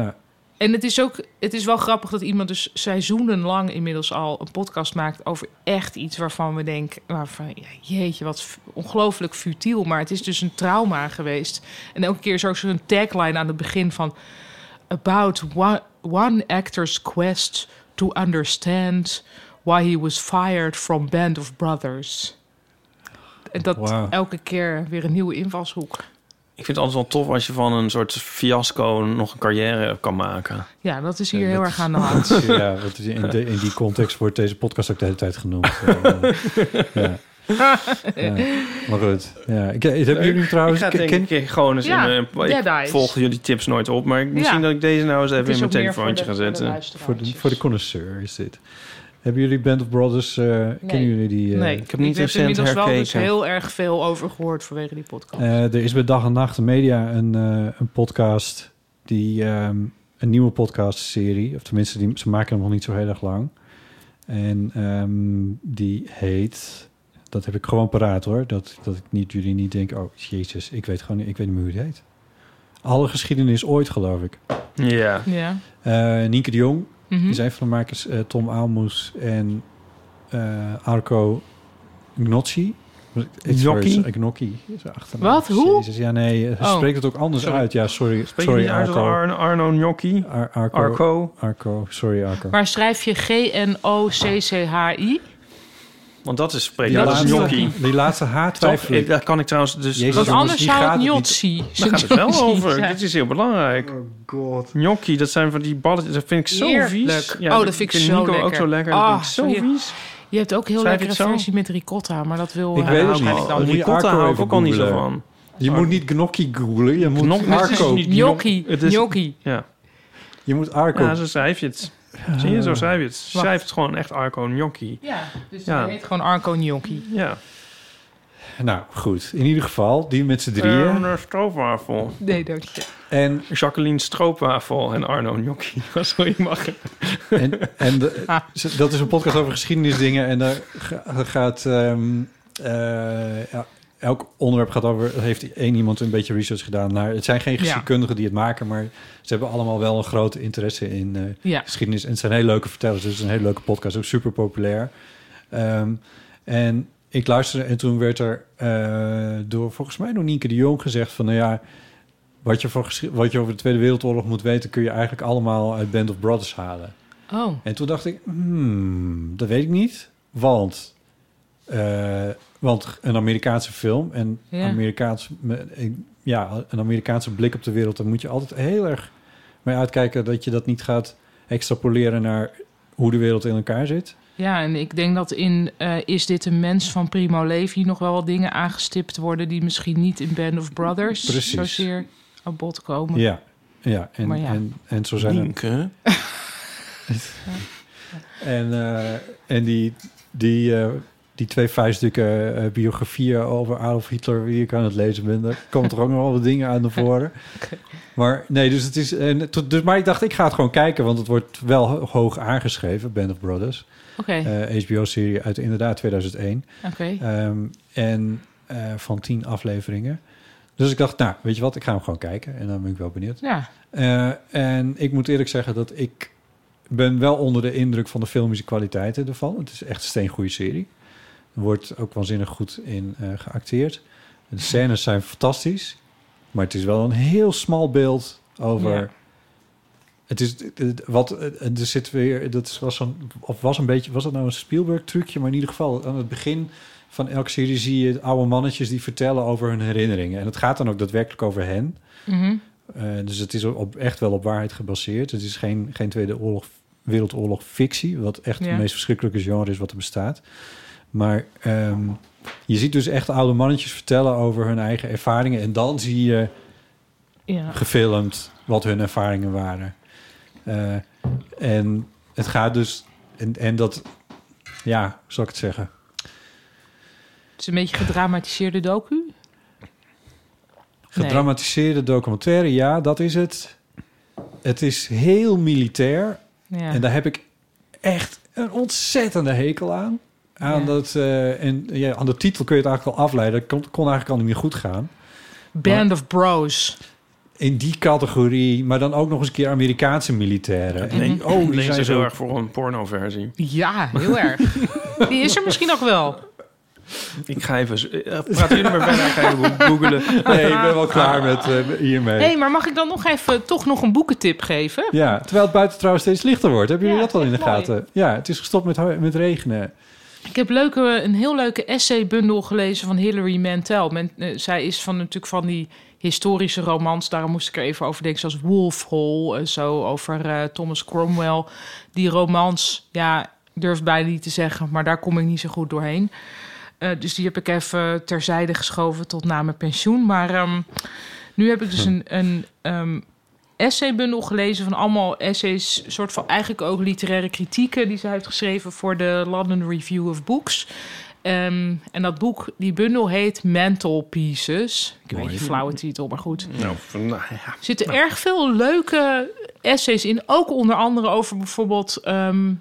[SPEAKER 3] Ja.
[SPEAKER 5] En het is ook, het is wel grappig dat iemand dus seizoenenlang inmiddels al een podcast maakt over echt iets waarvan we denken, waarvan, ja, jeetje, wat f- ongelooflijk futiel. Maar het is dus een trauma geweest. En elke keer is er ook zo'n tagline aan het begin van, about one, one actor's quest to understand why he was fired from Band of Brothers. En dat
[SPEAKER 3] Wauw.
[SPEAKER 5] elke keer weer een nieuwe invalshoek.
[SPEAKER 4] Ik vind het altijd wel tof als je van een soort fiasco nog een carrière kan maken.
[SPEAKER 5] Ja, dat is hier
[SPEAKER 3] Ja,
[SPEAKER 5] heel
[SPEAKER 3] dat
[SPEAKER 5] erg
[SPEAKER 3] is-
[SPEAKER 5] aan de hand.
[SPEAKER 3] Dus Ja, want in, de- in die context wordt deze podcast ook de hele tijd genoemd. Eh, ja. Maar goed. Ja. Ik, het hebben jullie trouwens...
[SPEAKER 4] ik ga denk
[SPEAKER 3] ken-
[SPEAKER 4] ik een keer gewoon eens
[SPEAKER 5] Ja,
[SPEAKER 4] in mijn... Ik
[SPEAKER 5] Dead Eyes.
[SPEAKER 4] volg jullie tips nooit op, maar ik- misschien
[SPEAKER 5] Ja.
[SPEAKER 4] dat ik deze nou eens even in
[SPEAKER 5] is
[SPEAKER 4] mijn
[SPEAKER 5] ook meer
[SPEAKER 4] telefoontje ga
[SPEAKER 5] voor de- voor de
[SPEAKER 4] zetten.
[SPEAKER 3] voor, de,
[SPEAKER 5] luisteraartjes.
[SPEAKER 3] voor de connoisseur is dit. Hebben jullie Band of Brothers... eh, Kennen jullie die? eh,
[SPEAKER 5] Nee,
[SPEAKER 4] ik heb niet
[SPEAKER 5] heb er
[SPEAKER 4] recent
[SPEAKER 5] inmiddels wel dus
[SPEAKER 4] herkeken.
[SPEAKER 5] heel erg veel over gehoord vanwege die podcast.
[SPEAKER 3] Eh, er is bij Dag en Nacht Media een, eh, een podcast, die, ehm, een nieuwe podcastserie. Of tenminste, die, ze maken hem nog niet zo heel erg lang. En ehm, die heet, dat heb ik gewoon paraat hoor, dat, dat ik niet, jullie niet denken, oh jezus, ik weet gewoon niet- ik weet niet meer hoe het heet. Alle geschiedenis ooit, geloof ik.
[SPEAKER 4] Ja.
[SPEAKER 5] ja.
[SPEAKER 3] Eh Nienke de Jong
[SPEAKER 5] Mhm.
[SPEAKER 3] die zijn van de makers eh, Tom Aalmoes en eh, Arco Gnocchi.
[SPEAKER 4] Gnocchi?
[SPEAKER 3] Gnocchi is haar achternaam.
[SPEAKER 5] Wat? Hoe?
[SPEAKER 3] Jezus, ja, nee, eh,
[SPEAKER 5] Oh.
[SPEAKER 3] spreekt het ook anders
[SPEAKER 4] Sorry.
[SPEAKER 3] uit. Ja, sorry,
[SPEAKER 4] Spreek je
[SPEAKER 3] sorry
[SPEAKER 4] niet uit als
[SPEAKER 3] Arco.
[SPEAKER 4] Ar- Arno Gnocchi?
[SPEAKER 3] Ar- Arco.
[SPEAKER 4] Arco?
[SPEAKER 3] Arco, sorry Arco.
[SPEAKER 5] Maar schrijf je G-N-O-C-C-H-I?
[SPEAKER 4] Want dat is spreekt
[SPEAKER 3] Die
[SPEAKER 4] uit als
[SPEAKER 3] laatste-
[SPEAKER 4] Gnocchi.
[SPEAKER 3] Die laatste H
[SPEAKER 4] Toch?
[SPEAKER 3] twijfel
[SPEAKER 4] Ik,
[SPEAKER 3] ik.
[SPEAKER 4] daar kan ik trouwens dus...
[SPEAKER 5] Want
[SPEAKER 3] Jezus,
[SPEAKER 4] dat,
[SPEAKER 3] jongens,
[SPEAKER 5] anders
[SPEAKER 3] die
[SPEAKER 5] zou
[SPEAKER 3] gaat
[SPEAKER 5] het
[SPEAKER 3] het niet-
[SPEAKER 5] Njotsi
[SPEAKER 4] daar gaat het wel over. Dit is heel belangrijk.
[SPEAKER 3] God.
[SPEAKER 4] Gnocchi, dat zijn van die balletjes. Dat vind ik zo vies.
[SPEAKER 5] Heerlijk. Oh, dat vind ik zo
[SPEAKER 4] Nico ook
[SPEAKER 5] lekker.
[SPEAKER 4] zo lekker. Dat
[SPEAKER 5] Ah,
[SPEAKER 4] vind ik zo
[SPEAKER 5] hier-
[SPEAKER 4] vies.
[SPEAKER 5] Je hebt ook heel
[SPEAKER 4] Schrijf
[SPEAKER 5] lekkere
[SPEAKER 4] het zo?
[SPEAKER 5] versie met ricotta, maar dat wil...
[SPEAKER 3] Ik
[SPEAKER 5] eh,
[SPEAKER 3] weet
[SPEAKER 4] Daar
[SPEAKER 3] het
[SPEAKER 4] hou
[SPEAKER 3] niet.
[SPEAKER 4] ik al-
[SPEAKER 3] Moet je
[SPEAKER 4] Ricotta
[SPEAKER 3] Arco
[SPEAKER 4] hou ik
[SPEAKER 3] even
[SPEAKER 4] ook al niet zo
[SPEAKER 3] googlen.
[SPEAKER 4] van.
[SPEAKER 3] Je moet niet Gnocchi googlen, je moet
[SPEAKER 4] Gnocchi-
[SPEAKER 3] Arco.
[SPEAKER 4] niet
[SPEAKER 5] Gnocchi,
[SPEAKER 4] gnocchi. Het is-
[SPEAKER 5] gnocchi.
[SPEAKER 4] Ja.
[SPEAKER 3] Je moet Arco.
[SPEAKER 4] ja, zo schrijf je het. Zie je, zo schrijf je het. Schrijf het gewoon echt Arco Gnocchi.
[SPEAKER 5] Ja, dus
[SPEAKER 4] Ja.
[SPEAKER 5] hij heet gewoon Arco Gnocchi.
[SPEAKER 4] Ja.
[SPEAKER 3] Nou, goed. In ieder geval, die met z'n drieën.
[SPEAKER 4] Arno Eh, Stroopwafel.
[SPEAKER 5] Nee, dank je.
[SPEAKER 3] en
[SPEAKER 4] Jacqueline Stroopwafel en Arno Gnocchi. Zo je mag.
[SPEAKER 3] En, en de- ze- dat is een podcast over geschiedenisdingen. En daar ga- gaat ehm, eh, ja, elk onderwerp gaat over. Heeft één iemand een beetje research gedaan naar. Het zijn geen geschiedkundigen die het maken, maar ze hebben allemaal wel een grote interesse in eh,
[SPEAKER 5] Ja.
[SPEAKER 3] geschiedenis. En het zijn hele leuke vertellers. Dus het is een hele leuke podcast, ook super populair. Ehm, en ik luisterde en toen werd er eh, door volgens mij door Nienke de Jong gezegd van, nou ja. Wat je, voor, geschi- wat je over de Tweede Wereldoorlog moet weten, kun je eigenlijk allemaal uit Band of Brothers halen.
[SPEAKER 5] Oh,
[SPEAKER 3] En toen dacht ik, hmm, dat weet ik niet. Want, eh, want een Amerikaanse film en
[SPEAKER 5] Ja.
[SPEAKER 3] Amerikaans, me- ik- ja, een Amerikaanse blik op de wereld, daar moet je altijd heel erg mee uitkijken dat je dat niet gaat extrapoleren naar hoe de wereld in elkaar zit.
[SPEAKER 5] ja, en ik denk dat in eh, Is dit een mens van Primo Levi... nog wel wat dingen aangestipt worden... die misschien niet in Band of Brothers
[SPEAKER 3] Precies.
[SPEAKER 5] zozeer aan bod komen.
[SPEAKER 3] Ja, ja, en,
[SPEAKER 5] Maar ja.
[SPEAKER 3] En, en zo zijn er En, eh, en die, die, eh, die twee vuiststukken eh, biografieën over Adolf Hitler, die ik aan het lezen ben, daar komen er ook nog wel wat dingen aan naar voren. Maar nee, dus het is. En, tot- dus, maar ik dacht, ik ga het gewoon kijken, want het wordt wel ho- hoog aangeschreven, Band of Brothers. Eh,
[SPEAKER 5] Oké, oké.
[SPEAKER 3] HBO-serie uit inderdaad 2001. Ehm, en eh, van tien afleveringen. Dus ik dacht, nou, weet je wat, ik ga hem gewoon kijken. En dan ben ik wel benieuwd.
[SPEAKER 5] Ja,
[SPEAKER 3] Eh, en ik moet eerlijk zeggen dat ik ben wel onder de indruk van de filmische kwaliteiten ervan. Het is echt een steengoede serie. Er wordt ook waanzinnig goed in eh, geacteerd. De scènes zijn fantastisch. Maar het is wel een heel smal beeld over...
[SPEAKER 5] Ja.
[SPEAKER 3] Het is het- het- wat het- er zit weer. Dat was zo'n of was een beetje was dat nou een Spielberg trucje, maar in ieder geval aan het begin van elke serie zie je oude mannetjes die vertellen over hun herinneringen en het gaat dan ook daadwerkelijk over hen.
[SPEAKER 5] mhm.
[SPEAKER 3] Eh, dus het is op, echt wel op waarheid gebaseerd. Het is geen, geen Tweede oorlog, Wereldoorlog fictie, wat echt
[SPEAKER 5] Ja.
[SPEAKER 3] het meest verschrikkelijke genre is wat er bestaat. Maar ehm, je ziet dus echt oude mannetjes vertellen over hun eigen ervaringen. En dan zie je
[SPEAKER 5] ja.
[SPEAKER 3] gefilmd wat hun ervaringen waren. Eh, en het gaat dus. En, en dat. Ja, hoe zal ik het zeggen?
[SPEAKER 5] Het is een beetje gedramatiseerde docu.
[SPEAKER 3] Gedramatiseerde documentaire, ja, dat is het. Het is heel militair.
[SPEAKER 5] Ja.
[SPEAKER 3] En daar heb ik echt een ontzettende hekel aan. Aan,
[SPEAKER 5] Ja.
[SPEAKER 3] dat, eh, en, ja, aan de titel kun je het eigenlijk al afleiden. Het kon, kon eigenlijk al niet meer goed gaan.
[SPEAKER 5] Band of Bros.
[SPEAKER 3] In die categorie, maar dan ook nog eens een keer Amerikaanse militairen. En die, oh, die
[SPEAKER 4] Lees
[SPEAKER 3] zijn
[SPEAKER 4] is
[SPEAKER 3] zo...
[SPEAKER 4] heel erg voor een pornoversie.
[SPEAKER 5] Ja, heel erg. Die is er misschien nog wel.
[SPEAKER 4] Ik ga even... eh, Praat jullie maar verder. Ik ga even googelen.
[SPEAKER 3] Nee, ik ben wel klaar met eh, hiermee.
[SPEAKER 5] Hé, hey, maar mag ik dan nog even toch nog een boekentip geven?
[SPEAKER 3] Ja, terwijl het buiten trouwens steeds lichter wordt. Hebben jullie
[SPEAKER 5] Ja,
[SPEAKER 3] dat al in de
[SPEAKER 5] echt mooi.
[SPEAKER 3] gaten? Ja, het is gestopt met, hu- met regenen.
[SPEAKER 5] Ik heb leuke, een heel leuke essaybundel gelezen van Hilary Mantel. Men, eh, zij is van, natuurlijk van die historische romans. Daarom moest ik er even over denken. Zoals Wolf Hall en zo over eh, Thomas Cromwell. Die romans, ja, ik durf bijna niet te zeggen. Maar daar kom ik niet zo goed doorheen. Eh, Eh, dus die heb ik even terzijde geschoven tot na mijn pensioen. Maar ehm, nu heb ik dus een, een ehm essaybundel gelezen van allemaal essays, soort van eigenlijk ook literaire kritieken die ze heeft geschreven voor de London Review of Books. Ehm, en dat boek, die bundel heet Mental Pieces. Ik weet niet, flauwe titel, maar goed.
[SPEAKER 4] Nou, van- nou, ja.
[SPEAKER 5] Er zitten erg veel leuke essays in. Ook onder andere over bijvoorbeeld ehm,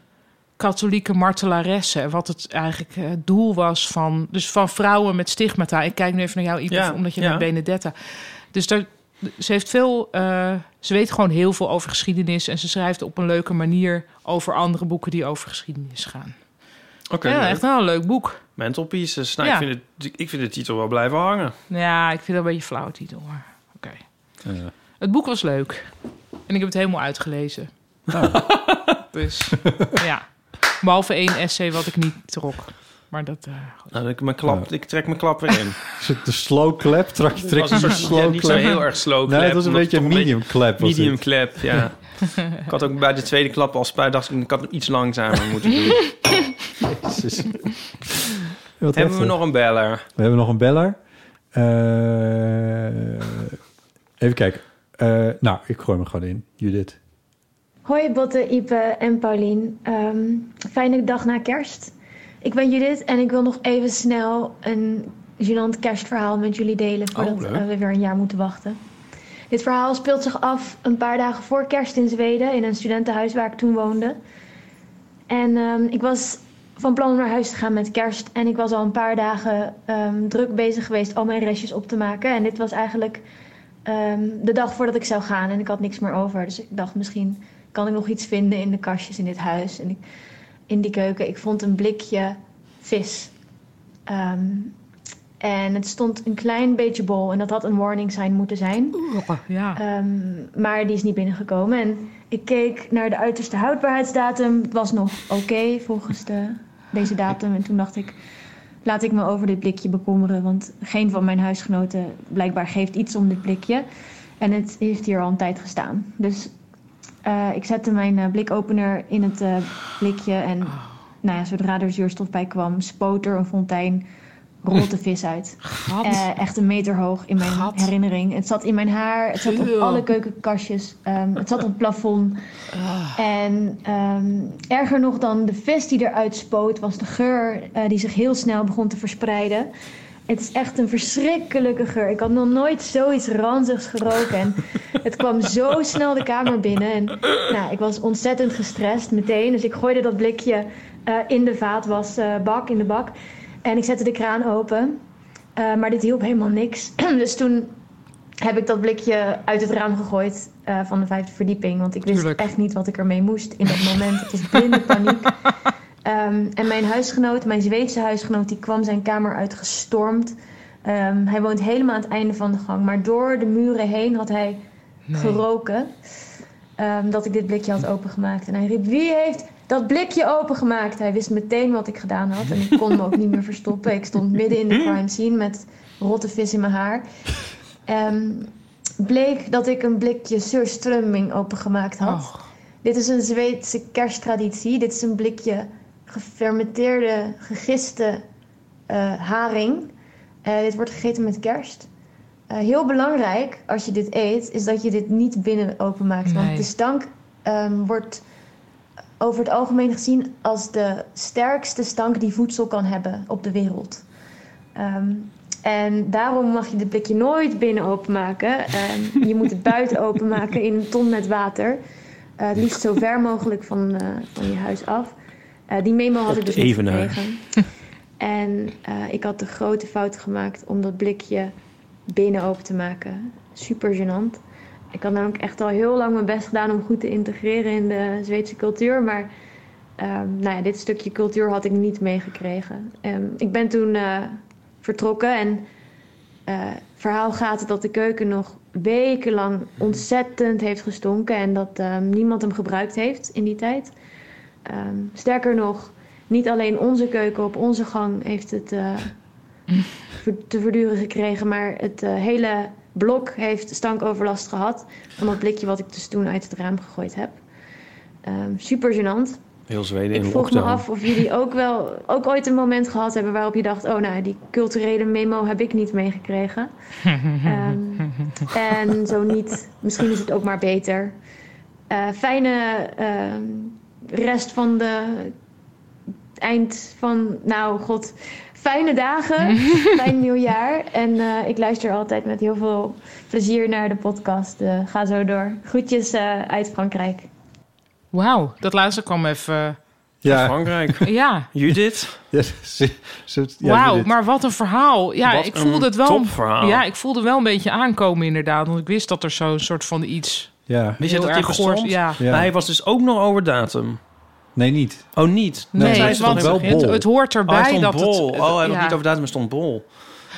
[SPEAKER 5] katholieke martelaressen. En wat het eigenlijk eh, het doel was van, dus van vrouwen met stigmata. Ik kijk nu even naar jou, Ipe,
[SPEAKER 4] Ja,
[SPEAKER 5] omdat je
[SPEAKER 4] ja.
[SPEAKER 5] naar Benedetta. Dus daar, ze heeft veel, eh, ze weet gewoon heel veel over geschiedenis. En ze schrijft op een leuke manier over andere boeken die over geschiedenis gaan.
[SPEAKER 4] Oké,
[SPEAKER 5] ja,
[SPEAKER 4] leuk.
[SPEAKER 5] echt wel een leuk boek.
[SPEAKER 4] Mental Pieces. Nou,
[SPEAKER 5] Ja.
[SPEAKER 4] ik, vind het, ik vind de titel wel blijven hangen.
[SPEAKER 5] Ja, ik vind dat een beetje flauw titel, maar oké.
[SPEAKER 3] Ja.
[SPEAKER 5] Het boek was leuk. En ik heb het helemaal uitgelezen.
[SPEAKER 3] Oh.
[SPEAKER 5] dus ja. Behalve één essay wat ik niet trok. Maar dat... eh, goed.
[SPEAKER 4] Nou, ik, mijn klap, ik trek mijn klap weer in.
[SPEAKER 3] Zit De slow clap, trak je trekt
[SPEAKER 4] was een
[SPEAKER 3] een
[SPEAKER 4] soort ja,
[SPEAKER 3] slow
[SPEAKER 4] niet zo
[SPEAKER 3] clap.
[SPEAKER 4] heel erg slow clap.
[SPEAKER 3] Nee, het was een
[SPEAKER 4] omdat
[SPEAKER 3] beetje een
[SPEAKER 4] toch
[SPEAKER 3] medium clap. Was
[SPEAKER 4] medium
[SPEAKER 3] het.
[SPEAKER 4] clap, ja. ik had ook bij de tweede klap al spijt. Dacht ik, ik had hem iets langzamer moeten doen.
[SPEAKER 3] Jezus. Wat
[SPEAKER 4] Hebben we
[SPEAKER 3] heftig.
[SPEAKER 4] nog een beller?
[SPEAKER 3] We hebben nog een beller. Eh, even kijken. Eh, nou, ik gooi hem gewoon in. Judith.
[SPEAKER 10] Hoi Botte, Ipe en Paulien. Ehm, fijne dag na kerst. Ik ben Judith en ik wil nog even snel een gênant kerstverhaal met jullie delen... voordat
[SPEAKER 4] leuk.
[SPEAKER 10] eh, we weer een jaar moeten wachten. Dit verhaal speelt zich af een paar dagen voor kerst in Zweden... in een studentenhuis waar ik toen woonde. En ehm, ik was van plan om naar huis te gaan met kerst... en ik was al een paar dagen ehm, druk bezig geweest al mijn restjes op te maken. En dit was eigenlijk ehm, de dag voordat ik zou gaan en ik had niks meer over. Dus ik dacht misschien kan ik nog iets vinden in de kastjes in dit huis en ik, in die keuken. Ik vond een blikje vis. Ehm, en het stond een klein beetje bol en dat had een warning sign moeten zijn.
[SPEAKER 5] ja.
[SPEAKER 10] Ehm, maar die is niet binnengekomen. En ik keek naar de uiterste houdbaarheidsdatum. Het was nog oké volgens de, deze datum. En toen dacht ik, laat ik me over dit blikje bekommeren. Want geen van mijn huisgenoten blijkbaar geeft iets om dit blikje. En het heeft hier al een tijd gestaan. Dus eh, ik zette mijn eh, blikopener in het eh, blikje. En
[SPEAKER 5] Oh.
[SPEAKER 10] nou ja, zodra er zuurstof bij kwam, spoot er een fontein, rolt de vis uit.
[SPEAKER 5] Gat.
[SPEAKER 10] Eh, echt een meter hoog in mijn
[SPEAKER 5] Gat.
[SPEAKER 10] herinnering. Het zat in mijn haar, het zat op
[SPEAKER 5] Eeuw.
[SPEAKER 10] alle keukenkastjes, ehm, het zat op het plafond. En ehm, erger nog dan de vis die eruit spoot, was de geur eh, die zich heel snel begon te verspreiden. Het is echt een verschrikkelijke geur. Ik had nog nooit zoiets ranzigs geroken. En het kwam zo snel de kamer binnen. En, nou, ik was ontzettend gestrest meteen. Dus ik gooide dat blikje eh, in de vaatwasbak, in de bak. En ik zette de kraan open. Eh, maar dit hielp helemaal niks. dus toen heb ik dat blikje uit het raam gegooid eh, van de vijfde verdieping. Want ik wist
[SPEAKER 5] Tuurlijk.
[SPEAKER 10] echt niet wat ik ermee moest in dat moment. Het was blinde paniek. Ehm, en mijn huisgenoot, mijn Zweedse huisgenoot, die kwam zijn kamer uit gestormd. Ehm, hij woont helemaal aan het einde van de gang. Maar door de muren heen had hij geroken ehm, dat ik dit blikje had opengemaakt. En hij riep, wie heeft dat blikje opengemaakt? Hij wist meteen wat ik gedaan had en ik kon me ook niet meer verstoppen. Ik stond midden in de crime scene met rotte vis in mijn haar. Ehm, bleek dat ik een blikje surströmming opengemaakt had.
[SPEAKER 5] Och.
[SPEAKER 10] Dit is een Zweedse kersttraditie. Dit is een blikje gefermenteerde, gegiste eh, haring. Eh, dit wordt gegeten met kerst. Eh, heel belangrijk als je dit eet, is dat je dit niet binnen openmaakt.
[SPEAKER 5] Nee.
[SPEAKER 10] Want de stank ehm, wordt over het algemeen gezien als de sterkste stank die voedsel kan hebben op de wereld. Ehm, en daarom mag je dit blikje nooit binnen openmaken. Ehm, je moet het buiten openmaken in een ton met water. Eh, het liefst zo ver mogelijk van, eh, van je huis af. Eh, die memo had ik dus niet
[SPEAKER 4] Evenaar.
[SPEAKER 10] gekregen. En eh, ik had de grote fout gemaakt om dat blikje binnen open te maken. Super gênant. Ik had namelijk echt al heel lang mijn best gedaan om goed te integreren in de Zweedse cultuur. Maar ehm, nou ja, dit stukje cultuur had ik niet meegekregen. Ehm, ik ben toen eh, vertrokken en eh, verhaal gaat dat de keuken nog wekenlang ontzettend heeft gestonken. En dat ehm, niemand hem gebruikt heeft in die tijd. Ehm, sterker nog, niet alleen onze keuken op onze gang heeft het eh, ver- te verduren gekregen, maar het eh, hele blok heeft stankoverlast gehad van dat blikje wat ik dus toen uit het raam gegooid heb. Ehm super gênant.
[SPEAKER 4] Heel Zweden
[SPEAKER 10] ik
[SPEAKER 4] in
[SPEAKER 10] vroeg me
[SPEAKER 4] lockdown.
[SPEAKER 10] af of jullie ook wel ook ooit een moment gehad hebben waarop je dacht: oh, nou, die culturele memo heb ik niet meegekregen. Ehm, en zo niet, misschien is het ook maar beter. Eh, fijne ehm, rest van de eind van, nou god, fijne dagen, fijn nieuwjaar. En eh, ik luister altijd met heel veel plezier naar de podcast. Eh, ga zo door. Groetjes eh, uit Frankrijk.
[SPEAKER 5] Wauw, dat laatste kwam even...
[SPEAKER 3] Ja.
[SPEAKER 4] Frankrijk.
[SPEAKER 5] Ja.
[SPEAKER 4] Judith.
[SPEAKER 3] Ja, ze- ze- ja,
[SPEAKER 5] Wauw,
[SPEAKER 3] Judith.
[SPEAKER 5] maar wat een verhaal. Ja,
[SPEAKER 3] Wat
[SPEAKER 5] ik
[SPEAKER 3] een
[SPEAKER 5] voelde het wel.
[SPEAKER 3] topverhaal.
[SPEAKER 5] Ja, ik voelde wel een beetje aankomen inderdaad. Want ik wist dat er zo'n soort van iets.
[SPEAKER 3] Ja.
[SPEAKER 5] Wist je dat die bestond? Ja.
[SPEAKER 4] Maar hij was dus ook nog over datum.
[SPEAKER 3] Nee, niet.
[SPEAKER 4] Oh, niet?
[SPEAKER 5] Nee,
[SPEAKER 4] Want hij
[SPEAKER 5] want
[SPEAKER 4] stond
[SPEAKER 5] het- het- het hoort erbij
[SPEAKER 4] oh, hij stond
[SPEAKER 5] dat het-
[SPEAKER 4] bol.
[SPEAKER 5] het-
[SPEAKER 4] Oh, hij was
[SPEAKER 5] ja.
[SPEAKER 4] niet over datum, maar stond bol.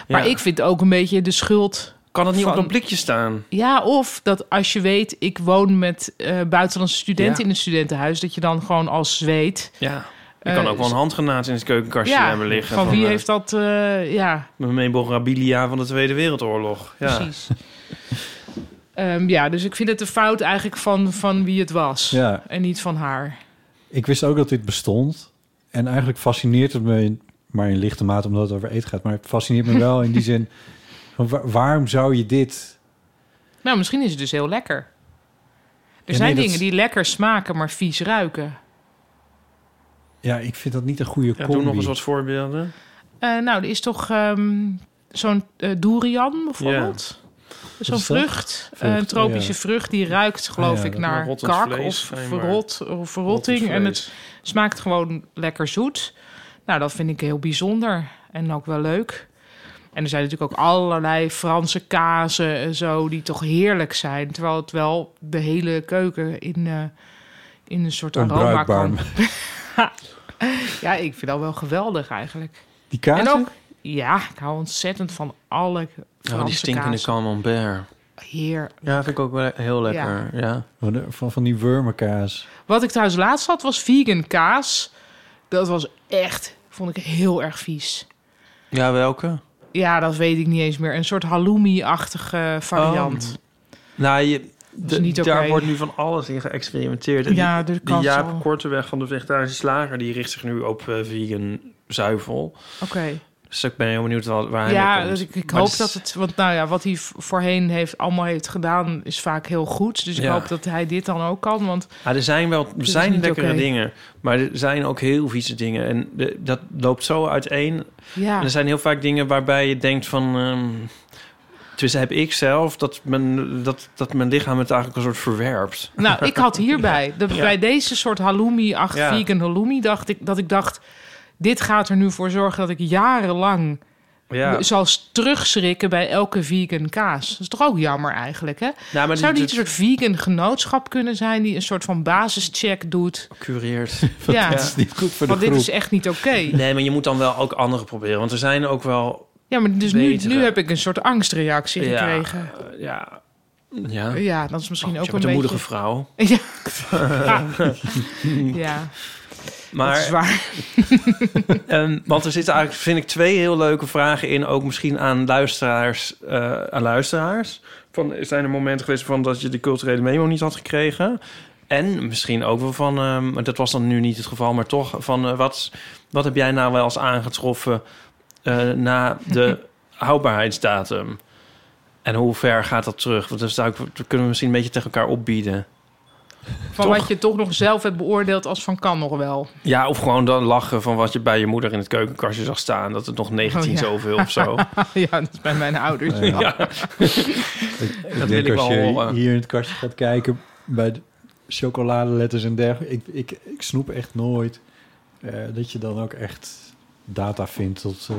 [SPEAKER 5] Maar
[SPEAKER 4] Ja.
[SPEAKER 5] ik vind ook een beetje de schuld.
[SPEAKER 4] Kan het niet op
[SPEAKER 5] van-
[SPEAKER 4] een blikje staan?
[SPEAKER 5] Ja, of dat als je weet, ik woon met eh, buitenlandse studenten
[SPEAKER 4] Ja.
[SPEAKER 5] in een studentenhuis, dat je dan gewoon als zweet.
[SPEAKER 4] Ja. Je
[SPEAKER 5] Eh,
[SPEAKER 4] kan ook wel een handgranaat in het keukenkastje
[SPEAKER 5] ja,
[SPEAKER 4] hebben liggen.
[SPEAKER 5] Van, wie
[SPEAKER 4] eh,
[SPEAKER 5] heeft dat? eh, ja,
[SPEAKER 4] memorabilia van de Tweede Wereldoorlog. Ja.
[SPEAKER 5] Precies. Ehm, ja, dus ik vind het een fout eigenlijk van, van wie het was.
[SPEAKER 3] Ja.
[SPEAKER 5] En niet van haar.
[SPEAKER 3] Ik wist ook dat dit bestond. En eigenlijk fascineert het me, in- maar in lichte mate omdat het over eten gaat. Maar het fascineert me wel in die zin, van wa- waarom zou je dit...
[SPEAKER 5] Nou, misschien is het dus heel lekker. Er
[SPEAKER 3] nee,
[SPEAKER 5] zijn
[SPEAKER 3] dat-
[SPEAKER 5] dingen die lekker smaken, maar vies ruiken.
[SPEAKER 3] Ja, ik vind dat niet een goede
[SPEAKER 4] Ja,
[SPEAKER 3] combi.
[SPEAKER 4] doe nog eens wat voorbeelden.
[SPEAKER 5] Eh, nou, er is toch ehm, zo'n eh, durian bijvoorbeeld?
[SPEAKER 4] is
[SPEAKER 5] Zo'n
[SPEAKER 4] dat?
[SPEAKER 5] vrucht, eh,
[SPEAKER 4] Vrucht, oh
[SPEAKER 5] een tropische
[SPEAKER 4] ja.
[SPEAKER 5] vrucht, die ruikt geloof
[SPEAKER 4] Ah ja,
[SPEAKER 5] ik
[SPEAKER 4] dat-
[SPEAKER 5] naar
[SPEAKER 4] maar rottend
[SPEAKER 5] kak
[SPEAKER 4] vlees,
[SPEAKER 5] of
[SPEAKER 4] schijnbaar.
[SPEAKER 5] verrot, of verrotting.
[SPEAKER 4] Rottend
[SPEAKER 5] En
[SPEAKER 4] vlees.
[SPEAKER 5] het smaakt gewoon lekker zoet. Nou, dat vind ik heel bijzonder en ook wel leuk. En er zijn natuurlijk ook allerlei Franse kazen en zo, die toch heerlijk zijn. Terwijl het wel de hele keuken in, eh, in een soort aroma
[SPEAKER 3] Onbruikbaar.
[SPEAKER 5] kan. ja, ik vind dat wel geweldig eigenlijk.
[SPEAKER 3] Die kaas?
[SPEAKER 5] En ook, ja, ik hou ontzettend van alle Franse
[SPEAKER 4] Oh, die stinkende
[SPEAKER 5] kaas.
[SPEAKER 4] camembert.
[SPEAKER 5] Heer.
[SPEAKER 4] Ja, vind ik ook wel heel lekker. Ja.
[SPEAKER 3] Van, de- van, van die wormenkaas.
[SPEAKER 5] Wat ik trouwens laatst had, was vegan kaas. Dat was echt, vond ik heel erg vies.
[SPEAKER 4] Ja, welke?
[SPEAKER 5] Ja, dat weet ik niet eens meer. Een soort halloumi-achtige variant.
[SPEAKER 4] Nou, je, de-
[SPEAKER 5] niet oké.
[SPEAKER 4] daar wordt nu van alles in geëxperimenteerd. En
[SPEAKER 5] Ja,
[SPEAKER 4] die,
[SPEAKER 5] de
[SPEAKER 4] die
[SPEAKER 5] kans
[SPEAKER 4] Jaap
[SPEAKER 5] al.
[SPEAKER 4] Korteweg van de Vegetarische Slager... die richt zich nu op eh, vegan zuivel.
[SPEAKER 5] Oké.
[SPEAKER 4] Dus ik ben heel benieuwd wat, waar hij mee
[SPEAKER 5] Ja,
[SPEAKER 4] komt.
[SPEAKER 5] dus ik, ik
[SPEAKER 4] Maar
[SPEAKER 5] hoop
[SPEAKER 4] is-
[SPEAKER 5] dat het... Want nou ja, wat hij v- voorheen heeft, allemaal heeft gedaan... is vaak heel goed. Dus ik
[SPEAKER 4] Ja.
[SPEAKER 5] hoop dat hij dit dan ook kan. Want
[SPEAKER 4] Ja, Ah, er zijn wel er
[SPEAKER 5] is
[SPEAKER 4] zijn
[SPEAKER 5] niet
[SPEAKER 4] lekkere
[SPEAKER 5] oké.
[SPEAKER 4] dingen, maar er zijn ook heel vieze dingen. En de- dat loopt zo uiteen.
[SPEAKER 5] Ja.
[SPEAKER 4] En er zijn heel vaak dingen waarbij je denkt van... ehm tussen heb ik zelf dat mijn, dat, dat mijn lichaam het eigenlijk een soort verwerpt.
[SPEAKER 5] Nou, ik had hierbij, de-
[SPEAKER 4] Ja.
[SPEAKER 5] bij deze soort halloumi, ach,
[SPEAKER 4] Ja.
[SPEAKER 5] vegan halloumi, dacht ik dat ik dacht: dit gaat er nu voor zorgen dat ik jarenlang
[SPEAKER 4] Ja.
[SPEAKER 5] Ehm, zal s- terugschrikken bij elke vegan kaas. Dat is toch ook jammer eigenlijk, hè?
[SPEAKER 4] Nou, maar
[SPEAKER 5] Zou
[SPEAKER 4] dit-
[SPEAKER 5] niet een soort vegan genootschap kunnen zijn die een soort van basischeck doet?
[SPEAKER 4] Cureert.
[SPEAKER 5] Ja. Dat is niet goed voor de
[SPEAKER 4] Want
[SPEAKER 5] Want dit groep. is echt niet oké.
[SPEAKER 4] Nee, maar je moet dan wel ook andere proberen. Want er zijn ook wel...
[SPEAKER 5] Ja, maar dus nu,
[SPEAKER 4] Betere.
[SPEAKER 5] nu heb ik een soort angstreactie
[SPEAKER 4] Ja,
[SPEAKER 5] gekregen.
[SPEAKER 4] eh, Ja. Ja.
[SPEAKER 5] Ja, dat is misschien ook
[SPEAKER 4] je
[SPEAKER 5] een
[SPEAKER 4] bent een
[SPEAKER 5] beetje...
[SPEAKER 4] moedige vrouw.
[SPEAKER 5] Ja. ja.
[SPEAKER 4] Maar,
[SPEAKER 5] Dat is waar.
[SPEAKER 4] Ehm, want er zitten eigenlijk, vind ik, twee heel leuke vragen in. Ook misschien aan luisteraars. eh, aan luisteraars. Van, zijn er momenten geweest van dat je de culturele memo niet had gekregen? En misschien ook wel van, ehm, maar dat was dan nu niet het geval, maar toch van eh, wat, wat heb jij nou wel eens aangetroffen eh, na de houdbaarheidsdatum? En hoe ver gaat dat terug? Want dan zou ik, dat kunnen we misschien een beetje tegen elkaar opbieden.
[SPEAKER 5] Van wat je toch nog zelf hebt beoordeeld als van kan nog wel.
[SPEAKER 4] Ja, of gewoon dan lachen van wat je bij je moeder in het keukenkastje zag staan. Dat het nog 19
[SPEAKER 5] Oh, ja.
[SPEAKER 4] zoveel of zo.
[SPEAKER 5] ja, dat is bij mijn ouders.
[SPEAKER 3] Ja.
[SPEAKER 5] Ja.
[SPEAKER 3] Ik denk
[SPEAKER 4] Dat wil ik
[SPEAKER 3] als
[SPEAKER 4] wel
[SPEAKER 3] je
[SPEAKER 4] horen.
[SPEAKER 3] hier in het kastje gaat kijken bij de chocoladeletters en dergelijke. Ik, ik, ik snoep echt nooit eh, dat je dan ook echt data vindt tot... eh,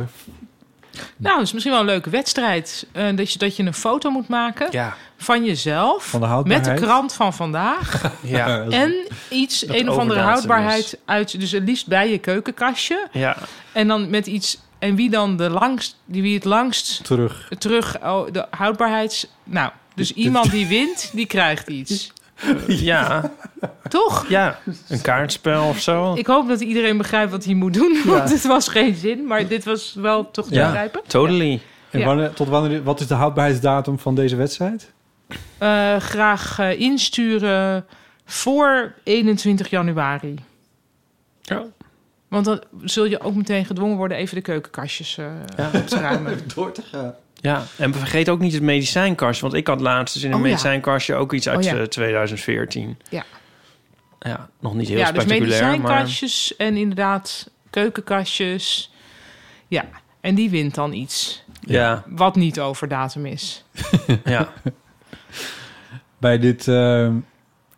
[SPEAKER 5] Nou, dat is misschien wel een leuke wedstrijd. Eh, dat, je, dat je een foto moet maken
[SPEAKER 4] Ja.
[SPEAKER 5] van jezelf.
[SPEAKER 3] Van de
[SPEAKER 5] met
[SPEAKER 3] houdbaarheid.
[SPEAKER 5] de krant van vandaag.
[SPEAKER 4] Ja.
[SPEAKER 5] En iets,
[SPEAKER 4] Dat
[SPEAKER 5] een of andere
[SPEAKER 4] overdatum
[SPEAKER 5] houdbaarheid
[SPEAKER 4] is.
[SPEAKER 5] uit. Dus het liefst bij je keukenkastje.
[SPEAKER 4] Ja.
[SPEAKER 5] En dan met iets. En wie dan de langst, die wie het langst
[SPEAKER 3] Terug.
[SPEAKER 5] terug oh, de houdbaarheids. Nou, dus iemand die wint, die krijgt iets.
[SPEAKER 4] Ja.
[SPEAKER 5] Toch?
[SPEAKER 4] Ja, een kaartspel of zo.
[SPEAKER 5] Ik hoop dat iedereen begrijpt wat hij moet doen, want het was geen zin, maar dit was wel toch te begrijpen.
[SPEAKER 4] totally.
[SPEAKER 3] En
[SPEAKER 5] Ja.
[SPEAKER 3] wanneer, tot wanneer, wat is de houdbaarheidsdatum van deze wedstrijd?
[SPEAKER 5] Eh, graag eh, insturen voor 21 januari.
[SPEAKER 4] Ja.
[SPEAKER 5] Want dan zul je ook meteen gedwongen worden even de keukenkastjes eh op te ruimen.
[SPEAKER 11] Door te gaan.
[SPEAKER 4] Ja, en vergeet ook niet het medicijnkastje. Want ik had laatst dus in een
[SPEAKER 5] Oh, ja.
[SPEAKER 4] medicijnkastje ook iets uit
[SPEAKER 5] Oh, ja.
[SPEAKER 4] eh, 2014.
[SPEAKER 5] Ja.
[SPEAKER 4] Ja, nog niet heel
[SPEAKER 5] ja, dus
[SPEAKER 4] spectaculair, maar...
[SPEAKER 5] medicijnkastjes en inderdaad keukenkastjes. Ja, en die wint dan iets.
[SPEAKER 4] Ja.
[SPEAKER 5] Wat niet over datum is.
[SPEAKER 4] ja.
[SPEAKER 3] Bij dit, eh,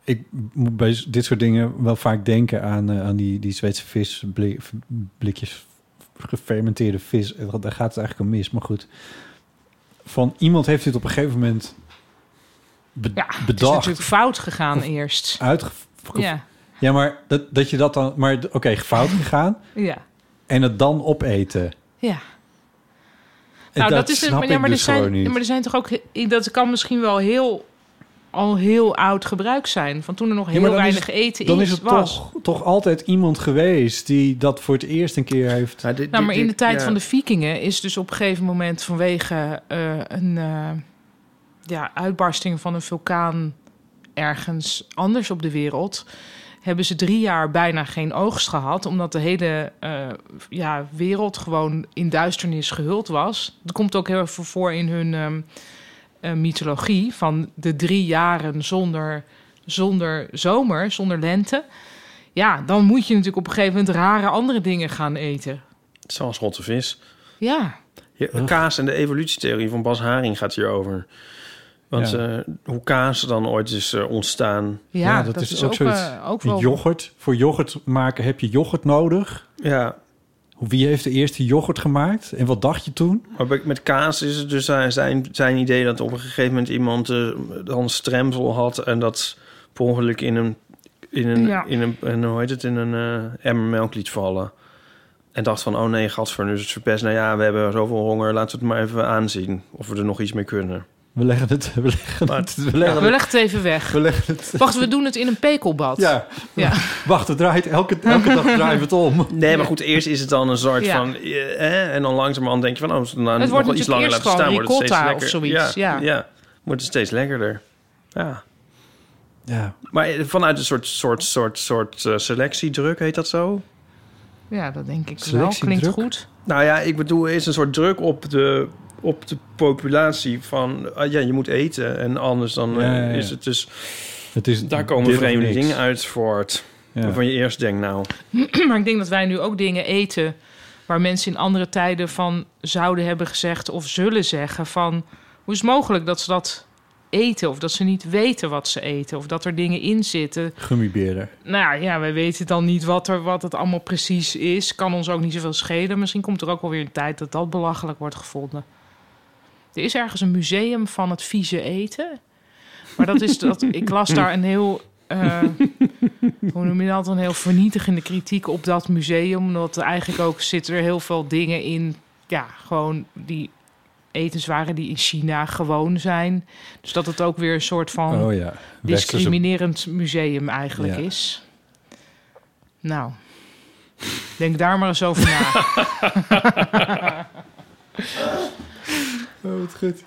[SPEAKER 3] ik moet bij dit soort dingen wel vaak denken aan, eh, aan die, die Zweedse vis, bli- blikjes gefermenteerde vis. Eh, Daar gaat het eigenlijk om mis, maar goed. Van iemand heeft dit op een gegeven moment be-
[SPEAKER 5] Het is
[SPEAKER 3] bedacht.
[SPEAKER 5] natuurlijk fout gegaan eerst.
[SPEAKER 3] Uitge-
[SPEAKER 5] Ja.
[SPEAKER 3] ja, maar dat, dat je dat dan... Maar d- oké, fout gegaan
[SPEAKER 5] Ja.
[SPEAKER 3] en het dan opeten.
[SPEAKER 5] Ja.
[SPEAKER 3] En
[SPEAKER 5] Nou, dat,
[SPEAKER 3] dat
[SPEAKER 5] is
[SPEAKER 3] snap
[SPEAKER 5] maar, ja,
[SPEAKER 3] ik
[SPEAKER 5] maar
[SPEAKER 3] dus
[SPEAKER 5] er zijn,
[SPEAKER 3] gewoon niet.
[SPEAKER 5] maar er zijn toch ook dat kan misschien wel heel al heel oud gebruik zijn van toen er nog
[SPEAKER 3] Ja,
[SPEAKER 5] heel
[SPEAKER 3] maar dan is
[SPEAKER 5] weinig
[SPEAKER 3] het-
[SPEAKER 5] eten
[SPEAKER 3] Dan
[SPEAKER 5] iets
[SPEAKER 3] is het
[SPEAKER 5] was.
[SPEAKER 3] toch, toch altijd iemand geweest die dat voor het eerst een keer heeft...
[SPEAKER 5] nou, maar in de tijd van de Vikingen is dus op een gegeven moment vanwege eh, een eh, ja, uitbarsting van een vulkaan ergens anders op de wereld hebben ze drie jaar bijna geen oogst gehad, omdat de hele eh, ja, wereld gewoon in duisternis gehuld was. Dat komt ook heel erg voor in hun ehm, eh, mythologie van de drie jaren zonder, zonder zomer, zonder lente. Ja, dan moet je natuurlijk op een gegeven moment rare andere dingen gaan eten.
[SPEAKER 4] Zoals rotte vis.
[SPEAKER 5] Ja,
[SPEAKER 4] Ja, kaas en de evolutietheorie van Bas Haring gaat hierover. Want
[SPEAKER 3] Ja.
[SPEAKER 4] eh, hoe kaas dan ooit is eh, ontstaan.
[SPEAKER 5] Ja, Ja, dat dat is is ook ook, zoiets. eh, ook wel-
[SPEAKER 3] Yoghurt. Voor yoghurt maken heb je yoghurt nodig.
[SPEAKER 4] Ja.
[SPEAKER 3] Wie heeft de eerste yoghurt gemaakt? En wat dacht je toen?
[SPEAKER 4] Maar bij- met kaas is het dus zijn- zijn, zijn idee dat op een gegeven moment iemand eh, dan stremsel had en dat per ongeluk in een, in een,
[SPEAKER 5] Ja.
[SPEAKER 4] in een, en hoe heet het, in een eh, emmer melk liet vallen. En dacht van, oh nee, gadver, nu is het verpest. Nou ja, we hebben zoveel honger, laten we het maar even aanzien of we er nog iets mee kunnen.
[SPEAKER 3] We leggen het, we leggen het, we leggen
[SPEAKER 5] we leggen het even weg.
[SPEAKER 3] We leggen het.
[SPEAKER 5] Wacht, we doen het in een pekelbad.
[SPEAKER 3] Ja.
[SPEAKER 5] ja.
[SPEAKER 3] Wacht, het draait elke, elke dag draaien we het om.
[SPEAKER 4] Nee, maar goed, eerst is het dan een soort
[SPEAKER 5] Ja.
[SPEAKER 4] van... eh, hè, en dan langzamerhand denk je van... Oh, als we het nou
[SPEAKER 5] Het
[SPEAKER 4] nog
[SPEAKER 5] wordt
[SPEAKER 4] wel iets
[SPEAKER 5] natuurlijk eerst
[SPEAKER 4] langer laten staan,
[SPEAKER 5] gewoon
[SPEAKER 4] wordt het steeds
[SPEAKER 5] ricotta
[SPEAKER 4] lekker.
[SPEAKER 5] of zoiets,
[SPEAKER 4] ja,
[SPEAKER 5] ja.
[SPEAKER 4] wordt het steeds lekkerder. Ja.
[SPEAKER 3] Ja.
[SPEAKER 4] Maar eh, vanuit een soort, soort, soort, soort eh, selectiedruk, heet dat zo?
[SPEAKER 5] Ja, dat denk ik wel.
[SPEAKER 4] Selectiedruk?
[SPEAKER 5] Klinkt goed.
[SPEAKER 4] Nou ja, ik bedoel, er is een soort druk op de, op de populatie van... ah ja, je moet eten en anders dan eh,
[SPEAKER 3] Ja, ja, ja.
[SPEAKER 4] is het dus...
[SPEAKER 3] Het is
[SPEAKER 4] daar
[SPEAKER 3] dit
[SPEAKER 4] komen
[SPEAKER 3] of
[SPEAKER 4] vreemde
[SPEAKER 3] niks.
[SPEAKER 4] dingen uit voort.
[SPEAKER 3] Ja.
[SPEAKER 4] Waarvan je eerst denkt, nou...
[SPEAKER 5] maar ik denk dat wij nu ook dingen eten waar mensen in andere tijden van zouden hebben gezegd of zullen zeggen van hoe is het mogelijk dat ze dat eten of dat ze niet weten wat ze eten of dat er dingen in zitten.
[SPEAKER 3] Gummiberen.
[SPEAKER 5] Nou ja, wij weten dan niet wat, er, wat het allemaal precies is. Kan ons ook niet zoveel schelen. Misschien komt er ook wel weer een tijd dat dat belachelijk wordt gevonden. Er is ergens een museum van het vieze eten. Maar dat is dat. Ik las daar een heel. eh, hoe noem je dat? Een heel vernietigende kritiek op dat museum. Omdat er eigenlijk ook zitten er heel veel dingen in. Ja, gewoon die etenswaren die in China gewoon zijn. Dus dat het ook weer een soort van
[SPEAKER 3] Oh ja, westerse-
[SPEAKER 5] discriminerend museum eigenlijk
[SPEAKER 3] Ja.
[SPEAKER 5] is. Nou, denk daar maar eens over na.
[SPEAKER 3] Oh, wat goed.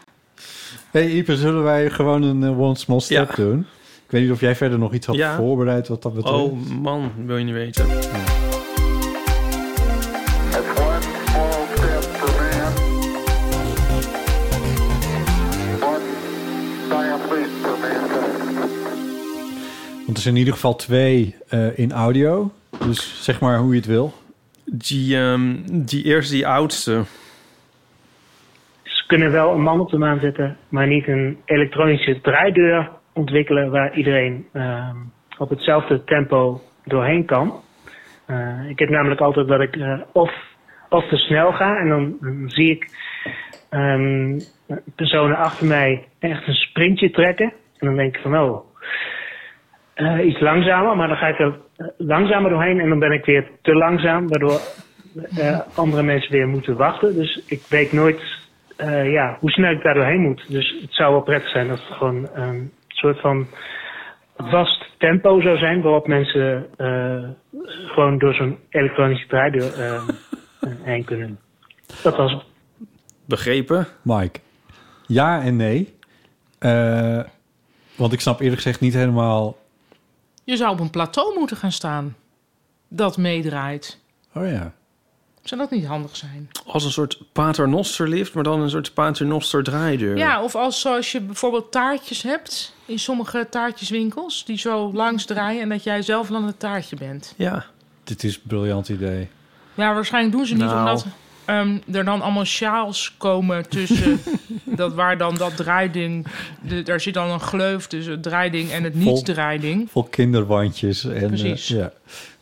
[SPEAKER 3] hey, Ieper, zullen wij gewoon een eh, one small step doen? Ik weet niet of jij verder nog iets had
[SPEAKER 4] Ja.
[SPEAKER 3] voorbereid wat dat betreft.
[SPEAKER 4] Oh man, wil je niet weten.
[SPEAKER 3] Want er zijn in ieder geval twee eh, in audio. Dus zeg maar hoe je het wil.
[SPEAKER 4] Die, ehm, die eerste, die oudste.
[SPEAKER 12] Ze kunnen wel een man op de maan zetten, maar niet een elektronische draaideur ontwikkelen waar iedereen ehm, op hetzelfde tempo doorheen kan. Eh, ik heb namelijk altijd dat ik eh, of, of te snel ga en dan, dan zie ik ehm, personen achter mij echt een sprintje trekken. En dan denk ik van oh, eh, iets langzamer, maar dan ga ik er eh, langzamer doorheen en dan ben ik weer te langzaam, waardoor eh, andere mensen weer moeten wachten. Dus ik weet nooit eh, ja, hoe snel ik daar doorheen moet. Dus het zou wel prettig zijn als het gewoon eh, een soort van vast tempo zou zijn waarop mensen eh, gewoon door zo'n elektronische draaideur eh, heen kunnen. Dat was het.
[SPEAKER 4] Begrepen?
[SPEAKER 3] Mike, ja en nee. Eh, want ik snap eerlijk gezegd niet helemaal...
[SPEAKER 5] Je zou op een plateau moeten gaan staan. dat meedraait.
[SPEAKER 3] Oh ja.
[SPEAKER 5] Zou dat niet handig zijn?
[SPEAKER 4] Als een soort paternosterlift, maar dan een soort paternoster draaideur.
[SPEAKER 5] Ja, of als zoals je bijvoorbeeld taartjes hebt in sommige taartjeswinkels die zo langs draaien en dat jij zelf dan het taartje bent.
[SPEAKER 4] Ja.
[SPEAKER 3] Dit is een briljant idee.
[SPEAKER 5] Ja, waarschijnlijk doen ze niet
[SPEAKER 3] Nou.
[SPEAKER 5] omdat ehm, er dan allemaal sjaals komen tussen dat waar dan dat draaiding, de, daar zit dan een gleuf tussen het draaiding en het
[SPEAKER 3] Vol-
[SPEAKER 5] niet-draaiding.
[SPEAKER 3] Vol kinderwandjes. En, eh,
[SPEAKER 5] Precies.
[SPEAKER 3] ja.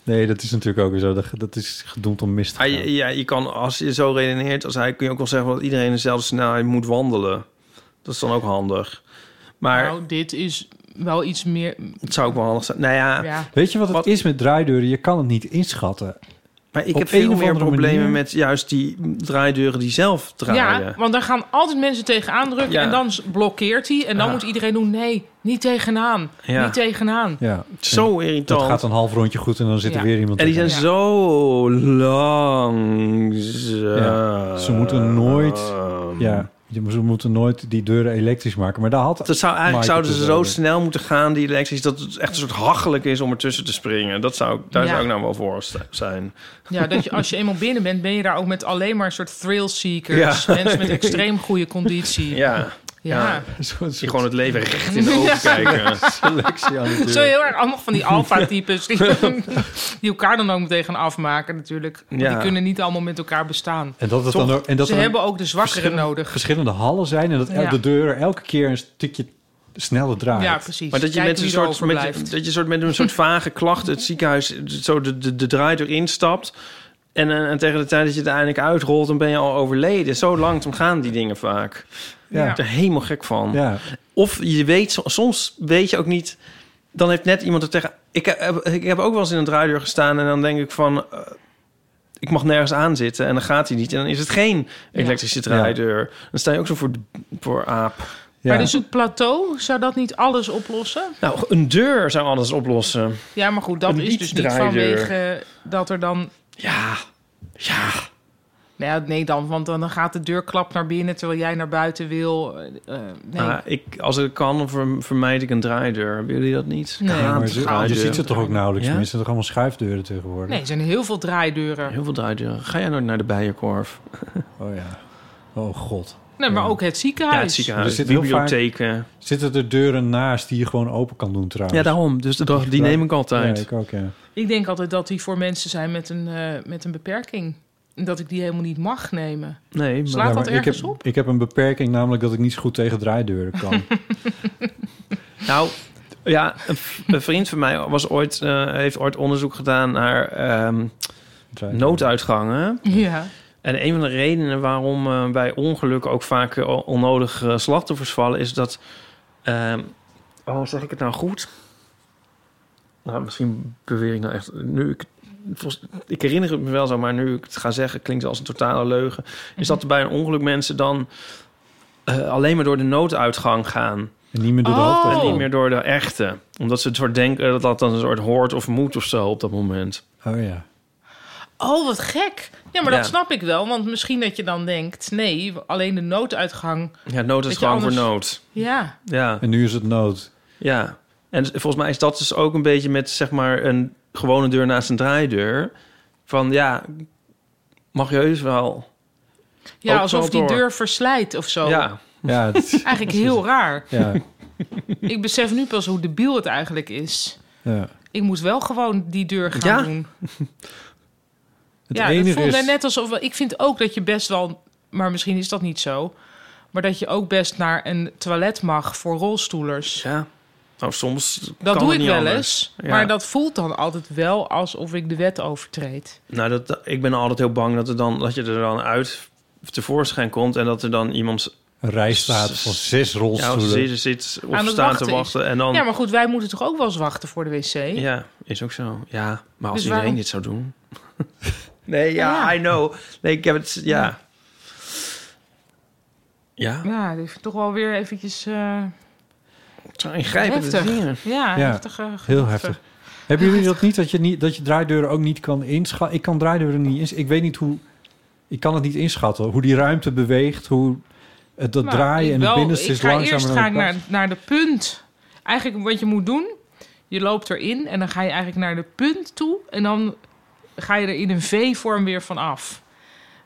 [SPEAKER 3] Nee, dat is natuurlijk ook zo. Dat, dat is gedoemd om mis te
[SPEAKER 4] Ah,
[SPEAKER 3] gaan.
[SPEAKER 4] je- ja, je kan, als je zo redeneert als hij, kun je ook wel zeggen dat iedereen dezelfde snelheid moet wandelen. Dat is dan ook handig. Maar
[SPEAKER 5] Nou, dit is wel iets meer.
[SPEAKER 4] het zou ook wel handig zijn. Nou ja,
[SPEAKER 5] Ja.
[SPEAKER 3] Weet je wat het is met draaideuren? Je kan het niet inschatten.
[SPEAKER 4] maar ik
[SPEAKER 3] Op
[SPEAKER 4] heb
[SPEAKER 3] een
[SPEAKER 4] veel
[SPEAKER 3] of
[SPEAKER 4] meer
[SPEAKER 3] andere
[SPEAKER 4] problemen
[SPEAKER 3] manier-
[SPEAKER 4] met juist die draaideuren die zelf draaien.
[SPEAKER 5] Ja, want daar gaan altijd mensen tegenaan drukken
[SPEAKER 4] Ja.
[SPEAKER 5] en dan s- blokkeert hij. En dan
[SPEAKER 4] Ja.
[SPEAKER 5] moet iedereen doen, nee, niet tegenaan,
[SPEAKER 4] Ja.
[SPEAKER 5] niet tegenaan.
[SPEAKER 3] Ja.
[SPEAKER 4] Zo irritant.
[SPEAKER 3] Dat gaat een half rondje goed en dan zit er
[SPEAKER 5] Ja.
[SPEAKER 3] weer iemand
[SPEAKER 4] En die zijn
[SPEAKER 3] tegen.
[SPEAKER 4] zo langzaam. Ehm.
[SPEAKER 3] Ja, Ze moeten nooit... Ja, je- ze moeten nooit die deuren elektrisch maken. Maar daar had
[SPEAKER 4] Dat zou, Nou, eigenlijk
[SPEAKER 3] Mike het
[SPEAKER 4] zouden ze
[SPEAKER 3] dus
[SPEAKER 4] zo
[SPEAKER 3] over.
[SPEAKER 4] snel moeten gaan, die elektrisch, dat het echt een soort hachelijk is om ertussen te springen. Dat zou, ik- daar
[SPEAKER 5] Ja.
[SPEAKER 4] zou ik nou wel voor st- zijn.
[SPEAKER 5] Ja, dat je, als je eenmaal binnen bent, ben je daar ook met alleen maar een soort thrill seekers.
[SPEAKER 4] Ja.
[SPEAKER 5] Mensen met extreem goede conditie.
[SPEAKER 4] Ja.
[SPEAKER 5] Ja.
[SPEAKER 4] Die gewoon het leven recht in de ogen kijken.
[SPEAKER 3] Selectie aan het
[SPEAKER 5] Zo heel erg allemaal van die alfa-types die, die elkaar dan ook meteen gaan afmaken natuurlijk. Want
[SPEAKER 3] Ja.
[SPEAKER 5] Die kunnen niet allemaal met elkaar bestaan.
[SPEAKER 3] En dat het
[SPEAKER 5] Toch?
[SPEAKER 3] dan ook- en dat
[SPEAKER 5] Ze
[SPEAKER 3] er dan
[SPEAKER 5] hebben ook de zwakkeren
[SPEAKER 3] verschillende-
[SPEAKER 5] nodig.
[SPEAKER 3] Verschillende hallen zijn en dat el-
[SPEAKER 5] Ja.
[SPEAKER 3] de deuren elke keer een stukje sneller draait.
[SPEAKER 5] Ja, precies.
[SPEAKER 4] Maar dat je,
[SPEAKER 5] Kijken
[SPEAKER 4] met een
[SPEAKER 5] wie er
[SPEAKER 4] soort, met,
[SPEAKER 5] overblijft.
[SPEAKER 4] dat je soort, met een soort vage klacht het ziekenhuis zo de, de, de draaideur instapt. En, eh, en tegen de tijd dat je het eindelijk uitrolt, dan ben je al overleden. Zo langzaam gaan die dingen vaak.
[SPEAKER 3] Ja.
[SPEAKER 4] Ik ben er helemaal gek van.
[SPEAKER 3] Ja.
[SPEAKER 4] Of je weet, so- soms weet je ook niet... Dan heeft net iemand er tegen... Ik heb, ik heb ook wel eens in een draaideur gestaan en dan denk ik van... eh, ik mag nergens aan zitten en dan gaat hij niet. En dan is het geen elektrische draaideur. Dan sta je ook zo voor, de- voor aap.
[SPEAKER 5] Maar dus het plateau, zou dat niet alles oplossen?
[SPEAKER 4] Nou, een deur zou alles oplossen.
[SPEAKER 5] Ja, maar goed, dat
[SPEAKER 4] Een
[SPEAKER 5] is dus niet
[SPEAKER 4] niet-draaideur.
[SPEAKER 5] vanwege eh, dat er dan...
[SPEAKER 4] Ja, ja.
[SPEAKER 5] Nou ja, nee dan, want dan gaat de deurklap naar binnen terwijl jij naar buiten wil. Eh, eh, nee.
[SPEAKER 4] Ah, ik, als het kan, dan verm- vermijd ik een draaideur. Hebben jullie dat niet?
[SPEAKER 5] Nee.
[SPEAKER 3] Ja,
[SPEAKER 4] Kaat,
[SPEAKER 3] maar je, je
[SPEAKER 4] draaideur.
[SPEAKER 3] ziet ze toch ook nauwelijks.
[SPEAKER 4] Ja?
[SPEAKER 3] Mensen zijn toch allemaal schuifdeuren tegenwoordig.
[SPEAKER 5] nee, er zijn heel veel draaideuren.
[SPEAKER 4] Heel veel draaideuren. Ga jij nooit naar de Bijenkorf?
[SPEAKER 3] Oh ja. Oh god.
[SPEAKER 5] Nee, maar ook het ziekenhuis.
[SPEAKER 4] Ja, het ziekenhuis,
[SPEAKER 3] Er zitten heel vaak-
[SPEAKER 4] bibliotheken.
[SPEAKER 3] Zitten er deuren naast die je gewoon open kan doen trouwens?
[SPEAKER 4] Ja, daarom. Dus de, die, neem ik altijd.
[SPEAKER 3] Ja, ik ook, ja.
[SPEAKER 5] Ik denk altijd dat die voor mensen zijn met een, eh, met een beperking. En dat ik die helemaal niet mag nemen.
[SPEAKER 4] Nee,
[SPEAKER 5] Slaat
[SPEAKER 3] Ja,
[SPEAKER 5] dat
[SPEAKER 3] ik
[SPEAKER 5] ergens
[SPEAKER 3] heb,
[SPEAKER 5] op?
[SPEAKER 3] Ik heb een beperking, namelijk dat ik niet zo goed tegen draaideuren kan.
[SPEAKER 4] Nou, ja, een, v- een vriend van mij was ooit, eh, heeft ooit onderzoek gedaan naar ehm, nooduitgangen.
[SPEAKER 5] Ja.
[SPEAKER 4] En een van de redenen waarom eh, bij ongelukken ook vaak eh, onnodig eh, slachtoffers vallen... is dat... ehm, oh, zeg ik het nou goed? Nou, misschien beweer ik nou echt... Nu ik, volgens- ik herinner het me wel zo, maar nu ik het ga zeggen... klinkt het als een totale leugen.
[SPEAKER 5] Mhm.
[SPEAKER 4] Is dat er bij een ongeluk mensen dan... eh, alleen maar door de nooduitgang gaan.
[SPEAKER 3] En niet meer
[SPEAKER 5] door de Oh. hoofdingang.
[SPEAKER 4] En niet meer door de echte. Omdat ze het soort denken dat dat dan een soort hoort of moet of zo op dat moment.
[SPEAKER 3] Oh ja.
[SPEAKER 5] Oh, wat gek. Ja, maar
[SPEAKER 4] Ja.
[SPEAKER 5] dat snap ik wel. Want misschien dat je dan denkt... nee, alleen de nooduitgang.
[SPEAKER 4] Ja, nooduitgang
[SPEAKER 5] Dat je
[SPEAKER 4] voor
[SPEAKER 5] anders-
[SPEAKER 4] nood.
[SPEAKER 5] Ja.
[SPEAKER 4] Ja.
[SPEAKER 3] En nu is het nood.
[SPEAKER 4] Ja, en dus- volgens mij is dat dus ook een beetje met zeg maar een gewone deur naast een draaideur. Van ja, mag je heus wel.
[SPEAKER 5] Ja,
[SPEAKER 4] Ook
[SPEAKER 5] alsof
[SPEAKER 4] wel
[SPEAKER 5] die
[SPEAKER 4] door.
[SPEAKER 5] deur verslijt of zo.
[SPEAKER 4] Ja.
[SPEAKER 3] Ja, dat-
[SPEAKER 5] Eigenlijk heel raar.
[SPEAKER 3] ja,
[SPEAKER 5] Ik besef nu pas hoe debiel het eigenlijk is.
[SPEAKER 3] ja.
[SPEAKER 5] Ik moet wel gewoon die deur gaan
[SPEAKER 4] Ja?
[SPEAKER 5] doen.
[SPEAKER 3] Het
[SPEAKER 5] ja, dat
[SPEAKER 3] enige
[SPEAKER 5] voelde
[SPEAKER 3] is...
[SPEAKER 5] net alsof... Ik vind ook dat je best wel... Maar misschien is dat niet zo. Maar dat je ook best naar een toilet mag voor rolstoelers.
[SPEAKER 4] Ja. Nou, soms kan
[SPEAKER 5] Dat
[SPEAKER 4] het
[SPEAKER 5] doe ik
[SPEAKER 4] niet
[SPEAKER 5] wel
[SPEAKER 4] anders.
[SPEAKER 5] eens.
[SPEAKER 4] Ja.
[SPEAKER 5] Maar dat voelt dan altijd wel alsof ik de wet overtreed.
[SPEAKER 4] Nou, dat, dat- ik ben altijd heel bang dat, er dan, dat je er dan uit tevoorschijn komt... en dat er dan iemand
[SPEAKER 3] Een rij staat van zes
[SPEAKER 4] ja,
[SPEAKER 3] rolstoelen.
[SPEAKER 4] zit, zit of
[SPEAKER 5] Aan het
[SPEAKER 4] staat te
[SPEAKER 5] wachten is-
[SPEAKER 4] wachten. En dan,
[SPEAKER 5] Ja,
[SPEAKER 4] ja,
[SPEAKER 5] maar goed, wij moeten toch ook wel eens wachten voor de wc?
[SPEAKER 4] is ook zo. Ja, maar als
[SPEAKER 5] Dus
[SPEAKER 4] iedereen
[SPEAKER 5] waarom-
[SPEAKER 4] dit zou doen... nee, ja, I know. Nee, ik heb het... Ja. Ja,
[SPEAKER 5] Ja, dat vind ik toch wel weer eventjes eh
[SPEAKER 4] het zijn ingrijpende
[SPEAKER 5] heftig.
[SPEAKER 4] dingen.
[SPEAKER 5] Ja, eh,
[SPEAKER 3] Ja,
[SPEAKER 5] heftige
[SPEAKER 3] Heel
[SPEAKER 5] gedachten.
[SPEAKER 3] heftig. Hebben jullie dat niet dat je, niet, dat je draaideuren ook niet kan inschatten? Ik kan draaideuren niet inschatten. Ik weet niet hoe... Ik kan het niet inschatten. Hoe die ruimte beweegt, hoe het dat
[SPEAKER 5] Nou,
[SPEAKER 3] draaien
[SPEAKER 5] ik
[SPEAKER 3] en het
[SPEAKER 5] wel.
[SPEAKER 3] binnenste is
[SPEAKER 5] ik ga
[SPEAKER 3] langzamer
[SPEAKER 5] Eerst
[SPEAKER 3] dan
[SPEAKER 5] ga ik
[SPEAKER 3] het
[SPEAKER 5] naar,
[SPEAKER 3] buitenste.
[SPEAKER 5] naar de punt. Eigenlijk wat je moet doen, je loopt erin en dan ga je eigenlijk naar de punt toe. En dan ga je er in een V-vorm weer van af.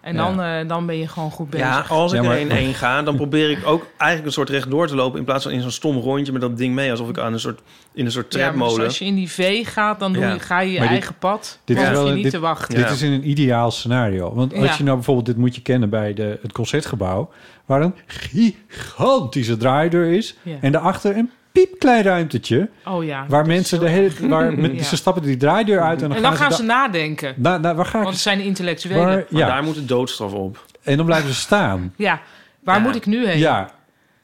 [SPEAKER 5] En dan, eh, dan ben je gewoon goed bezig.
[SPEAKER 4] Ja, als ik er 1-1 ga, dan probeer ik ook eigenlijk een soort rechtdoor te lopen... in plaats van in zo'n stom rondje met dat ding mee... alsof ik aan een soort, in een soort
[SPEAKER 5] Ja, maar dus
[SPEAKER 4] tredmolen...
[SPEAKER 5] als je in die V gaat, dan doe
[SPEAKER 4] Ja.
[SPEAKER 5] je, ga je je
[SPEAKER 3] Maar dit-
[SPEAKER 5] eigen pad.
[SPEAKER 3] Dit
[SPEAKER 5] dan
[SPEAKER 3] is
[SPEAKER 5] hoef
[SPEAKER 3] wel
[SPEAKER 5] je
[SPEAKER 3] een-
[SPEAKER 5] niet
[SPEAKER 3] dit,
[SPEAKER 5] te wachten.
[SPEAKER 3] Dit is in een ideaal scenario. Want als
[SPEAKER 5] Ja.
[SPEAKER 3] je nou bijvoorbeeld, dit moet je kennen bij de, het concertgebouw, waar een gigantische draaideur is.
[SPEAKER 5] Ja.
[SPEAKER 3] En daarachter een piepklein ruimtetje.
[SPEAKER 5] Oh ja.
[SPEAKER 3] Waar mensen de hele, waar met,
[SPEAKER 5] Ja.
[SPEAKER 3] ze stappen die draaideur uit en
[SPEAKER 5] En
[SPEAKER 3] dan,
[SPEAKER 5] dan, gaan
[SPEAKER 3] da-
[SPEAKER 5] ze nadenken.
[SPEAKER 3] Na, na, waar ga ik
[SPEAKER 5] Want ze zijn intellectuelen.
[SPEAKER 3] Waar- Maar ja. daar
[SPEAKER 4] moet de doodstraf op.
[SPEAKER 3] En dan blijven ze staan.
[SPEAKER 5] Ja, waar moet ik nu heen?
[SPEAKER 3] Ja.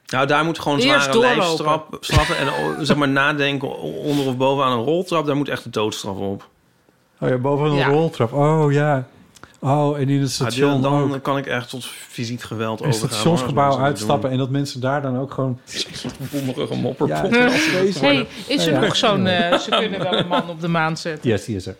[SPEAKER 4] Nou, daar moet gewoon
[SPEAKER 5] Eerst
[SPEAKER 4] zware
[SPEAKER 5] doorlopen.
[SPEAKER 4] lijfstrap- straffen en o- zeg maar nadenken o- onder of boven aan een roltrap. Daar moet echt de doodstraf op.
[SPEAKER 3] Oh ja, boven een
[SPEAKER 4] Ja.
[SPEAKER 3] roltrap. Oh ja. Oh, en in het
[SPEAKER 4] Ah,
[SPEAKER 3] station
[SPEAKER 4] dan
[SPEAKER 3] ook.
[SPEAKER 4] dan kan ik echt tot fysiek geweld
[SPEAKER 3] Een
[SPEAKER 4] overgaan. hoor,
[SPEAKER 3] stationsgebouw
[SPEAKER 4] als mensen dat
[SPEAKER 3] uitstappen en dat mensen daar dan ook gewoon...
[SPEAKER 4] doen. Rommelige mopperpot.
[SPEAKER 3] Ja.
[SPEAKER 5] Hey, is er
[SPEAKER 3] Ja, ja.
[SPEAKER 5] nog zo'n... eh, ze kunnen wel een man op de maan zetten.
[SPEAKER 3] Yes, die is er.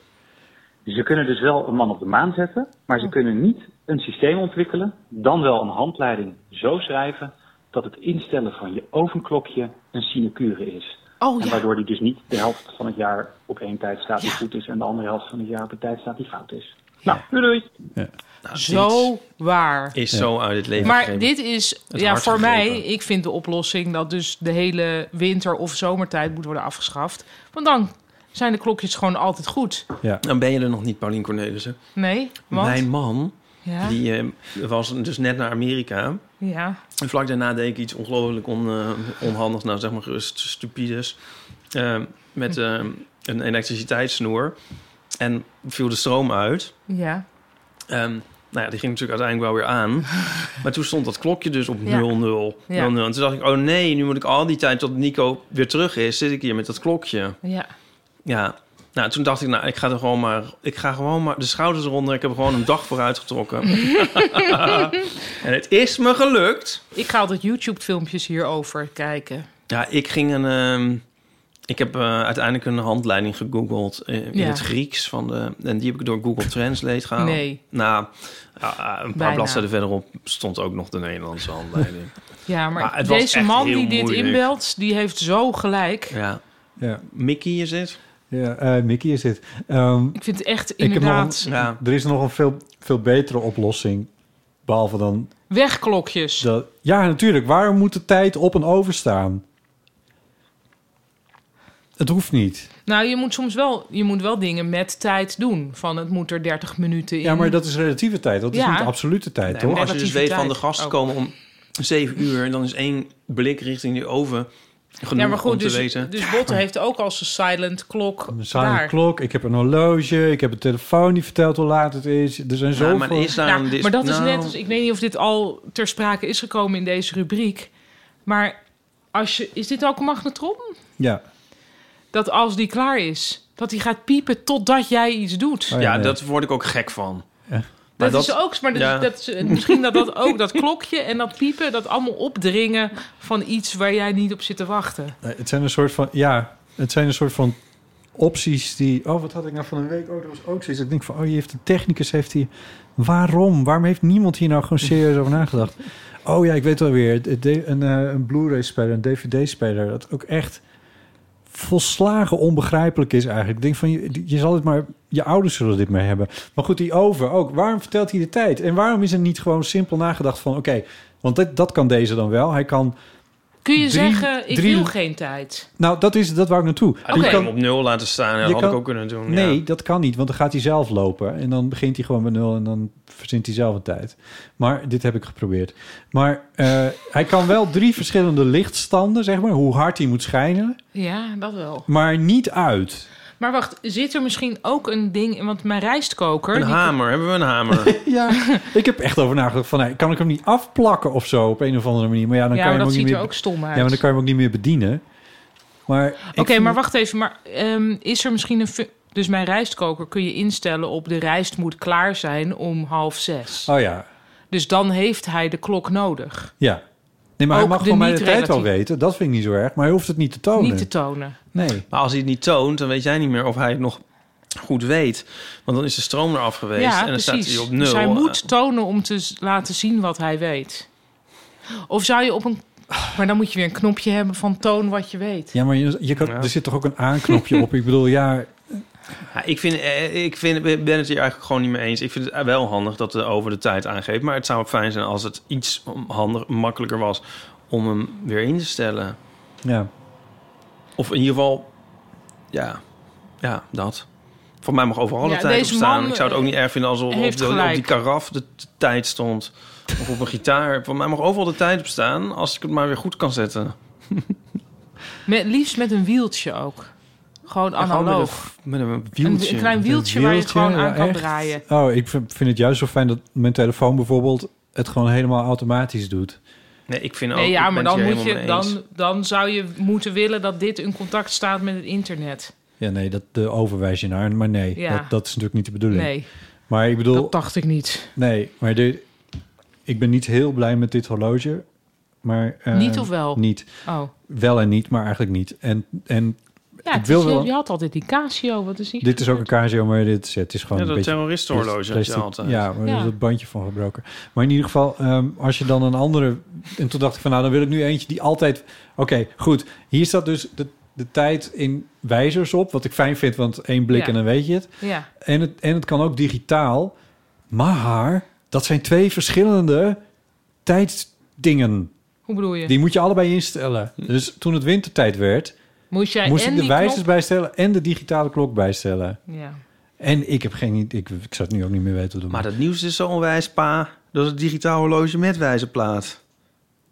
[SPEAKER 11] Ze kunnen dus wel een man op de maan zetten, maar
[SPEAKER 5] Oh.
[SPEAKER 11] ze kunnen niet een systeem ontwikkelen, dan wel een handleiding zo schrijven dat het instellen van je ovenklokje een sinecure is.
[SPEAKER 5] Oh,
[SPEAKER 11] en
[SPEAKER 5] ja.
[SPEAKER 11] waardoor die dus niet de helft van het jaar op één tijd staat die goed is en de andere helft van het jaar op een tijd staat die fout is. Nou, doei doei.
[SPEAKER 5] Zo waar.
[SPEAKER 4] Nou, Is zo uit het leven
[SPEAKER 5] Maar
[SPEAKER 4] gegeven.
[SPEAKER 5] dit is,
[SPEAKER 4] Het
[SPEAKER 5] ja,
[SPEAKER 4] hart
[SPEAKER 5] voor
[SPEAKER 4] gegrepen.
[SPEAKER 5] mij, ik vind de oplossing dat dus de hele winter- of zomertijd moet worden afgeschaft. Want dan zijn de klokjes gewoon altijd goed.
[SPEAKER 4] Dan ben je er nog niet, Paulien Cornelissen.
[SPEAKER 5] Nee? Want?
[SPEAKER 4] Mijn man,
[SPEAKER 5] Ja.
[SPEAKER 4] die eh, was dus net naar Amerika.
[SPEAKER 5] Ja.
[SPEAKER 4] En vlak daarna deed ik iets ongelooflijk on, eh, onhandigs, nou zeg maar gerust stupides. Eh, met
[SPEAKER 5] Hm.
[SPEAKER 4] eh, een elektriciteitssnoer. En viel de stroom uit.
[SPEAKER 5] Ja.
[SPEAKER 4] Ehm, nou ja, die ging natuurlijk uiteindelijk wel weer aan. Maar toen stond dat klokje dus op 00.
[SPEAKER 5] Ja.
[SPEAKER 4] 00.
[SPEAKER 5] Ja.
[SPEAKER 4] En toen dacht ik, oh nee, nu moet ik al die tijd tot Nico weer terug is, zit ik hier met dat klokje.
[SPEAKER 5] Ja.
[SPEAKER 4] Ja. Nou, toen dacht ik, nou, ik ga er gewoon maar, ik ga gewoon maar de schouders eronder. Ik heb er gewoon een dag vooruit getrokken. en het is me gelukt.
[SPEAKER 5] Ik ga altijd YouTube-filmpjes hierover kijken.
[SPEAKER 4] Ja, ik ging een. ehm, ik heb eh, uiteindelijk een handleiding gegoogeld eh, in
[SPEAKER 5] Ja.
[SPEAKER 4] het Grieks. Van de, en die heb ik door Google Translate gehaald.
[SPEAKER 5] Nee.
[SPEAKER 4] Nou, ah, ah, een paar
[SPEAKER 5] Bijna.
[SPEAKER 4] bladzijden verderop stond ook nog de Nederlandse handleiding.
[SPEAKER 5] Ja, maar,
[SPEAKER 4] Maar het was
[SPEAKER 5] deze
[SPEAKER 4] echt
[SPEAKER 5] man
[SPEAKER 4] heel
[SPEAKER 5] die dit
[SPEAKER 4] moeilijk.
[SPEAKER 5] inbelt, die heeft zo gelijk.
[SPEAKER 4] ja.
[SPEAKER 3] ja.
[SPEAKER 4] Mickey is het.
[SPEAKER 3] Ja, eh, Mickey is dit. Ehm,
[SPEAKER 5] Ik vind het echt
[SPEAKER 3] heb nog een-
[SPEAKER 5] inderdaad-
[SPEAKER 3] Er is nog een veel, veel betere oplossing. Behalve dan...
[SPEAKER 5] Wegklokjes.
[SPEAKER 3] Dat, ja, natuurlijk. Waarom moet de tijd op en over staan? Het hoeft niet.
[SPEAKER 5] Nou, je moet soms wel, je moet wel dingen met tijd doen. Van het moet er 30 minuten in.
[SPEAKER 3] Ja, maar dat is relatieve tijd. Dat
[SPEAKER 5] Ja.
[SPEAKER 3] is niet absolute tijd,
[SPEAKER 4] Nee,
[SPEAKER 3] toch?
[SPEAKER 4] maar als je dus weet
[SPEAKER 5] Relativiteit
[SPEAKER 4] van de gasten
[SPEAKER 5] ook.
[SPEAKER 4] komen om zeven uur... en dan is één blik richting die oven genoeg
[SPEAKER 5] ja, maar goed,
[SPEAKER 4] om te
[SPEAKER 5] dus,
[SPEAKER 4] weten.
[SPEAKER 5] dus Botte heeft ook als een silent klok
[SPEAKER 3] Een silent
[SPEAKER 5] daar.
[SPEAKER 3] klok, ik heb een horloge, ik heb een telefoon die vertelt hoe laat het is. Er zijn zoveel...
[SPEAKER 5] Nou, maar dat is net als... Ik weet niet of dit al ter sprake is gekomen in deze rubriek. Maar als je, is dit ook een magnetron?
[SPEAKER 3] Ja. Oh,
[SPEAKER 5] Dat als die klaar is, dat die gaat piepen totdat jij iets doet.
[SPEAKER 3] Oh
[SPEAKER 4] ja, dat word ik ook gek van.
[SPEAKER 5] Dat, is ook, maar dat,
[SPEAKER 4] Ja.
[SPEAKER 5] dat is- eh, misschien dat dat ook, dat klokje en dat piepen, dat allemaal opdringen van iets waar jij niet op zit te wachten.
[SPEAKER 3] Nee, Eh, Het zijn een soort van... Ja, het zijn een soort van opties die... Oh, wat had ik nou van een week? Oh, dat was ook zoiets. Ik denk van, oh, je heeft de technicus, heeft hij... Waarom? Waarom heeft niemand hier nou gewoon serieus over nagedacht? Oh ja, ik weet wel weer. het- het- Een, eh, een Blu-ray-speler, een DVD-speler. Dat ook echt volslagen onbegrijpelijk is eigenlijk. Ik denk van, je, je zal het maar... Je ouders zullen dit mee hebben. Maar goed, die oven ook. Waarom vertelt hij de tijd? En waarom is er niet gewoon simpel nagedacht van... Oké, want dat, dat kan deze dan wel. Hij kan...
[SPEAKER 5] Kun je
[SPEAKER 3] Drie-
[SPEAKER 5] zeggen, ik
[SPEAKER 3] drie-
[SPEAKER 5] wil geen tijd?
[SPEAKER 3] Nou, dat, is, dat wou ik naartoe.
[SPEAKER 4] Ah, die
[SPEAKER 3] Je
[SPEAKER 4] kan
[SPEAKER 3] kan-
[SPEAKER 4] hem op nul laten staan. Dat
[SPEAKER 3] je
[SPEAKER 4] had
[SPEAKER 3] kan-
[SPEAKER 4] ik ook kunnen doen.
[SPEAKER 3] Nee,
[SPEAKER 4] ja.
[SPEAKER 3] dat kan niet, want dan gaat hij zelf lopen. En dan begint hij gewoon bij nul en dan verzint hij zelf een tijd. Maar dit heb ik geprobeerd. Maar eh, hij kan wel drie verschillende lichtstanden, zeg maar, hoe hard hij moet schijnen,
[SPEAKER 5] Ja, dat wel.
[SPEAKER 3] maar niet uit.
[SPEAKER 5] Maar wacht, zit er misschien ook een ding in? Want mijn rijstkoker...
[SPEAKER 4] Een
[SPEAKER 5] die-
[SPEAKER 4] hamer, hebben we een hamer?
[SPEAKER 3] Ja, ik heb echt over nagedacht van, nou, kan ik hem niet afplakken of zo op een of andere manier? Maar ja, dan
[SPEAKER 5] Ja,
[SPEAKER 3] kan
[SPEAKER 5] maar
[SPEAKER 3] je hem
[SPEAKER 5] dat
[SPEAKER 3] ook niet
[SPEAKER 5] ziet
[SPEAKER 3] meer.
[SPEAKER 5] er ook stom uit.
[SPEAKER 3] Ja, maar dan kan je hem ook niet meer bedienen. Maar
[SPEAKER 5] Oké, maar wacht even. Maar ehm, is er misschien een... fu- Dus mijn rijstkoker kun je instellen op de rijst moet klaar zijn om half zes.
[SPEAKER 3] Oh ja,
[SPEAKER 5] Dus dan heeft hij de klok nodig.
[SPEAKER 3] ja. Nee, maar hij
[SPEAKER 5] Ook
[SPEAKER 3] mag
[SPEAKER 5] de
[SPEAKER 3] gewoon mij de
[SPEAKER 5] niet
[SPEAKER 3] tijd wel
[SPEAKER 5] relatief-
[SPEAKER 3] weten. Dat vind ik niet zo erg, maar hij hoeft het niet te tonen.
[SPEAKER 5] Niet te tonen.
[SPEAKER 3] Nee.
[SPEAKER 4] Maar als hij het niet toont, dan weet jij niet meer of hij het nog goed weet. Want dan is de stroom eraf geweest en
[SPEAKER 5] ja,
[SPEAKER 4] dan
[SPEAKER 5] precies.
[SPEAKER 4] staat hij op nul. eh.
[SPEAKER 5] Dus hij moet tonen om te s- laten zien wat hij weet. Of zou je op een... Maar dan moet je weer een knopje hebben van toon wat je weet.
[SPEAKER 3] Ja, maar je, je kan, er zit toch ook een aanknopje op? Ik bedoel, ja...
[SPEAKER 4] Ja, ik, vind, eh, ik vind, ik ben het hier eigenlijk gewoon niet mee eens. Ik vind het wel handig dat de over de tijd aangeeft. Maar het zou fijn zijn als het iets handig, makkelijker was om hem weer in te stellen.
[SPEAKER 3] Ja.
[SPEAKER 4] Of in ieder geval, ja, ja dat. Voor mij mag overal
[SPEAKER 5] Ja,
[SPEAKER 4] de tijd op
[SPEAKER 5] deze
[SPEAKER 4] staan.
[SPEAKER 5] man, eh,
[SPEAKER 4] ik zou het ook niet erg vinden als op, op,
[SPEAKER 5] heeft
[SPEAKER 4] de- op die
[SPEAKER 5] gelijk.
[SPEAKER 4] karaf de, de tijd stond. Of op een gitaar. Voor mij mag overal de tijd op staan als ik het maar weer goed kan zetten.
[SPEAKER 5] Met, liefst met een wieltje ook. Gewoon
[SPEAKER 4] En gewoon met
[SPEAKER 5] analoog.
[SPEAKER 4] een- Met een
[SPEAKER 5] Een,
[SPEAKER 4] wieltje.
[SPEAKER 5] een klein wieltje, waar je het gewoon
[SPEAKER 3] wieltje,
[SPEAKER 5] aan
[SPEAKER 3] ja,
[SPEAKER 5] kan
[SPEAKER 3] echt.
[SPEAKER 5] draaien.
[SPEAKER 3] Oh, ik vind vind het juist zo fijn dat mijn telefoon bijvoorbeeld het gewoon helemaal automatisch doet.
[SPEAKER 4] Nee, ik vind ook...
[SPEAKER 5] Nee, ja,
[SPEAKER 4] ik ben
[SPEAKER 5] maar
[SPEAKER 4] het
[SPEAKER 5] dan,
[SPEAKER 4] hier
[SPEAKER 5] moet je,
[SPEAKER 4] helemaal mee eens.
[SPEAKER 5] dan, dan zou je moeten willen dat dit in contact staat met het internet.
[SPEAKER 3] Ja, nee, dat de overwijs je naar, maar nee,
[SPEAKER 5] Ja.
[SPEAKER 3] dat, dat is natuurlijk niet de bedoeling.
[SPEAKER 5] Nee,
[SPEAKER 3] Maar ik bedoel...
[SPEAKER 5] dat dacht ik niet.
[SPEAKER 3] Nee, maar de, ik ben niet heel blij met dit horloge. Maar, eh,
[SPEAKER 5] Niet of wel?
[SPEAKER 3] Niet.
[SPEAKER 5] Oh.
[SPEAKER 3] Wel en niet, maar eigenlijk niet. En, en
[SPEAKER 5] Ja,
[SPEAKER 3] ik
[SPEAKER 5] het
[SPEAKER 3] wil
[SPEAKER 5] is-
[SPEAKER 3] wel...
[SPEAKER 5] je had altijd die Casio. Wat is die?
[SPEAKER 3] Dit is ook een Casio, maar dit is, het is gewoon
[SPEAKER 4] Ja,
[SPEAKER 3] een
[SPEAKER 4] dat
[SPEAKER 3] beetje...
[SPEAKER 4] terroristenhorloge had je
[SPEAKER 3] plastic-
[SPEAKER 4] altijd.
[SPEAKER 3] Ja, maar
[SPEAKER 5] Ja.
[SPEAKER 3] er is dat bandje van gebroken. Maar in ieder geval, ehm, als je dan een andere... En toen dacht ik van, nou, dan wil ik nu eentje die altijd... Oké, goed. Hier staat dus de, de tijd in wijzers op. Wat ik fijn vind, want één blik
[SPEAKER 5] Ja.
[SPEAKER 3] en dan weet je het.
[SPEAKER 5] Ja.
[SPEAKER 3] En het, en het kan ook digitaal. Maar dat zijn twee verschillende tijdsdingen.
[SPEAKER 5] Hoe bedoel je?
[SPEAKER 3] Die moet je allebei instellen.
[SPEAKER 4] Hm.
[SPEAKER 3] Dus toen het wintertijd werd,
[SPEAKER 5] Moest jij
[SPEAKER 3] moest
[SPEAKER 5] en
[SPEAKER 3] ik de
[SPEAKER 5] die
[SPEAKER 3] wijzers
[SPEAKER 5] knop-
[SPEAKER 3] bijstellen en de digitale klok bijstellen.
[SPEAKER 5] Ja.
[SPEAKER 3] En ik heb geen idee, ik, ik zou het nu ook niet meer weten hoe dat
[SPEAKER 4] Maar dat nieuws is zo onwijs, pa. Dat is het digitaal horloge met wijzerplaat.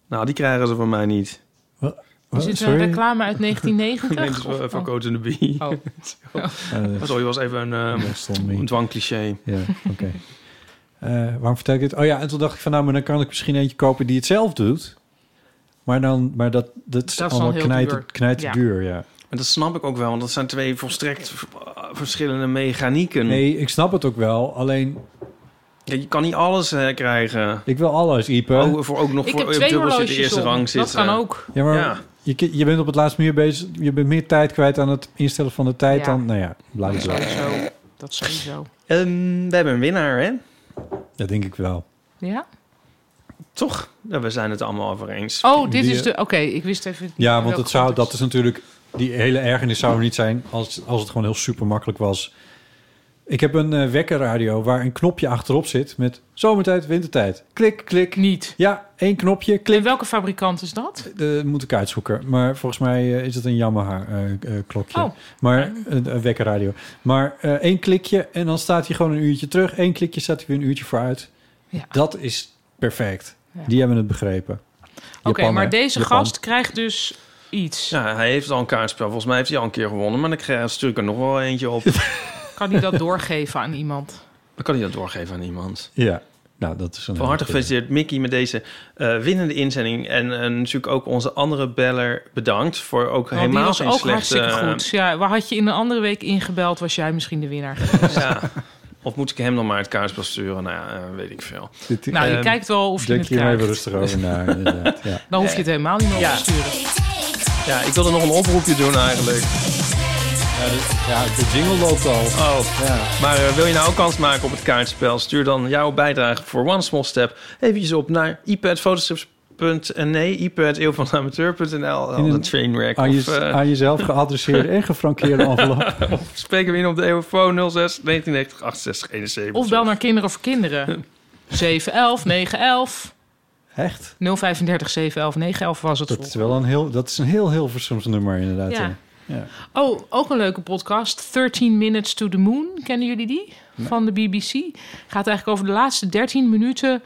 [SPEAKER 4] Nou, die krijgen ze van mij niet.
[SPEAKER 5] Is dit een reclame uit 1990?
[SPEAKER 4] Nee, dat is
[SPEAKER 5] Of-
[SPEAKER 4] van
[SPEAKER 5] oh.
[SPEAKER 4] Coat and the Bee.
[SPEAKER 5] Oh.
[SPEAKER 3] Eh,
[SPEAKER 4] Sorry, was even een, eh, een dwangcliché.
[SPEAKER 3] Ja, oké. Eh, waarom vertel ik dit? Oh ja, en toen dacht ik van nou, maar dan kan ik misschien eentje kopen die het zelf doet. Maar, dan, maar dat, dat is
[SPEAKER 4] dan
[SPEAKER 3] allemaal
[SPEAKER 4] heel
[SPEAKER 3] knijter,
[SPEAKER 4] duur. Ja.
[SPEAKER 3] duur, ja.
[SPEAKER 4] En dat snap ik ook wel, want dat zijn twee volstrekt v- verschillende mechanieken.
[SPEAKER 3] Nee, ik snap het ook wel. Alleen...
[SPEAKER 4] je kan niet alles eh, krijgen.
[SPEAKER 3] Ik wil alles, Ipe.
[SPEAKER 4] Oh, voor ook nog
[SPEAKER 5] Ik
[SPEAKER 4] voor
[SPEAKER 5] heb twee
[SPEAKER 4] dubbel zit de
[SPEAKER 5] horloges
[SPEAKER 4] eerste
[SPEAKER 5] om.
[SPEAKER 4] rang
[SPEAKER 5] Dat
[SPEAKER 4] zitten.
[SPEAKER 5] kan ook.
[SPEAKER 3] Ja, maar
[SPEAKER 4] Ja.
[SPEAKER 3] Je, ki- je bent op het laatst meer bezig. Je bent meer tijd kwijt aan het instellen van de tijd
[SPEAKER 5] Ja.
[SPEAKER 3] dan... Nou ja,
[SPEAKER 5] Dat
[SPEAKER 3] blijf
[SPEAKER 5] sowieso. Dat sowieso.
[SPEAKER 4] Ehm, we hebben een winnaar, hè?
[SPEAKER 3] Dat denk ik wel.
[SPEAKER 5] Ja?
[SPEAKER 4] Toch? Ja, we zijn het allemaal over eens.
[SPEAKER 5] Oh, dit
[SPEAKER 3] Die- eh,
[SPEAKER 5] is de... Oké, ik wist even... niet
[SPEAKER 3] Ja, want
[SPEAKER 5] welke
[SPEAKER 3] het zou,
[SPEAKER 5] context.
[SPEAKER 3] dat is natuurlijk... Die hele ergernis zou er niet zijn als, als het gewoon heel super makkelijk was. Ik heb een eh, wekkerradio waar een knopje achterop zit met zomertijd, wintertijd. Klik, klik.
[SPEAKER 5] Niet.
[SPEAKER 3] Ja, één knopje, klik.
[SPEAKER 5] En welke fabrikant is dat?
[SPEAKER 3] Dat moet ik uitzoeken. Maar volgens mij eh, is het een Yamaha eh, eh, klokje.
[SPEAKER 5] Oh.
[SPEAKER 3] Maar een een wekkerradio. Maar eh, één klikje en dan staat hij gewoon een uurtje terug. Eén klikje staat hij weer een uurtje vooruit. Dat is perfect.
[SPEAKER 5] Ja.
[SPEAKER 3] Die hebben het begrepen.
[SPEAKER 5] Oké,
[SPEAKER 3] Japan, hè?
[SPEAKER 5] maar deze
[SPEAKER 3] Japan.
[SPEAKER 5] gast krijgt dus iets.
[SPEAKER 4] Ja, hij heeft al een kaartspel. Volgens mij heeft hij al een keer gewonnen, maar dan krijg- stuur ik er nog wel eentje op.
[SPEAKER 5] Kan hij dat doorgeven aan iemand?
[SPEAKER 4] dan kan hij dat doorgeven aan iemand.
[SPEAKER 3] Ja, nou dat is een...
[SPEAKER 4] Van harte gefeliciteerd Mickey met deze eh, winnende inzending. En eh, natuurlijk ook onze andere beller bedankt voor ook
[SPEAKER 5] Want Oh, die
[SPEAKER 4] helemaal
[SPEAKER 5] was
[SPEAKER 4] geen
[SPEAKER 5] ook
[SPEAKER 4] slechte... eh,
[SPEAKER 5] hartstikke goed. Ja, waar had je in een andere week ingebeld, was jij misschien de winnaar.
[SPEAKER 4] Ja. Of moet ik hem dan maar het kaartspel sturen? Nou ja, eh, weet ik veel.
[SPEAKER 3] Dit- eh,
[SPEAKER 5] Nou, je
[SPEAKER 4] Ehm,
[SPEAKER 5] kijkt wel of je het krijgt. Dan hoef je het helemaal niet meer
[SPEAKER 4] Ja.
[SPEAKER 5] op te sturen.
[SPEAKER 4] Ja, ik wilde nog een oproepje doen eigenlijk.
[SPEAKER 3] Ja, de jingle loopt al.
[SPEAKER 4] Oh, maar eh, wil je nou ook kans maken op het kaartspel? Stuur dan jouw bijdrage voor One Small Step eventjes op naar iPadfotostrips.nl, nee, iPad eeuw van amateur.nl,
[SPEAKER 3] In
[SPEAKER 4] al
[SPEAKER 3] een-
[SPEAKER 4] een trainwreck.
[SPEAKER 3] Aan, je,
[SPEAKER 4] of, eh,
[SPEAKER 3] aan jezelf geadresseerde en gefrankeerde envelop.
[SPEAKER 4] of spreken we in op de E eeuwfoon 06 1990 68 71.
[SPEAKER 5] Of bel naar Kinderen voor Kinderen. 711, 911.
[SPEAKER 3] Echt?
[SPEAKER 5] 035, 711, 911 was het.
[SPEAKER 3] Dat is wel een heel, dat is een heel Hilversums nummer inderdaad.
[SPEAKER 5] Ja.
[SPEAKER 3] ja.
[SPEAKER 5] Oh, ook een leuke podcast. 13 Minutes to the Moon. Kennen jullie die? Van de BBC. Gaat eigenlijk over de laatste 13 minuten...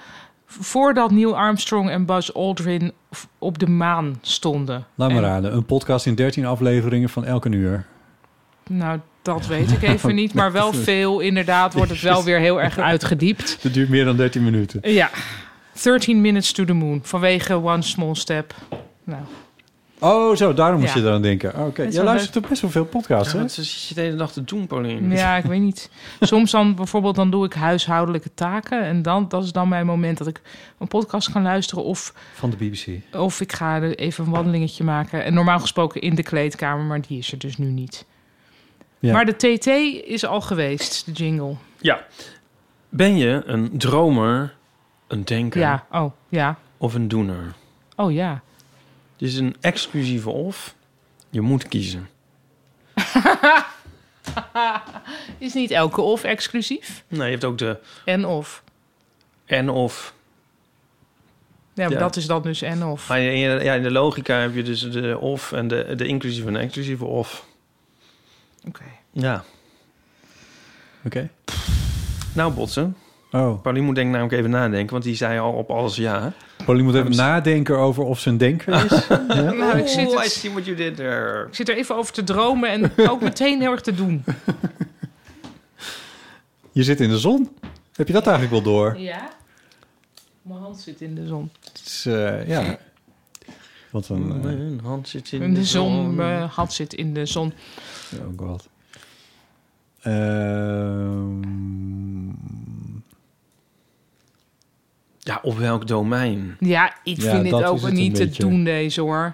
[SPEAKER 5] voordat Neil Armstrong en Buzz Aldrin v- op de maan stonden.
[SPEAKER 3] Laat maar
[SPEAKER 5] En-
[SPEAKER 3] raden, een podcast in 13 afleveringen van elke uur.
[SPEAKER 5] Nou, dat weet ik even niet. Maar wel veel, inderdaad, wordt het wel weer heel erg uitgediept.
[SPEAKER 3] Dat duurt meer dan 13 minuten.
[SPEAKER 5] Ja, 13 Minutes to the Moon. Vanwege One Small Step. Nou,
[SPEAKER 3] Oh, zo, daarom moest
[SPEAKER 5] Ja.
[SPEAKER 3] je eraan denken. Oké,
[SPEAKER 5] is
[SPEAKER 3] jij
[SPEAKER 5] wel
[SPEAKER 3] luistert toch best wel veel podcasts,
[SPEAKER 4] Ja,
[SPEAKER 3] hè?
[SPEAKER 4] wat zit je de hele dag te doen, Paulien?
[SPEAKER 5] ja, ik weet niet. Soms dan bijvoorbeeld, dan doe ik huishoudelijke taken. En dan, dat is dan mijn moment dat ik een podcast kan luisteren. Of,
[SPEAKER 3] Van de BBC.
[SPEAKER 5] of ik ga er even een wandelingetje maken. En normaal gesproken in de kleedkamer, maar die is er dus nu niet.
[SPEAKER 4] Ja.
[SPEAKER 5] Maar de TT is al geweest, de jingle.
[SPEAKER 4] Ja. Ben je een dromer, een denker
[SPEAKER 5] Ja, oh, ja.
[SPEAKER 4] of een doener?
[SPEAKER 5] Oh ja.
[SPEAKER 4] Dit is een exclusieve of. Je moet kiezen.
[SPEAKER 5] Is niet elke of exclusief?
[SPEAKER 4] Nee, je hebt ook de
[SPEAKER 5] En of.
[SPEAKER 4] en of.
[SPEAKER 5] Ja, maar
[SPEAKER 4] Ja.
[SPEAKER 5] dat is dan dus en of.
[SPEAKER 4] Maar in, je- ja, in de logica heb je dus de of en de, de inclusieve en de exclusieve of.
[SPEAKER 5] Oké.
[SPEAKER 4] Ja.
[SPEAKER 3] Oké.
[SPEAKER 4] Nou, botsen.
[SPEAKER 3] Oh.
[SPEAKER 4] Paulien moet denk ik namelijk even nadenken, want die zei al op alles ja.
[SPEAKER 3] Polly moet even nadenken over of ze een denker is.
[SPEAKER 5] Nou, ik zit
[SPEAKER 4] Oeh, I
[SPEAKER 5] het-
[SPEAKER 4] see what you did there.
[SPEAKER 5] Ik zit er even over te dromen en ook meteen heel erg te doen.
[SPEAKER 3] Je zit in de zon. Heb je dat eigenlijk wel door?
[SPEAKER 5] Ja? Mijn hand zit in de zon.
[SPEAKER 3] Het is, eh, ja. Wat een... eh,
[SPEAKER 4] Mijn hand zit in,
[SPEAKER 5] In de zon, mijn hand zit in de zon.
[SPEAKER 3] Oh god.
[SPEAKER 4] Eh,
[SPEAKER 3] Ehm,
[SPEAKER 4] Ja, op welk domein?
[SPEAKER 5] Ja, ik
[SPEAKER 4] Ja,
[SPEAKER 5] vind dit
[SPEAKER 4] dat
[SPEAKER 5] ook
[SPEAKER 4] is het
[SPEAKER 5] niet
[SPEAKER 4] een
[SPEAKER 5] te
[SPEAKER 4] beetje.
[SPEAKER 5] doen deze hoor.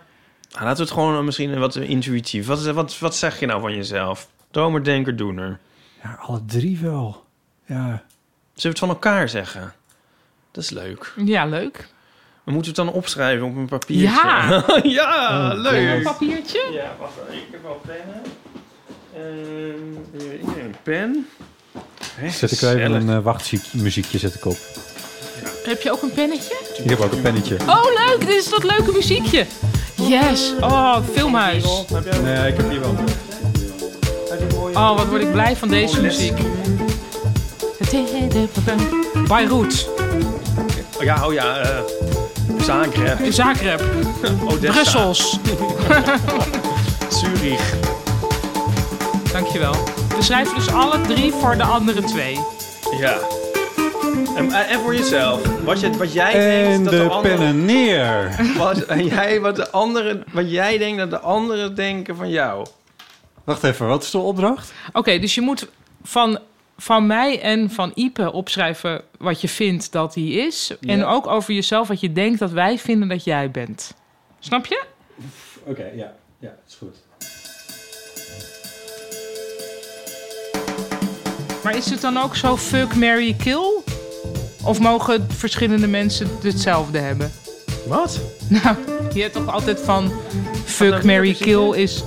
[SPEAKER 4] Ah, laten we het gewoon eh, misschien wat intuïtief. Wat, wat, wat zeg je nou van jezelf? Dromer, denker, doener.
[SPEAKER 3] ja, alle drie wel. Ja.
[SPEAKER 4] Zullen we het van elkaar zeggen? Dat is leuk.
[SPEAKER 5] Ja, leuk.
[SPEAKER 4] We moeten het dan opschrijven op een papiertje.
[SPEAKER 5] Ja.
[SPEAKER 4] ja,
[SPEAKER 5] Oh,
[SPEAKER 4] leuk.
[SPEAKER 5] Een papiertje?
[SPEAKER 4] Ja, wacht even. Ik heb wel pennen. Ehm, hier, ik heb een pen. Hè,
[SPEAKER 3] Zet ik wel even
[SPEAKER 4] gezellig.
[SPEAKER 3] een eh, wachtmuziekje zet ik op.
[SPEAKER 5] Heb je ook een pennetje?
[SPEAKER 3] Ik heb ook een pennetje.
[SPEAKER 5] Oh, leuk! Dit is dat leuke muziekje. Yes! Oh, filmhuis.
[SPEAKER 3] Nee, Eh, ik heb hier wel.
[SPEAKER 5] Oh, wat word ik blij van deze muziek. Beirut,
[SPEAKER 4] Oh ja, oh ja. eh Zagreb.
[SPEAKER 5] Zagreb,
[SPEAKER 4] Odessa.
[SPEAKER 5] Brussels.
[SPEAKER 4] Zurich.
[SPEAKER 5] Dankjewel. We schrijven dus alle drie voor de andere twee.
[SPEAKER 4] Ja. En, eh, en voor jezelf. Wat, je, wat jij
[SPEAKER 3] En
[SPEAKER 4] denkt dat de,
[SPEAKER 3] de
[SPEAKER 4] andere-
[SPEAKER 3] pennen neer.
[SPEAKER 4] Wat, en jij, wat, de andere, wat jij denkt dat de anderen denken van jou.
[SPEAKER 3] Wacht even, wat is de opdracht?
[SPEAKER 5] Oké, dus je moet van, van mij en van Ipe opschrijven wat je vindt dat hij is. En
[SPEAKER 3] Ja.
[SPEAKER 5] ook over jezelf wat je denkt dat wij vinden dat jij bent. Snap je?
[SPEAKER 3] Oké, ja. Ja, is goed.
[SPEAKER 5] Maar is het dan ook zo fuck, marry, kill? Of mogen verschillende mensen hetzelfde hebben?
[SPEAKER 4] Wat?
[SPEAKER 5] Nou, je hebt toch altijd van fuck, marry, kill is...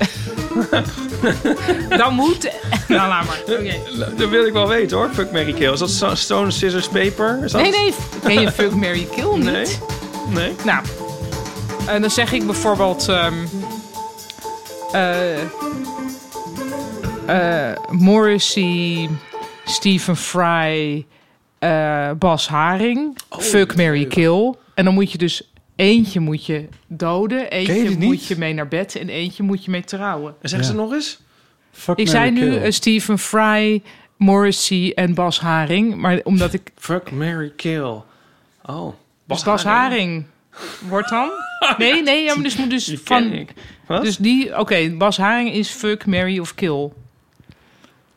[SPEAKER 5] dan moet... Nou, laat maar.
[SPEAKER 4] Eh, Dat wil ik wel weten hoor, Fuck Mary Kill. Is dat Sto- Stone, Scissors, Paper? Is dat-
[SPEAKER 5] Nee, nee. Ken je Fuck, Mary Kill niet?
[SPEAKER 4] Nee. Nee.
[SPEAKER 5] Nou, en dan zeg ik bijvoorbeeld... ehm, eh, eh, Morrissey, Stephen Fry, eh, Bas Haring.
[SPEAKER 4] Oh,
[SPEAKER 5] fuck, Mary Kill. En dan moet je dus... Eentje moet je doden, eentje moet je mee naar bed en eentje moet je mee trouwen.
[SPEAKER 4] En zeggen ze nog eens?
[SPEAKER 3] Fuck,
[SPEAKER 5] Ik zei nu eh, Stephen Fry, Morrissey en Bas Haring. Maar omdat ik...
[SPEAKER 4] Fuck, Mary Kill. Oh.
[SPEAKER 5] Bas, Bas Haring. Wordt dan? Nee, nee, ja, maar dus moet dus van...
[SPEAKER 4] Wat?
[SPEAKER 5] Dus die... Oké, Bas Haring is fuck, marry of kill. Oké,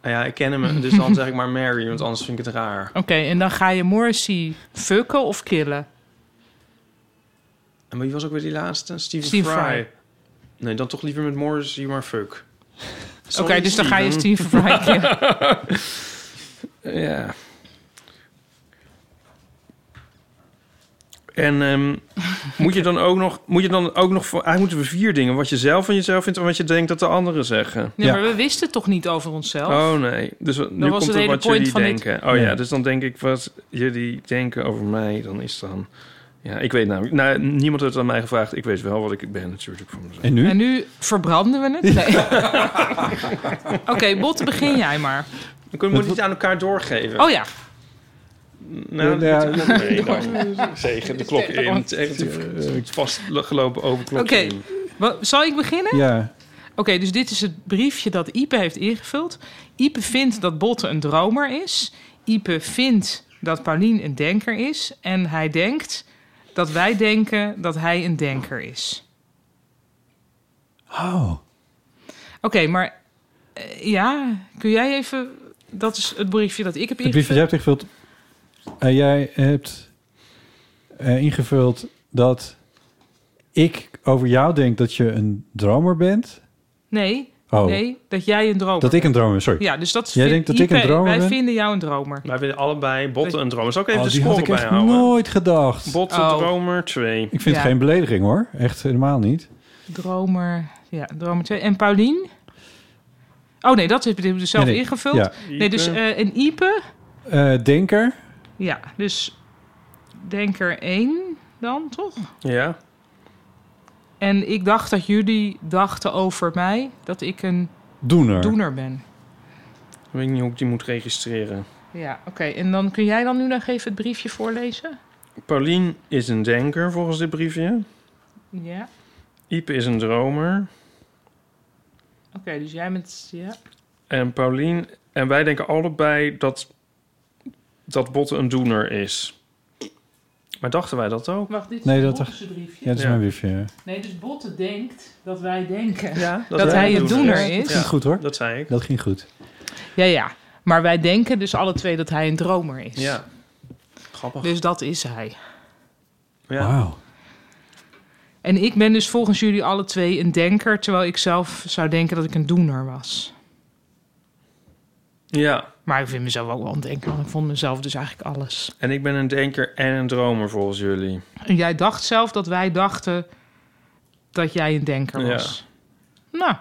[SPEAKER 4] Nou ja, ik ken hem, dus dan zeg ik maar Mary, want anders vind ik het raar.
[SPEAKER 5] en dan ga je Morrissey fucken of killen.
[SPEAKER 4] En wie was ook weer die laatste? Steven,
[SPEAKER 5] Steve
[SPEAKER 4] Fry.
[SPEAKER 5] Fry.
[SPEAKER 4] Nee, dan toch liever met Morrissey, maar fuck.
[SPEAKER 5] Oké, dus dan ga je Steve Fry killen.
[SPEAKER 4] ja. En ehm, moet je dan ook nog, moet je dan ook nog, voor- eigenlijk moeten we vier dingen. Wat je zelf van jezelf vindt en wat je denkt dat de anderen zeggen.
[SPEAKER 5] Nee, maar we wisten het toch niet over onszelf?
[SPEAKER 4] Oh nee, dus wat- nu
[SPEAKER 5] was
[SPEAKER 4] komt
[SPEAKER 5] het
[SPEAKER 4] er
[SPEAKER 5] hele
[SPEAKER 4] wat
[SPEAKER 5] point
[SPEAKER 4] jullie
[SPEAKER 5] van dit.
[SPEAKER 4] denken. Oh ja.
[SPEAKER 5] Ja.
[SPEAKER 4] dus dan denk ik wat jullie denken over mij, dan is dan... Ja, ik weet namelijk... Nou, niemand heeft aan mij gevraagd. Ik weet wel wat ik ben natuurlijk van mezelf.
[SPEAKER 3] En nu?
[SPEAKER 5] En nu verbranden we het? Nee. Oké, Botte, begin jij maar.
[SPEAKER 4] Oh. Dan kunnen we het niet aan elkaar doorgeven.
[SPEAKER 5] Oh ja.
[SPEAKER 4] Nou,
[SPEAKER 3] Ja,
[SPEAKER 4] dat
[SPEAKER 3] ja.
[SPEAKER 4] nee, dan. Tegen de klok in. Tegen de vastgelopen open klok
[SPEAKER 5] Oké,
[SPEAKER 4] in.
[SPEAKER 5] wa- zal ik beginnen?
[SPEAKER 3] Ja.
[SPEAKER 5] Oké, dus dit is het briefje dat Ipe heeft ingevuld. Ipe vindt dat Botte een dromer is. Ipe vindt dat Paulien een denker is. En hij denkt dat wij denken dat hij een denker is.
[SPEAKER 3] Oh.
[SPEAKER 5] Oké, maar eh, ja, kun jij even... Dat is het briefje dat ik heb
[SPEAKER 3] Het briefje
[SPEAKER 5] ingevuld.
[SPEAKER 3] jij hebt ingevuld. En jij hebt eh, ingevuld dat ik over jou denk dat je een dromer bent.
[SPEAKER 5] Nee,
[SPEAKER 3] Oh.
[SPEAKER 5] nee, dat jij een dromer
[SPEAKER 3] Dat ik een dromer ben, sorry.
[SPEAKER 5] Ja, dus dat
[SPEAKER 3] Jij
[SPEAKER 5] vindt
[SPEAKER 3] denkt dat ik een
[SPEAKER 5] Ipe-
[SPEAKER 3] dromer
[SPEAKER 5] Wij
[SPEAKER 3] ben?
[SPEAKER 5] vinden jou een dromer.
[SPEAKER 4] Wij vinden allebei Botten een dromer. Zal ik even
[SPEAKER 3] Oh,
[SPEAKER 4] de
[SPEAKER 3] die had
[SPEAKER 4] score
[SPEAKER 3] ik echt
[SPEAKER 4] bijhouden?
[SPEAKER 3] nooit gedacht.
[SPEAKER 4] Botten
[SPEAKER 5] Oh.
[SPEAKER 4] dromer 2.
[SPEAKER 3] Ik vind
[SPEAKER 5] Ja.
[SPEAKER 3] het geen belediging hoor. Echt helemaal niet.
[SPEAKER 5] Dromer, ja, dromer 2. En Paulien? Oh nee, dat heb ik dus zelf
[SPEAKER 3] Nee, nee.
[SPEAKER 5] ingevuld.
[SPEAKER 3] Ja.
[SPEAKER 5] Nee, dus
[SPEAKER 3] Ieper.
[SPEAKER 5] eh, een IPE.
[SPEAKER 3] Eh, Denker.
[SPEAKER 5] Ja, dus Denker 1 dan, toch?
[SPEAKER 4] Ja.
[SPEAKER 5] En ik dacht dat jullie dachten over mij dat ik een
[SPEAKER 3] Doener.
[SPEAKER 5] doener ben.
[SPEAKER 4] Ik weet niet hoe ik die moet registreren.
[SPEAKER 5] Ja, oké. En dan kun jij dan nu nog even het briefje voorlezen?
[SPEAKER 4] Paulien is een denker volgens dit briefje.
[SPEAKER 5] Ja.
[SPEAKER 4] Ipe is een dromer.
[SPEAKER 5] Oké, dus jij bent... Ja.
[SPEAKER 4] En Paulien... En wij denken allebei dat, dat Botte een doener is. Maar dachten wij dat ook?
[SPEAKER 5] Wacht, dit is
[SPEAKER 3] Nee,
[SPEAKER 5] een
[SPEAKER 3] dat
[SPEAKER 5] Bottense
[SPEAKER 3] dacht-
[SPEAKER 5] briefje.
[SPEAKER 3] Ja, dat is mijn briefje. ja.
[SPEAKER 5] Nee, dus Botte denkt dat wij denken dat,
[SPEAKER 4] dat wij
[SPEAKER 5] hij
[SPEAKER 4] een
[SPEAKER 5] een
[SPEAKER 4] doener
[SPEAKER 5] doener
[SPEAKER 4] is.
[SPEAKER 5] is.
[SPEAKER 3] Dat ging goed hoor.
[SPEAKER 4] Dat zei ik.
[SPEAKER 3] Dat ging goed.
[SPEAKER 5] Ja, ja. Maar wij denken dus alle twee dat hij een dromer is.
[SPEAKER 4] Ja. Grappig.
[SPEAKER 5] Dus dat is hij.
[SPEAKER 4] Ja.
[SPEAKER 3] Wauw.
[SPEAKER 5] En ik ben dus volgens jullie alle twee een denker, terwijl ik zelf zou denken dat ik een doener was.
[SPEAKER 4] Ja.
[SPEAKER 5] Maar ik vind mezelf ook wel een denker, want ik vond mezelf dus eigenlijk alles.
[SPEAKER 4] En ik ben een denker en een dromer volgens jullie.
[SPEAKER 5] En jij dacht zelf dat wij dachten dat jij een denker
[SPEAKER 4] Ja.
[SPEAKER 5] was. Nou.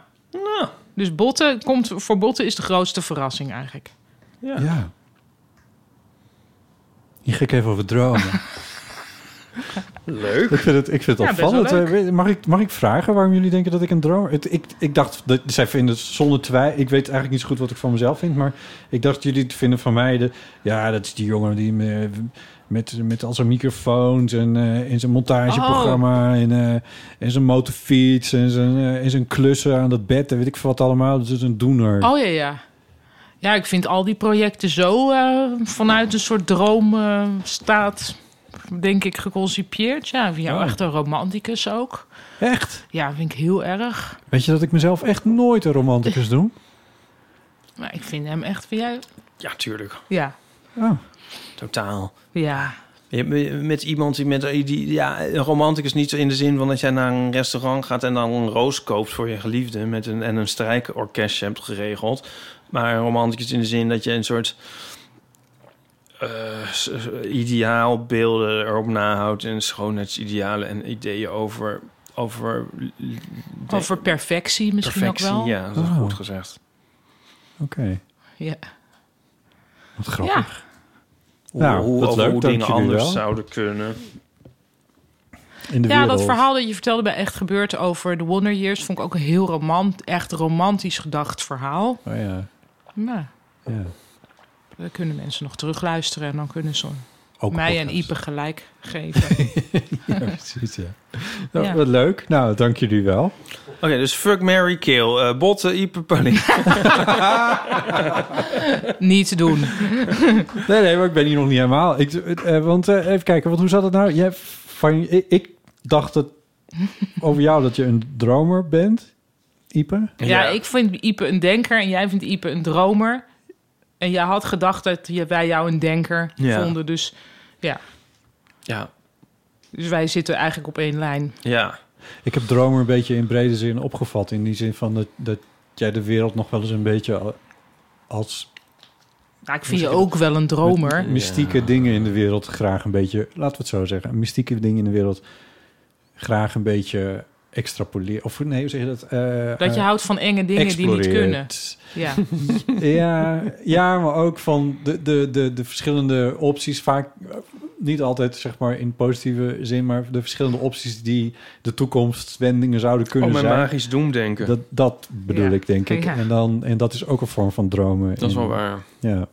[SPEAKER 5] Dus botten komt, voor botten is de grootste verrassing eigenlijk.
[SPEAKER 4] Ja.
[SPEAKER 3] ja. Je gek even over dromen.
[SPEAKER 4] Leuk.
[SPEAKER 3] Ik vind het, ik vind het
[SPEAKER 4] Ja, best wel
[SPEAKER 3] opvallend.
[SPEAKER 4] leuk.
[SPEAKER 3] Eh, weet- Mag ik, mag ik vragen waarom jullie denken dat ik een droom... Het, ik, ik dacht, dat, zij vinden het zonder twijfel... Ik weet eigenlijk niet zo goed wat ik van mezelf vind... maar ik dacht jullie te vinden van mij... De, ja, dat is die jongen die me- met, met al zijn microfoons... en eh, in zijn montageprogramma...
[SPEAKER 5] Oh.
[SPEAKER 3] En, eh, en zijn motorfiets... en zijn, eh, en zijn klussen aan dat bed... en weet ik veel wat allemaal. Dus het is een doener.
[SPEAKER 5] Oh ja, ja. Ja, ik vind al die projecten zo eh, vanuit een soort droomstaat, denk ik, geconcipieerd. Ja, ik vind jou
[SPEAKER 3] Oh.
[SPEAKER 5] echt een romanticus ook.
[SPEAKER 3] Echt?
[SPEAKER 5] Ja, vind ik heel erg.
[SPEAKER 3] Weet je dat ik mezelf echt nooit een romanticus doe?
[SPEAKER 5] Maar ik vind hem echt, vind jij?
[SPEAKER 4] Ja, tuurlijk.
[SPEAKER 5] Ja,
[SPEAKER 4] Totaal.
[SPEAKER 5] ja.
[SPEAKER 4] Je hebt Met iemand die met die, ja, een romanticus niet zo in de zin van dat jij naar een restaurant gaat en dan een roos koopt voor je geliefde met een, en een strijkorkestje hebt geregeld. Maar een romanticus in de zin dat je een soort eh, s- s- ideaalbeelden erop nahoudt en schoonheidsidealen en ideeën over. Over,
[SPEAKER 5] Over perfectie misschien
[SPEAKER 4] perfectie,
[SPEAKER 5] ook wel.
[SPEAKER 4] Ja, dat is
[SPEAKER 3] Oh.
[SPEAKER 4] goed gezegd.
[SPEAKER 3] Oké,
[SPEAKER 5] Ja.
[SPEAKER 3] wat grappig.
[SPEAKER 4] Hoe,
[SPEAKER 3] Nou,
[SPEAKER 4] hoe,
[SPEAKER 3] wat
[SPEAKER 4] over
[SPEAKER 3] leuk,
[SPEAKER 4] hoe
[SPEAKER 3] dank
[SPEAKER 4] dingen
[SPEAKER 3] jullie
[SPEAKER 4] anders
[SPEAKER 3] wel.
[SPEAKER 4] zouden kunnen.
[SPEAKER 3] In de
[SPEAKER 5] ja,
[SPEAKER 3] wereld.
[SPEAKER 5] dat verhaal dat je vertelde bij Echt Gebeurd over de Wonder Years... vond ik ook een heel romant, echt romantisch gedacht verhaal.
[SPEAKER 3] Oh ja,
[SPEAKER 5] Nou,
[SPEAKER 3] ja.
[SPEAKER 5] dan kunnen mensen nog terugluisteren... en dan kunnen ze
[SPEAKER 3] Ook
[SPEAKER 5] mij en Ipe gelijk geven.
[SPEAKER 3] Ja, precies, ja. Nou,
[SPEAKER 5] Ja.
[SPEAKER 3] Wat leuk. Nou, dank jullie wel.
[SPEAKER 4] Oké, dus fuck, Mary kill. Eh, botten, Ieper, Paulien.
[SPEAKER 5] Niet te doen.
[SPEAKER 3] Nee, nee, maar ik ben hier nog niet helemaal. Ik, eh, want eh, even kijken, want hoe zat het nou? Jij, van, ik, ik dacht het over jou dat je een dromer bent, Ipe.
[SPEAKER 5] Ja, ik vind Ipe een denker en jij vindt Ipe een dromer. En jij had gedacht dat je- wij jou een denker
[SPEAKER 4] Ja.
[SPEAKER 5] vonden. Dus, ja.
[SPEAKER 4] Ja.
[SPEAKER 5] dus wij zitten eigenlijk op één lijn. Nou,
[SPEAKER 4] Ja.
[SPEAKER 3] Ik heb dromer een beetje in brede zin opgevat. In die zin van dat, dat jij de wereld nog wel eens een beetje als...
[SPEAKER 5] Nou, ik vind je ook wel een dromer.
[SPEAKER 3] met Mystieke dingen in de wereld graag een beetje... Laten we het zo zeggen. Mystieke dingen in de wereld graag een beetje extrapoleren. Of nee, hoe zeg je dat? Eh,
[SPEAKER 5] Dat je
[SPEAKER 3] eh,
[SPEAKER 5] houdt van enge dingen die niet kunnen.
[SPEAKER 3] exploreert.
[SPEAKER 5] Ja.
[SPEAKER 3] Ja, ja, maar ook van de, de, de, de verschillende opties. Vaak eh, niet altijd zeg maar in positieve zin, maar de verschillende opties die de toekomstwendingen zouden kunnen
[SPEAKER 4] Om Oh, mijn
[SPEAKER 3] zijn.
[SPEAKER 4] magisch doemdenken.
[SPEAKER 3] Dat, dat bedoel
[SPEAKER 4] Ja.
[SPEAKER 3] ik, denk ik.
[SPEAKER 4] Ja.
[SPEAKER 3] En, dan, en dat is ook een vorm van dromen.
[SPEAKER 4] Dat is
[SPEAKER 3] in-
[SPEAKER 4] wel waar.
[SPEAKER 3] Ja.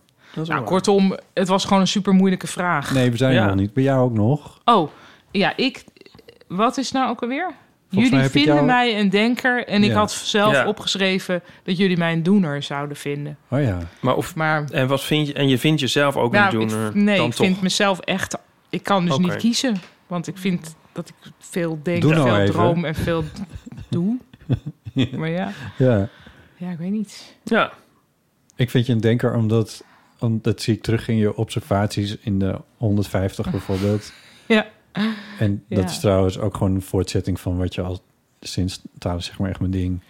[SPEAKER 5] Nou, kortom, het was gewoon een super moeilijke vraag.
[SPEAKER 3] Nee, we zijn er nog niet. Bij jou ook nog.
[SPEAKER 5] Oh, ja, ik... Wat is nou ook alweer?
[SPEAKER 3] mij
[SPEAKER 5] jullie
[SPEAKER 3] heb ik
[SPEAKER 5] vinden
[SPEAKER 3] jou-
[SPEAKER 5] mij een denker. En ik
[SPEAKER 3] Ja.
[SPEAKER 5] had zelf
[SPEAKER 4] Ja.
[SPEAKER 5] opgeschreven dat jullie mij een doener zouden vinden.
[SPEAKER 3] Oh ja.
[SPEAKER 4] Maar of,
[SPEAKER 5] maar,
[SPEAKER 4] en, wat vind je, en je vindt jezelf ook
[SPEAKER 5] Nou,
[SPEAKER 4] een
[SPEAKER 5] ik-
[SPEAKER 4] doener
[SPEAKER 5] nee,
[SPEAKER 4] dan
[SPEAKER 5] ik
[SPEAKER 4] toch?
[SPEAKER 5] vind mezelf echt... Ik kan dus
[SPEAKER 4] Oké.
[SPEAKER 5] niet kiezen. Want ik vind dat ik veel denk,
[SPEAKER 3] Doe
[SPEAKER 5] veel
[SPEAKER 3] nou even.
[SPEAKER 5] droom en veel doe. Maar ja,
[SPEAKER 3] Ja.
[SPEAKER 5] ja, ik weet niet.
[SPEAKER 4] Ja.
[SPEAKER 3] Ik vind je een denker omdat, omdat dat zie ik terug in je observaties in de 150 bijvoorbeeld.
[SPEAKER 5] Ja.
[SPEAKER 3] En dat
[SPEAKER 5] Ja.
[SPEAKER 3] is trouwens ook gewoon een voortzetting van wat je al sinds trouwens zeg maar echt mijn ding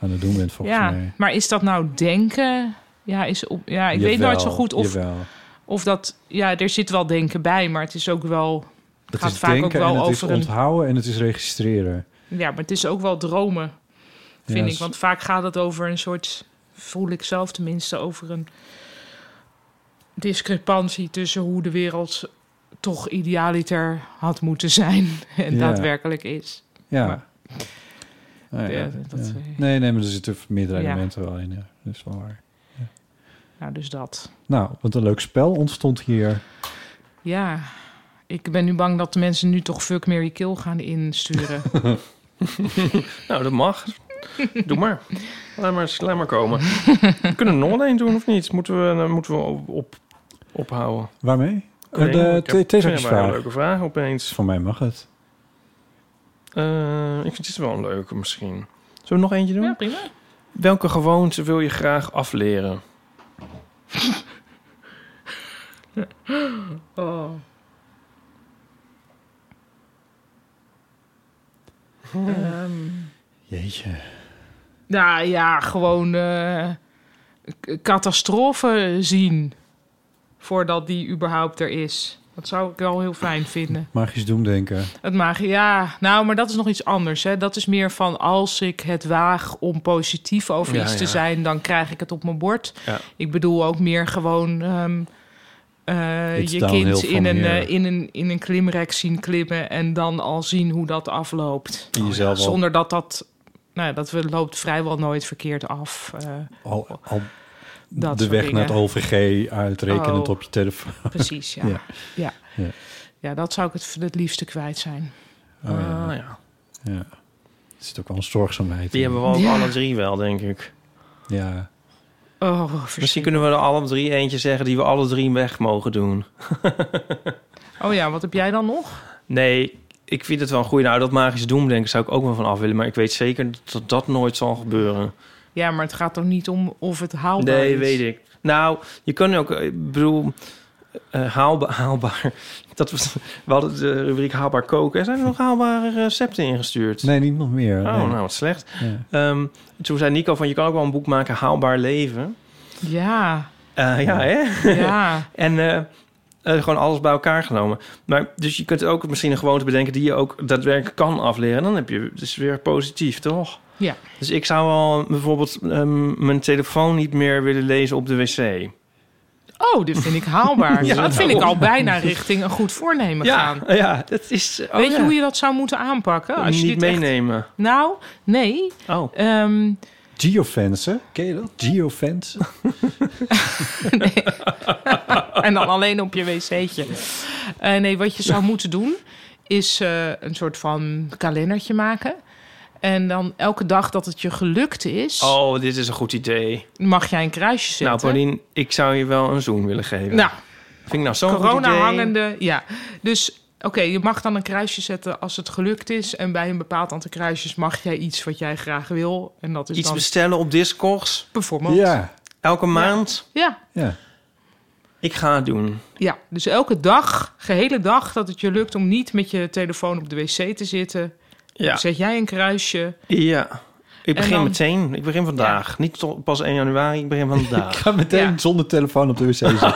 [SPEAKER 3] aan het doen bent volgens
[SPEAKER 5] ja,
[SPEAKER 3] mij.
[SPEAKER 5] maar is dat nou denken? Ja, is op, ja ik weet
[SPEAKER 3] Jawel,
[SPEAKER 5] nooit zo goed of,
[SPEAKER 3] jawel.
[SPEAKER 5] of dat... Ja, er zit wel denken bij, maar het is ook wel... Het
[SPEAKER 3] Dat
[SPEAKER 5] gaat
[SPEAKER 3] is
[SPEAKER 5] vaak
[SPEAKER 3] denken
[SPEAKER 5] ook wel
[SPEAKER 3] en het
[SPEAKER 5] over
[SPEAKER 3] is
[SPEAKER 5] een...
[SPEAKER 3] onthouden en het is registreren.
[SPEAKER 5] Ja, maar het is ook wel dromen,
[SPEAKER 3] Ja,
[SPEAKER 5] vind ik.
[SPEAKER 3] is-
[SPEAKER 5] Want vaak gaat het over een soort voel ik zelf tenminste over een discrepantie tussen hoe de wereld toch idealiter had moeten zijn en
[SPEAKER 3] Ja.
[SPEAKER 5] daadwerkelijk is.
[SPEAKER 3] Ja.
[SPEAKER 5] Maar-
[SPEAKER 3] Nou ja,
[SPEAKER 5] Ja,
[SPEAKER 3] dat-
[SPEAKER 5] dat- eh,
[SPEAKER 3] ja. Nee, nee, maar er zitten meerdere
[SPEAKER 5] Ja.
[SPEAKER 3] elementen wel in. Ja. Dat is wel waar.
[SPEAKER 5] nou, dus dat.
[SPEAKER 3] Nou, wat een leuk spel ontstond hier.
[SPEAKER 5] Ja, ik ben nu bang dat de mensen nu toch Fuck, Mary Kill gaan insturen.
[SPEAKER 4] nou, dat mag. Doe maar. Laat maar, laat maar komen. We kunnen er nog wel één doen of niet? Moeten we, eh, moeten we op, op- ophouden?
[SPEAKER 3] Waarmee?
[SPEAKER 4] Ik weet
[SPEAKER 3] Eh,
[SPEAKER 4] niet,
[SPEAKER 3] de
[SPEAKER 4] ik heb-
[SPEAKER 3] theezakjesvraag.
[SPEAKER 4] vind jij maar een leuke vraag opeens.
[SPEAKER 3] Voor mij mag het.
[SPEAKER 4] Eh, ik vind dit wel een leuke misschien. Zullen we nog eentje doen? Ja,
[SPEAKER 5] prima.
[SPEAKER 4] Welke gewoonte wil je graag afleren?
[SPEAKER 5] oh. Ehm,
[SPEAKER 3] Jeetje.
[SPEAKER 5] nou ja, gewoon eh, k- catastrofe zien voordat die überhaupt er is. Dat zou ik wel heel fijn vinden.
[SPEAKER 3] Magisch doemdenken.
[SPEAKER 5] Het mag, ja. Nou, maar dat is nog iets anders. Hè. Dat is meer van als ik het waag om positief over
[SPEAKER 4] Ja,
[SPEAKER 5] iets te
[SPEAKER 4] ja.
[SPEAKER 5] zijn, dan krijg ik het op mijn bord.
[SPEAKER 4] Ja.
[SPEAKER 5] Ik bedoel ook meer gewoon ehm, eh,
[SPEAKER 3] It's
[SPEAKER 5] je
[SPEAKER 3] downhill
[SPEAKER 5] kind in
[SPEAKER 3] from
[SPEAKER 5] een,
[SPEAKER 3] here.
[SPEAKER 5] eh, in, een, in een klimrek zien klimmen en dan al zien hoe dat afloopt.
[SPEAKER 4] Oh,
[SPEAKER 3] En jezelf al-
[SPEAKER 5] Zonder dat dat, nou, ja, dat we- loopt vrijwel nooit verkeerd af. eh,
[SPEAKER 3] Al, al
[SPEAKER 5] Dat
[SPEAKER 3] de
[SPEAKER 5] soort
[SPEAKER 3] weg naar het
[SPEAKER 5] dingen.
[SPEAKER 3] OVG uitrekenend
[SPEAKER 5] Oh.
[SPEAKER 3] op je telefoon.
[SPEAKER 5] Precies, ja.
[SPEAKER 3] ja.
[SPEAKER 5] Ja. Ja.
[SPEAKER 3] Ja.
[SPEAKER 5] dat zou ik het, het liefste kwijt zijn. Eh,
[SPEAKER 3] Oh, ja.
[SPEAKER 4] Ah, ja.
[SPEAKER 3] Ja. Er zit ook wel een zorgzaamheid
[SPEAKER 4] Die
[SPEAKER 3] in.
[SPEAKER 4] hebben we ook
[SPEAKER 5] Ja.
[SPEAKER 4] alle drie wel, denk ik.
[SPEAKER 3] Ja.
[SPEAKER 5] Oh,
[SPEAKER 4] Misschien kunnen we er alle drie eentje zeggen die we alle drie weg mogen doen.
[SPEAKER 5] oh ja, wat heb jij dan nog?
[SPEAKER 4] Nee, ik vind het wel een goede. Nou, dat magische doemdenken zou ik ook wel van af willen. Maar ik weet zeker dat dat nooit zal gebeuren.
[SPEAKER 5] Ja, maar het gaat toch niet om of het haalbaar
[SPEAKER 4] nee,
[SPEAKER 5] is?
[SPEAKER 4] weet ik. Nou, je kan ook, eh, ik bedoel, eh, haalba- haalbaar. Dat was, we hadden de rubriek haalbaar koken. Er zijn er nog haalbare recepten ingestuurd.
[SPEAKER 3] Nee, niet nog meer.
[SPEAKER 4] Oh,
[SPEAKER 3] nee.
[SPEAKER 4] nou wat slecht.
[SPEAKER 3] Ja.
[SPEAKER 4] Ehm, toen zei Nico van, je kan ook wel een boek maken, haalbaar leven.
[SPEAKER 5] Ja.
[SPEAKER 4] Eh, ja, hè?
[SPEAKER 5] Ja.
[SPEAKER 4] en eh, eh, gewoon alles bij elkaar genomen. Maar, dus je kunt ook misschien een gewoonte bedenken die je ook daadwerkelijk kan afleren. Dan heb je dus weer positief, toch?
[SPEAKER 5] Ja.
[SPEAKER 4] Dus ik zou wel bijvoorbeeld ehm, mijn telefoon niet meer willen lezen op de wc.
[SPEAKER 5] Oh, dit vind ik haalbaar.
[SPEAKER 4] Ja,
[SPEAKER 5] dat vind ik
[SPEAKER 4] daarom.
[SPEAKER 5] al bijna richting een goed voornemen
[SPEAKER 4] Ja,
[SPEAKER 5] gaan.
[SPEAKER 4] ja, dat is... oh
[SPEAKER 5] Weet
[SPEAKER 4] ja.
[SPEAKER 5] je hoe je dat zou moeten aanpakken? Als je
[SPEAKER 4] niet
[SPEAKER 5] dit echt-
[SPEAKER 4] meenemen.
[SPEAKER 5] Nou, nee. Ehm,
[SPEAKER 4] Oh.
[SPEAKER 3] Geofence, ken je dat? Geofence?
[SPEAKER 5] en dan alleen op je wc'tje. Eh, nee, wat je zou moeten doen is eh, een soort van kalendertje maken. En dan elke dag dat het je gelukt is,
[SPEAKER 4] Oh, dit is een goed idee.
[SPEAKER 5] mag jij een kruisje zetten.
[SPEAKER 4] Nou, Paulien, ik zou je wel een zoen willen geven.
[SPEAKER 5] Nou.
[SPEAKER 4] Vind ik nou zo'n goed
[SPEAKER 5] corona
[SPEAKER 4] idee.
[SPEAKER 5] hangende, ja. Dus oké, je mag dan een kruisje zetten als het gelukt is. En bij een bepaald aantal kruisjes mag jij iets wat jij graag wil. En dat is
[SPEAKER 4] Iets
[SPEAKER 5] dus dan
[SPEAKER 4] bestellen op Discogs.
[SPEAKER 5] Bijvoorbeeld.
[SPEAKER 3] Ja.
[SPEAKER 4] Elke maand.
[SPEAKER 5] Ja,
[SPEAKER 3] Ja.
[SPEAKER 4] Ik ga het doen.
[SPEAKER 5] ja. Dus elke dag, gehele dag, dat het je lukt om niet met je telefoon op de wc te zitten.
[SPEAKER 4] Ja.
[SPEAKER 5] Zet jij een kruisje.
[SPEAKER 4] Ja.
[SPEAKER 5] En
[SPEAKER 4] Ik begin
[SPEAKER 5] dan-
[SPEAKER 4] meteen. Ik begin vandaag. Niet tot pas 1 januari. Ik begin vandaag.
[SPEAKER 3] Ik ga meteen zonder telefoon op de wc zitten.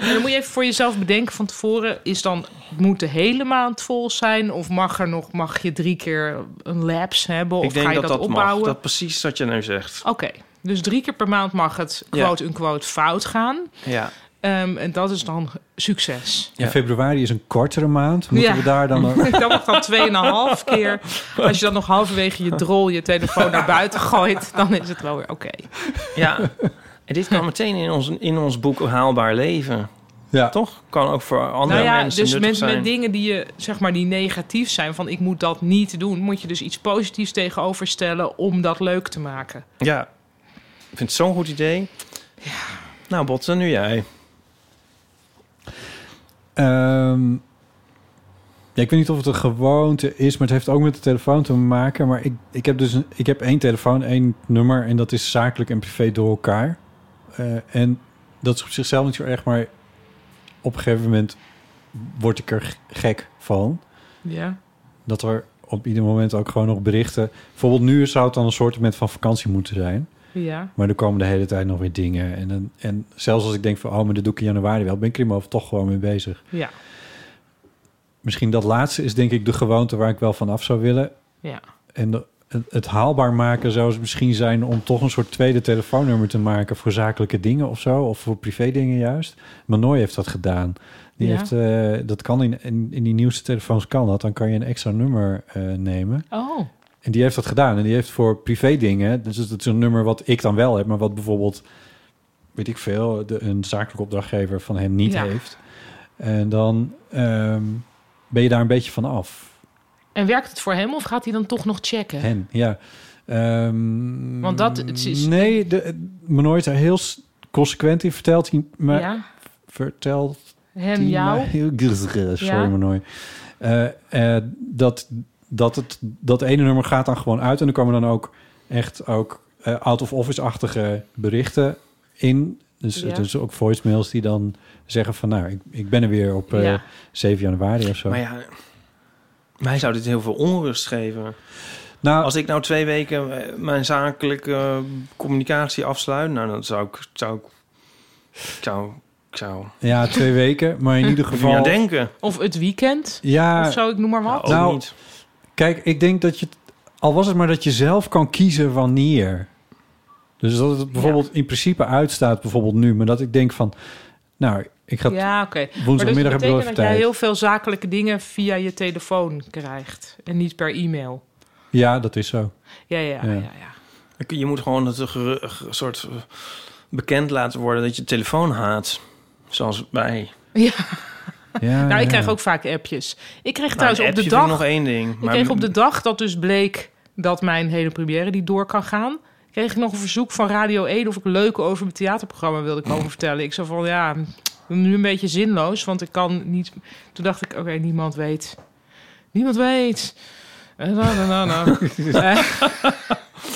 [SPEAKER 5] En dan moet je even voor jezelf bedenken van tevoren: is dan, moet de hele maand vol zijn? Of mag er nog, mag je drie keer een lapse hebben? Of
[SPEAKER 4] ik denk
[SPEAKER 5] ga je
[SPEAKER 4] dat
[SPEAKER 5] dat,
[SPEAKER 4] dat, mag.
[SPEAKER 5] opbouwen?
[SPEAKER 4] Dat precies wat je nu zegt.
[SPEAKER 5] Oké, dus drie keer per maand mag het
[SPEAKER 4] Ja.
[SPEAKER 5] quote-unquote fout gaan.
[SPEAKER 4] Ja.
[SPEAKER 5] Ehm, en dat is dan succes.
[SPEAKER 3] En februari is een kortere maand. Moeten
[SPEAKER 5] Ja.
[SPEAKER 3] we daar dan... ook-
[SPEAKER 5] Dan mag dat 2,5 keer. Als je dan nog halverwege je drol je telefoon naar buiten gooit, dan is het wel weer oké.
[SPEAKER 4] Ja. En dit kan meteen in ons, in ons boek Haalbaar Leven.
[SPEAKER 3] Ja.
[SPEAKER 4] Toch? Kan ook voor andere
[SPEAKER 5] Nou ja,
[SPEAKER 4] mensen
[SPEAKER 5] dus
[SPEAKER 4] nuttig
[SPEAKER 5] met,
[SPEAKER 4] zijn.
[SPEAKER 5] met dingen die je zeg maar die negatief zijn, van ik moet dat niet doen, moet je dus iets positiefs tegenover stellen om dat leuk te maken.
[SPEAKER 4] Ja. Ik vind het zo'n goed idee. Nou, Botten, nu jij.
[SPEAKER 3] Ehm, ja, ik weet niet of het een gewoonte is, maar het heeft ook met de telefoon te maken. Maar ik, ik heb dus een, ik heb één telefoon, één nummer en dat is zakelijk en privé door elkaar. Eh, en dat is op zichzelf niet zo erg, maar op een gegeven moment word ik er gek van.
[SPEAKER 5] Ja.
[SPEAKER 3] Dat er op ieder moment ook gewoon nog berichten. Bijvoorbeeld nu zou het dan een soort van vakantie moeten zijn.
[SPEAKER 5] Ja.
[SPEAKER 3] Maar er komen de hele tijd nog weer dingen. En, dan- en zelfs als ik denk van, oh, maar dit doe ik in januari wel. Ben ik er in mijn hoofd toch gewoon mee bezig.
[SPEAKER 5] Ja.
[SPEAKER 3] Misschien dat laatste is denk ik de gewoonte waar ik wel van af zou willen.
[SPEAKER 5] Ja.
[SPEAKER 3] En, de- het- het haalbaar maken zou misschien zijn om toch een soort tweede telefoonnummer te maken voor zakelijke dingen of zo, of voor privé dingen juist. Manoy heeft dat gedaan. Die
[SPEAKER 5] Ja.
[SPEAKER 3] heeft, eh, dat kan in, in, in die nieuwste telefoons kan dat, dan kan je een extra nummer eh, nemen.
[SPEAKER 5] Oh.
[SPEAKER 3] En die heeft dat gedaan. En die heeft voor privé dingen, dus dat is een nummer wat ik dan wel heb, maar wat bijvoorbeeld, weet ik veel, de, een zakelijke opdrachtgever van hem niet
[SPEAKER 5] Ja.
[SPEAKER 3] heeft. En dan ehm, ben je daar een beetje van af.
[SPEAKER 5] En werkt het voor hem of gaat hij dan toch nog checken?
[SPEAKER 3] Hen, ja. Ehm,
[SPEAKER 5] Want dat- het is-
[SPEAKER 3] Nee, de, me nooit daar heel s- consequent in vertelt hij me...
[SPEAKER 5] Ja.
[SPEAKER 3] Vertelt
[SPEAKER 5] Hen
[SPEAKER 3] hij
[SPEAKER 5] jou?
[SPEAKER 3] me- heel grrr, Sorry,
[SPEAKER 5] Ja.
[SPEAKER 3] me nooit. Eh, eh, dat, dat, het, dat ene nummer gaat dan gewoon uit. En er komen dan ook echt ook eh, out-of-office-achtige berichten in. Dus,
[SPEAKER 4] Ja.
[SPEAKER 3] dus ook voicemails die dan zeggen van... nou, ik, ik ben er weer op eh,
[SPEAKER 4] Ja.
[SPEAKER 3] 7 januari of zo.
[SPEAKER 4] Maar ja, mij zou dit heel veel onrust geven.
[SPEAKER 3] Nou,
[SPEAKER 4] Als ik nou twee weken eh, mijn zakelijke eh, communicatie afsluit, nou dan zou ik, zou ik, ik zou, ik zou
[SPEAKER 3] Ja, twee weken. Maar in ieder geval...
[SPEAKER 4] Ja, denken.
[SPEAKER 5] Of het weekend?
[SPEAKER 3] Ja.
[SPEAKER 5] Of zo, ik noem maar wat.
[SPEAKER 3] nou, Kijk, ik denk dat je, al was het maar dat je zelf kan kiezen wanneer. Dus dat het bijvoorbeeld in principe uitstaat, bijvoorbeeld nu, maar dat ik denk van, nou, ik ga
[SPEAKER 5] ja, oké.
[SPEAKER 3] woensdagmiddag
[SPEAKER 5] maar dus
[SPEAKER 3] heb ik wel
[SPEAKER 5] betekent
[SPEAKER 3] even
[SPEAKER 5] dat jij
[SPEAKER 3] tijd.
[SPEAKER 5] heel veel zakelijke dingen via je telefoon krijgt en niet per e-mail.
[SPEAKER 3] Ja, dat is zo.
[SPEAKER 5] Ja, ja, ja.
[SPEAKER 4] Ik- Je moet gewoon het geru- ge- soort eh, bekend laten worden dat je telefoon haat. Zoals wij.
[SPEAKER 5] Ja.
[SPEAKER 3] Ja,
[SPEAKER 5] nou, ik
[SPEAKER 4] ja.
[SPEAKER 5] krijg ook vaak appjes. Ik kreeg
[SPEAKER 4] Nou,
[SPEAKER 5] trouwens
[SPEAKER 4] een
[SPEAKER 5] op de
[SPEAKER 4] appje vind
[SPEAKER 5] dag...
[SPEAKER 4] ik nog één ding,
[SPEAKER 5] Ik
[SPEAKER 4] Mhm. maar-
[SPEAKER 5] kreeg op de dag dat dus bleek dat mijn hele première die door kan gaan... kreeg ik nog een verzoek van Radio 1 of ik leuk over mijn theaterprogramma wilde
[SPEAKER 4] Mhm.
[SPEAKER 5] komen vertellen. Ik zei van, ja, nu een beetje zinloos, want ik kan niet... Toen dacht ik, oké, niemand weet. Niemand weet. Eh, Na, na, na, na. Eh.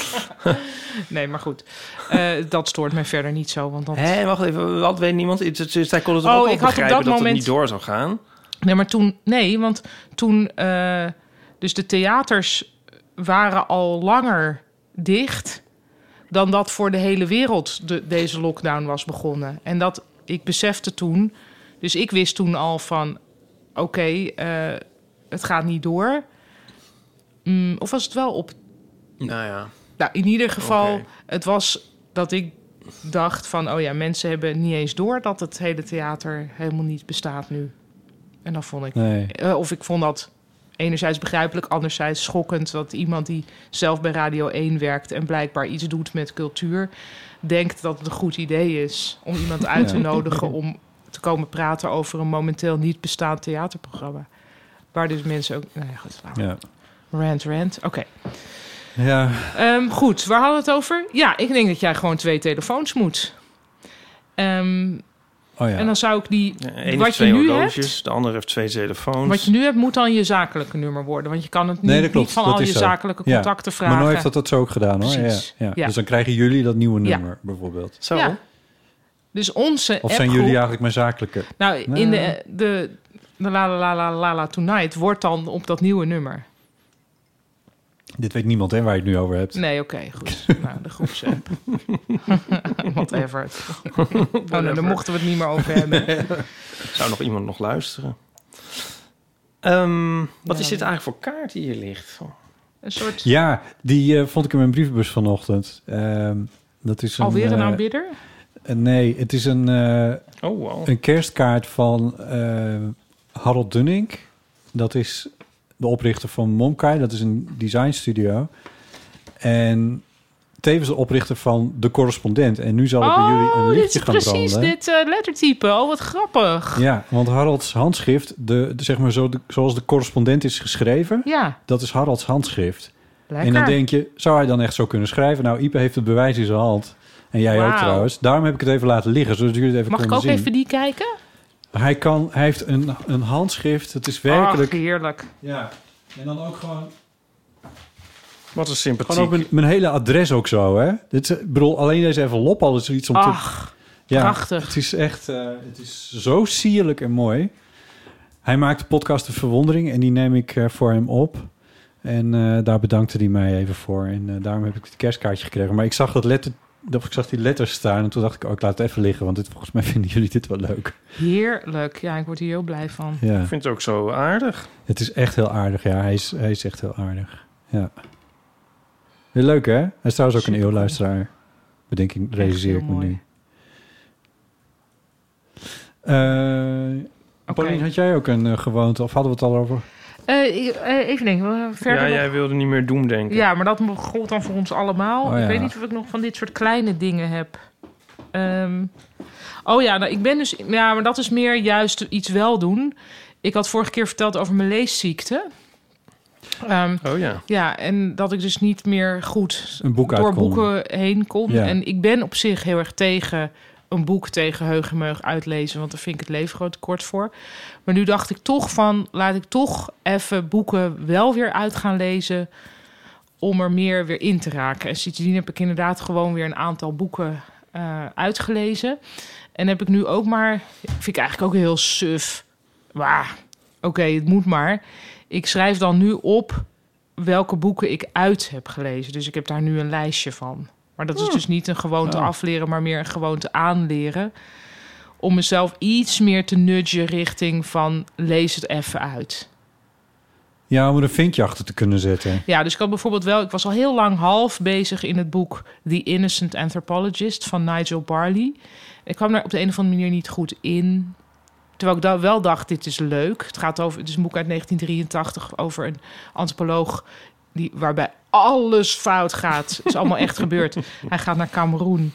[SPEAKER 5] nee, maar goed. Eh, dat stoort mij verder niet zo, want dan...
[SPEAKER 4] Hé, wacht even, wat weet niemand? Het, het, het- zij kon het
[SPEAKER 5] Oh,
[SPEAKER 4] ook
[SPEAKER 5] ik
[SPEAKER 4] al
[SPEAKER 5] had op
[SPEAKER 4] begrijpen
[SPEAKER 5] dat
[SPEAKER 4] dat, het
[SPEAKER 5] moment-
[SPEAKER 4] niet door zou gaan.
[SPEAKER 5] Nee, maar toen... Nee, want toen... eh, dus de theaters waren al langer dicht... dan dat voor de hele wereld de, deze lockdown was begonnen. En dat... Ik besefte toen... Dus ik wist toen al van... Oké, eh, het gaat niet door. Mm, of was het wel op
[SPEAKER 4] Nou ja.
[SPEAKER 5] nou, in ieder geval,
[SPEAKER 4] Oké.
[SPEAKER 5] het was dat ik dacht van... oh ja, mensen hebben niet eens door dat het hele theater helemaal niet bestaat nu. En dat vond ik...
[SPEAKER 3] Nee.
[SPEAKER 5] eh, of ik vond dat enerzijds begrijpelijk, anderzijds schokkend... dat iemand die zelf bij Radio 1 werkt en blijkbaar iets doet met cultuur... denkt dat het een goed idee is om iemand uit te
[SPEAKER 3] Ja.
[SPEAKER 5] nodigen... om te komen praten over een momenteel niet bestaand theaterprogramma. Waar dus mensen ook... Nou ja, goed, laat maar.
[SPEAKER 3] Ja. Eh.
[SPEAKER 5] Rant, rant. Oké.
[SPEAKER 3] Ja,
[SPEAKER 5] Ehm, goed, waar hadden we het over? Ja, ik denk dat jij gewoon twee telefoons moet. Ehm,
[SPEAKER 3] oh
[SPEAKER 5] En
[SPEAKER 4] ja.
[SPEAKER 5] dan zou ik die...
[SPEAKER 4] Eén heeft
[SPEAKER 5] wat, je
[SPEAKER 4] twee
[SPEAKER 5] nu
[SPEAKER 4] horloges,
[SPEAKER 5] hebt,
[SPEAKER 4] de ander heeft twee telefoons.
[SPEAKER 5] wat je nu hebt, moet dan je zakelijke nummer worden. Want je kan het niet,
[SPEAKER 3] Nee, dat klopt.
[SPEAKER 5] niet van
[SPEAKER 3] dat
[SPEAKER 5] al
[SPEAKER 3] is
[SPEAKER 5] je
[SPEAKER 3] zo.
[SPEAKER 5] zakelijke
[SPEAKER 3] Ja.
[SPEAKER 5] contacten vragen.
[SPEAKER 3] Maar nooit heeft dat dat zo ook gedaan hoor. Ja,
[SPEAKER 5] Precies.
[SPEAKER 3] ja.
[SPEAKER 5] Ja.
[SPEAKER 3] Dus dan krijgen jullie dat nieuwe
[SPEAKER 5] Ja.
[SPEAKER 3] nummer bijvoorbeeld.
[SPEAKER 5] Ja. Dus onze
[SPEAKER 3] Of zijn
[SPEAKER 5] appgroep-
[SPEAKER 3] jullie eigenlijk mijn zakelijke?
[SPEAKER 5] Nou, in de, de, de la, la la la la la tonight wordt dan op dat nieuwe nummer.
[SPEAKER 3] Dit weet niemand hè, waar je het nu over hebt.
[SPEAKER 5] Nee, oké, goed. nou, de groepsapp. Whatever. oh, nee,
[SPEAKER 4] Whatever.
[SPEAKER 5] daar mochten we het niet meer over hebben.
[SPEAKER 4] Zou nog iemand nog luisteren? Ehm, wat
[SPEAKER 5] Ja.
[SPEAKER 4] is dit eigenlijk voor kaart die hier ligt? Oh.
[SPEAKER 5] Een soort...
[SPEAKER 3] Ja, die eh, vond ik in mijn brievenbus vanochtend. Ehm, dat is
[SPEAKER 5] Alweer een
[SPEAKER 3] eh,
[SPEAKER 5] aanbidder?
[SPEAKER 3] Eh, Nee, het is een, eh,
[SPEAKER 4] Oh, wow.
[SPEAKER 3] een kerstkaart van eh, Harold Dunning. Dat is de oprichter van Momkai. Dat is een designstudio. En tevens de oprichter van De Correspondent. En nu zal ik bij jullie
[SPEAKER 5] Oh,
[SPEAKER 3] een
[SPEAKER 5] dit is
[SPEAKER 3] lichtje gaan branden.
[SPEAKER 5] precies dit eh, lettertype. Oh, wat grappig.
[SPEAKER 3] Ja, want Harolds handschrift, de, de- zeg maar zo de- zoals de correspondent is geschreven,
[SPEAKER 5] Ja.
[SPEAKER 3] dat is Harolds handschrift.
[SPEAKER 5] Lekker.
[SPEAKER 3] En dan denk je, zou hij dan echt zo kunnen schrijven? Nou, Ipe heeft het bewijs in zijn hand. En jij ook
[SPEAKER 5] Wauw.
[SPEAKER 3] trouwens. Daarom heb ik het even laten liggen, zodat jullie het even
[SPEAKER 5] Mag ik
[SPEAKER 3] konden
[SPEAKER 5] ook
[SPEAKER 3] zien.
[SPEAKER 5] even die kijken?
[SPEAKER 3] Hij, kan, hij heeft een, een handschrift, het is werkelijk...
[SPEAKER 5] Ach, heerlijk.
[SPEAKER 3] Ja, en dan ook gewoon...
[SPEAKER 4] Wat een sympathiek.
[SPEAKER 3] Gewoon ook mijn, mijn hele adres ook zo, hè? Dit, is- ik bedoel, alleen deze envelop al is er iets om
[SPEAKER 5] Ach,
[SPEAKER 3] te... Ja,
[SPEAKER 5] prachtig.
[SPEAKER 3] Het is echt eh, het is zo sierlijk en mooi. Hij maakt de podcast De Verwondering en die neem ik eh, voor hem op. En eh, daar bedankte hij mij even voor. En eh, daarom heb ik het kerstkaartje gekregen. Maar ik zag, dat letter, dat, ik zag die letters staan en toen dacht ik... oh, ik laat het even liggen, want dit, volgens mij vinden jullie dit wel leuk.
[SPEAKER 5] Heerlijk. Ja, ik word hier heel blij van.
[SPEAKER 3] Ja.
[SPEAKER 4] Ik vind het ook zo aardig.
[SPEAKER 3] Het is echt heel aardig, ja. Hij is, hij is echt heel aardig. Ja. Leuk hè? Hij is trouwens ook een eeuwluisteraar. Bedenk ik, realiseer
[SPEAKER 5] heel
[SPEAKER 3] ik me
[SPEAKER 5] mooi.
[SPEAKER 3] nu. Eh Pauline, had jij ook een eh, gewoonte? Of hadden we het al over?
[SPEAKER 5] Eh, ik- eh, even denken, eh, verder
[SPEAKER 4] Ja,
[SPEAKER 5] nog-
[SPEAKER 4] jij wilde niet meer doen, denk ik.
[SPEAKER 5] Ja, maar dat gold dan voor ons allemaal.
[SPEAKER 4] Oh, ja.
[SPEAKER 5] Ik weet niet of ik nog van dit soort kleine dingen heb. Ehm, oh ja, nou, ik ben dus... Ja, maar dat is meer juist iets wel doen. Ik had vorige keer verteld over mijn leesziekte. Ehm,
[SPEAKER 4] Oh ja.
[SPEAKER 5] Ja, en dat ik dus niet meer goed
[SPEAKER 3] Een boek
[SPEAKER 5] door
[SPEAKER 3] uit kon.
[SPEAKER 5] boeken heen kon.
[SPEAKER 3] Ja.
[SPEAKER 5] En ik ben op zich heel erg tegen een boek tegen heug en meug uitlezen... want daar vind ik het leven gewoon te kort voor. Maar nu dacht ik toch van... laat ik toch even boeken wel weer uit gaan lezen... om er meer weer in te raken. En sindsdien heb ik inderdaad gewoon weer een aantal boeken eh, uitgelezen. En heb ik nu ook maar... vind ik eigenlijk ook heel suf. Maar oké, het moet maar. Ik schrijf dan nu op welke boeken ik uit heb gelezen. Dus ik heb daar nu een lijstje van. Maar dat is
[SPEAKER 13] Hmm.
[SPEAKER 5] dus niet een gewoonte
[SPEAKER 13] Oh.
[SPEAKER 5] afleren, maar meer een gewoonte aanleren. Om mezelf iets meer te nudgen richting van lees het even uit.
[SPEAKER 3] Ja, om er een vinkje achter te kunnen zetten.
[SPEAKER 5] Ja, dus ik had bijvoorbeeld wel... Ik was al heel lang half bezig in het boek... The Innocent Anthropologist van Nigel Barley. Ik kwam daar op de een of andere manier niet goed in. Terwijl ik da- wel dacht, dit is leuk. Het, gaat over, het is een boek uit 1983 over een antropoloog... Die, waarbij alles fout gaat. Het is allemaal echt gebeurd. Hij gaat naar Cameroen.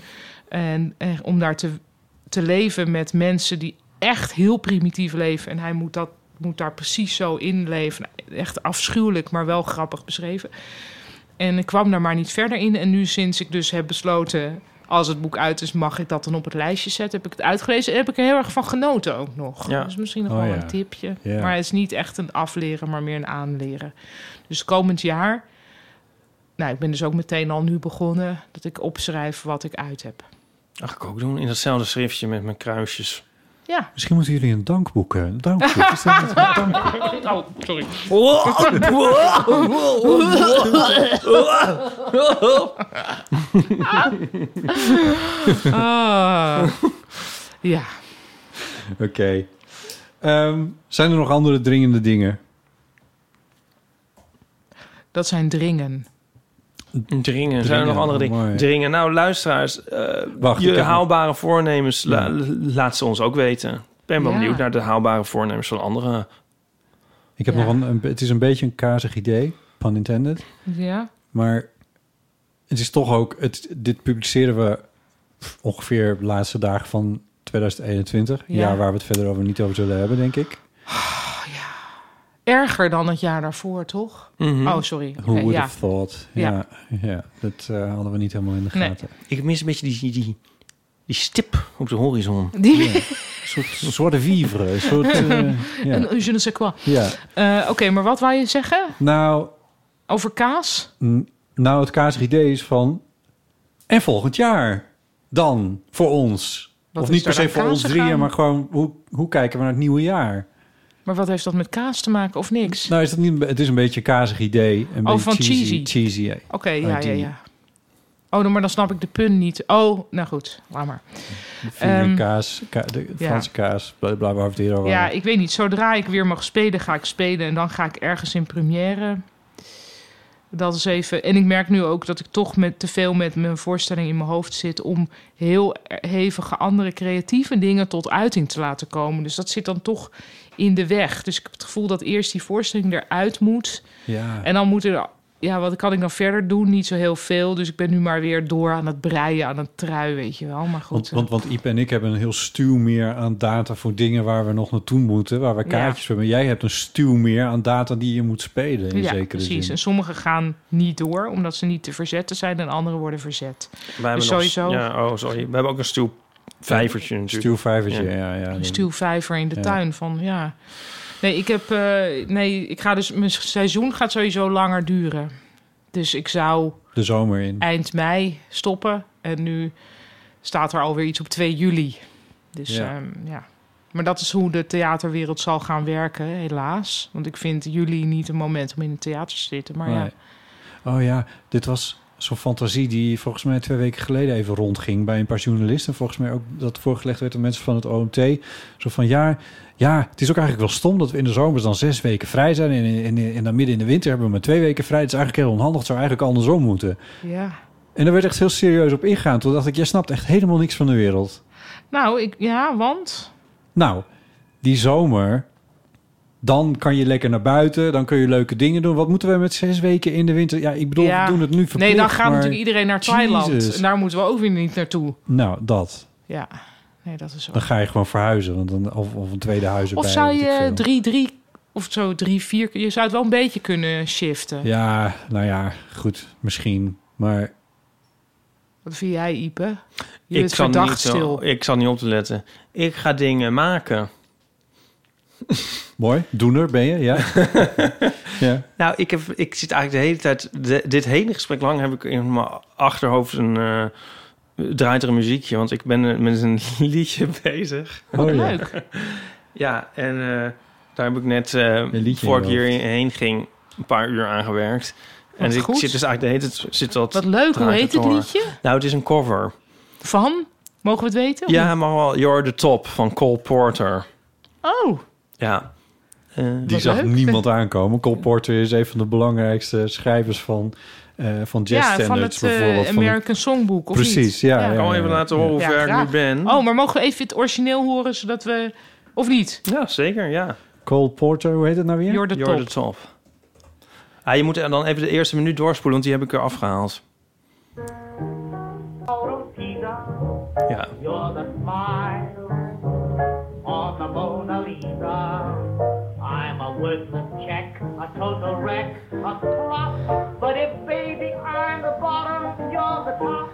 [SPEAKER 5] En, eh, om daar te, te leven met mensen die echt heel primitief leven. En hij moet, dat, moet daar precies zo in leven. Echt afschuwelijk, maar wel grappig beschreven. En ik kwam daar maar niet verder in. En nu sinds ik dus heb besloten... als het boek uit is, mag ik dat dan op het lijstje zetten. Heb ik het uitgelezen en heb ik er heel erg van genoten ook nog.
[SPEAKER 4] Ja.
[SPEAKER 5] Dat is misschien nog
[SPEAKER 4] Oh,
[SPEAKER 5] wel
[SPEAKER 4] ja.
[SPEAKER 5] een tipje.
[SPEAKER 4] Ja.
[SPEAKER 5] Maar het is niet echt een afleren, maar meer een aanleren. Dus komend jaar... Nou, ik ben dus ook meteen al nu begonnen... dat ik opschrijf wat ik uit heb.
[SPEAKER 4] Dat kan ik ook doen in datzelfde schriftje met mijn kruisjes.
[SPEAKER 5] Ja.
[SPEAKER 3] Misschien moeten jullie een dankboek... eh, Een dankboek. Is dat niet-
[SPEAKER 5] Oh, sorry. Ah. ja.
[SPEAKER 3] Oké. Ehm, zijn er nog andere dringende dingen?
[SPEAKER 5] Dat zijn dringen.
[SPEAKER 4] Dringen. Zijn er nog andere dingen?
[SPEAKER 3] mooi.
[SPEAKER 4] Dringen. Nou, luisteraars, eh
[SPEAKER 3] Wacht, ik
[SPEAKER 4] je
[SPEAKER 3] heb nog-
[SPEAKER 4] haalbare voornemens la-
[SPEAKER 3] Ja.
[SPEAKER 4] laat ze ons ook weten. Ik ben wel
[SPEAKER 5] Ja.
[SPEAKER 4] benieuwd naar de haalbare voornemens van anderen.
[SPEAKER 3] Ik heb
[SPEAKER 5] Ja.
[SPEAKER 3] nog een, een- Het is een beetje een kazig idee. Pun intended.
[SPEAKER 5] Ja.
[SPEAKER 3] Maar het is toch ook... Het, dit publiceren we ongeveer de laatste dagen van 2021.
[SPEAKER 5] Ja.
[SPEAKER 3] Jaar waar we het verder over niet over zullen hebben, denk ik.
[SPEAKER 5] Erger dan het jaar daarvoor, toch? Oh, sorry.
[SPEAKER 3] Mhm. Who
[SPEAKER 5] Oké,
[SPEAKER 3] would
[SPEAKER 5] ja.
[SPEAKER 3] have thought?
[SPEAKER 5] Ja.
[SPEAKER 3] Ja, ja. dat eh, hadden we niet helemaal in de
[SPEAKER 5] Nee.
[SPEAKER 3] gaten.
[SPEAKER 4] Ik mis een beetje die, die, die, die stip op de horizon.
[SPEAKER 5] Die-
[SPEAKER 4] Ja.
[SPEAKER 3] Een soort, een soort vivre. Een soort... eh, ja.
[SPEAKER 5] Een je ne sais quoi.
[SPEAKER 3] Ja.
[SPEAKER 5] Eh, Oké, maar wat wou je zeggen?
[SPEAKER 3] Nou,
[SPEAKER 5] Over kaas?
[SPEAKER 3] n- nou, het kazig idee is van... En volgend jaar dan voor ons.
[SPEAKER 5] Wat
[SPEAKER 3] of
[SPEAKER 5] is
[SPEAKER 3] niet per
[SPEAKER 5] daar
[SPEAKER 3] se
[SPEAKER 5] dan
[SPEAKER 3] voor ons
[SPEAKER 5] kazig
[SPEAKER 3] drieën,
[SPEAKER 5] aan?
[SPEAKER 3] maar gewoon hoe, hoe kijken we naar het nieuwe jaar?
[SPEAKER 5] Maar wat heeft dat met kaas te maken of niks?
[SPEAKER 3] Nou, is dat niet, het is een beetje een kazig idee. Een
[SPEAKER 5] Oh,
[SPEAKER 3] beetje
[SPEAKER 5] van cheesy.
[SPEAKER 3] cheesy eh,
[SPEAKER 5] Oké, ja, ja,
[SPEAKER 3] idee.
[SPEAKER 5] ja. Oh, dan- maar dan snap ik de pun niet. Oh, nou goed, laat maar.
[SPEAKER 3] Vier
[SPEAKER 5] Ehm,
[SPEAKER 3] kaas, ka- de
[SPEAKER 5] ja.
[SPEAKER 3] Franse kaas, bla bla bla. of het hier al
[SPEAKER 5] Ja,
[SPEAKER 3] waren.
[SPEAKER 5] ik weet niet. Zodra ik weer mag spelen, ga ik spelen. En dan ga ik ergens in première. Dat is even. En ik merk nu ook dat ik toch met te veel met mijn voorstelling in mijn hoofd zit. om heel e-, hevige andere creatieve dingen tot uiting te laten komen. Dus dat zit dan toch in de weg. Dus ik heb het gevoel dat eerst die voorstelling eruit moet.
[SPEAKER 3] Ja.
[SPEAKER 5] En dan moet er. Ja, wat kan ik dan verder doen? Niet zo heel veel. Dus ik ben nu maar weer door aan het breien, aan een trui, weet je wel. Maar goed.
[SPEAKER 3] Want, want, want Iep en ik hebben een heel stuw meer aan data voor dingen waar we nog naartoe moeten, waar we
[SPEAKER 5] Ja.
[SPEAKER 3] kaartjes voor hebben. Jij hebt een stuw meer aan data die je moet spelen in
[SPEAKER 5] ja,
[SPEAKER 3] zekere
[SPEAKER 5] precies.
[SPEAKER 3] zin.
[SPEAKER 5] En sommige gaan niet door, omdat ze niet te verzetten zijn. En andere worden verzet.
[SPEAKER 4] Wij hebben
[SPEAKER 5] dus
[SPEAKER 4] nog-
[SPEAKER 5] sowieso
[SPEAKER 4] ja, oh, sorry. We hebben ook een stoep. Vijvertje natuurlijk.
[SPEAKER 3] Stuwvijvertje, ja, ja.
[SPEAKER 5] een stuwvijver in de
[SPEAKER 3] Ja.
[SPEAKER 5] tuin. Van, ja. Nee, ik heb... eh, nee, ik ga dus... Mijn seizoen gaat sowieso langer duren. Dus ik zou
[SPEAKER 3] De zomer in.
[SPEAKER 5] eind mei stoppen. En nu staat er alweer iets op 2 juli. Dus
[SPEAKER 3] Ja.
[SPEAKER 5] ja. ja. Maar dat is hoe de theaterwereld zal gaan werken, helaas. Want ik vind juli niet een moment om in het theater te zitten. Maar
[SPEAKER 3] Nee.
[SPEAKER 5] ja.
[SPEAKER 3] Oh ja, dit was Zo'n fantasie die volgens mij twee weken geleden even rondging bij een paar journalisten. Volgens mij ook dat voorgelegd werd aan mensen van het OMT. Zo van ja, ja, het is ook eigenlijk wel stom dat we in de zomers dan zes weken vrij zijn. En, in- in- en dan midden in de winter hebben we maar twee weken vrij. Dat is eigenlijk heel onhandig. Het zou eigenlijk andersom moeten.
[SPEAKER 5] Ja.
[SPEAKER 3] En daar werd echt heel serieus op ingegaan. Toen dacht ik, jij snapt echt helemaal niks van de wereld.
[SPEAKER 5] Nou, ik, ja, want...
[SPEAKER 3] Nou, die zomer, dan kan je lekker naar buiten. Dan kun je leuke dingen doen. Wat moeten wij met zes weken in de winter? Ja, ik bedoel,
[SPEAKER 5] ja.
[SPEAKER 3] we doen het nu verplicht.
[SPEAKER 5] Nee, dan gaat
[SPEAKER 3] maar-
[SPEAKER 5] natuurlijk iedereen naar Thailand.
[SPEAKER 3] Jezus.
[SPEAKER 5] En daar moeten we ook weer niet naartoe.
[SPEAKER 3] Nou, dat.
[SPEAKER 5] Ja, nee, dat is ook...
[SPEAKER 3] Dan ga je gewoon verhuizen. Want dan, of, of een tweede huis erbij.
[SPEAKER 5] Of zou
[SPEAKER 3] weet ik
[SPEAKER 5] je
[SPEAKER 3] veel.
[SPEAKER 5] drie, drie of zo drie, vier... Je zou het wel een beetje kunnen shiften.
[SPEAKER 3] Ja, nou ja, goed, misschien. Maar
[SPEAKER 5] Wat vind jij, Ipe? Je
[SPEAKER 4] ik
[SPEAKER 5] bent
[SPEAKER 4] zal, niet
[SPEAKER 5] verdacht
[SPEAKER 4] zo-
[SPEAKER 5] stil.
[SPEAKER 4] ik zal niet op te letten. Ik ga dingen maken.
[SPEAKER 3] mooi, doener ben je, ja. ja.
[SPEAKER 4] Nou, ik, heb, ik zit eigenlijk de hele tijd... de- dit hele gesprek lang heb ik in mijn achterhoofd een... eh, draait er een muziekje, want ik ben eh, met een liedje bezig.
[SPEAKER 3] Oh, ja.
[SPEAKER 5] Leuk.
[SPEAKER 4] Ja, en eh, daar heb ik net, eh
[SPEAKER 3] liedje
[SPEAKER 4] voor ik
[SPEAKER 3] in je
[SPEAKER 4] hierheen ging, een paar uur aan gewerkt. en
[SPEAKER 5] Wat
[SPEAKER 4] ik
[SPEAKER 5] goed.
[SPEAKER 4] zit dus eigenlijk de hele tijd... Zit dat
[SPEAKER 5] Wat leuk, hoe
[SPEAKER 4] draait
[SPEAKER 5] heet
[SPEAKER 4] te
[SPEAKER 5] het
[SPEAKER 4] horen.
[SPEAKER 5] liedje?
[SPEAKER 4] Nou, het is een cover.
[SPEAKER 5] Van? Mogen we het weten? of
[SPEAKER 4] Ja,
[SPEAKER 5] niet?
[SPEAKER 4] maar wel You're the Top van Cole Porter.
[SPEAKER 5] Oh,
[SPEAKER 4] Ja. Eh,
[SPEAKER 3] Die zag niemand aankomen. Cole Porter is een van de belangrijkste schrijvers van, eh van jazz
[SPEAKER 5] ja, van
[SPEAKER 3] standards
[SPEAKER 5] het
[SPEAKER 3] bijvoorbeeld.
[SPEAKER 5] eh,
[SPEAKER 3] van de-
[SPEAKER 5] American Songbook, of niet?
[SPEAKER 3] Precies, ja, ja, Ik kan ja, even ja. laten horen hoe ver ik nu
[SPEAKER 5] graag.
[SPEAKER 4] ben.
[SPEAKER 5] Oh, maar mogen we even het origineel horen, zodat we... Of niet?
[SPEAKER 4] Ja, zeker, ja.
[SPEAKER 3] Cole Porter, hoe heet het nou weer?
[SPEAKER 5] You're the
[SPEAKER 4] You're
[SPEAKER 5] top.
[SPEAKER 4] the Top. Ah, je moet er dan even de eerste minuut doorspoelen, want die heb ik er afgehaald. Ja.
[SPEAKER 13] You're the smile on the Mona Lisa. I'm a worthless check, a total wreck, a flop. But if baby I'm the bottom, you're the top.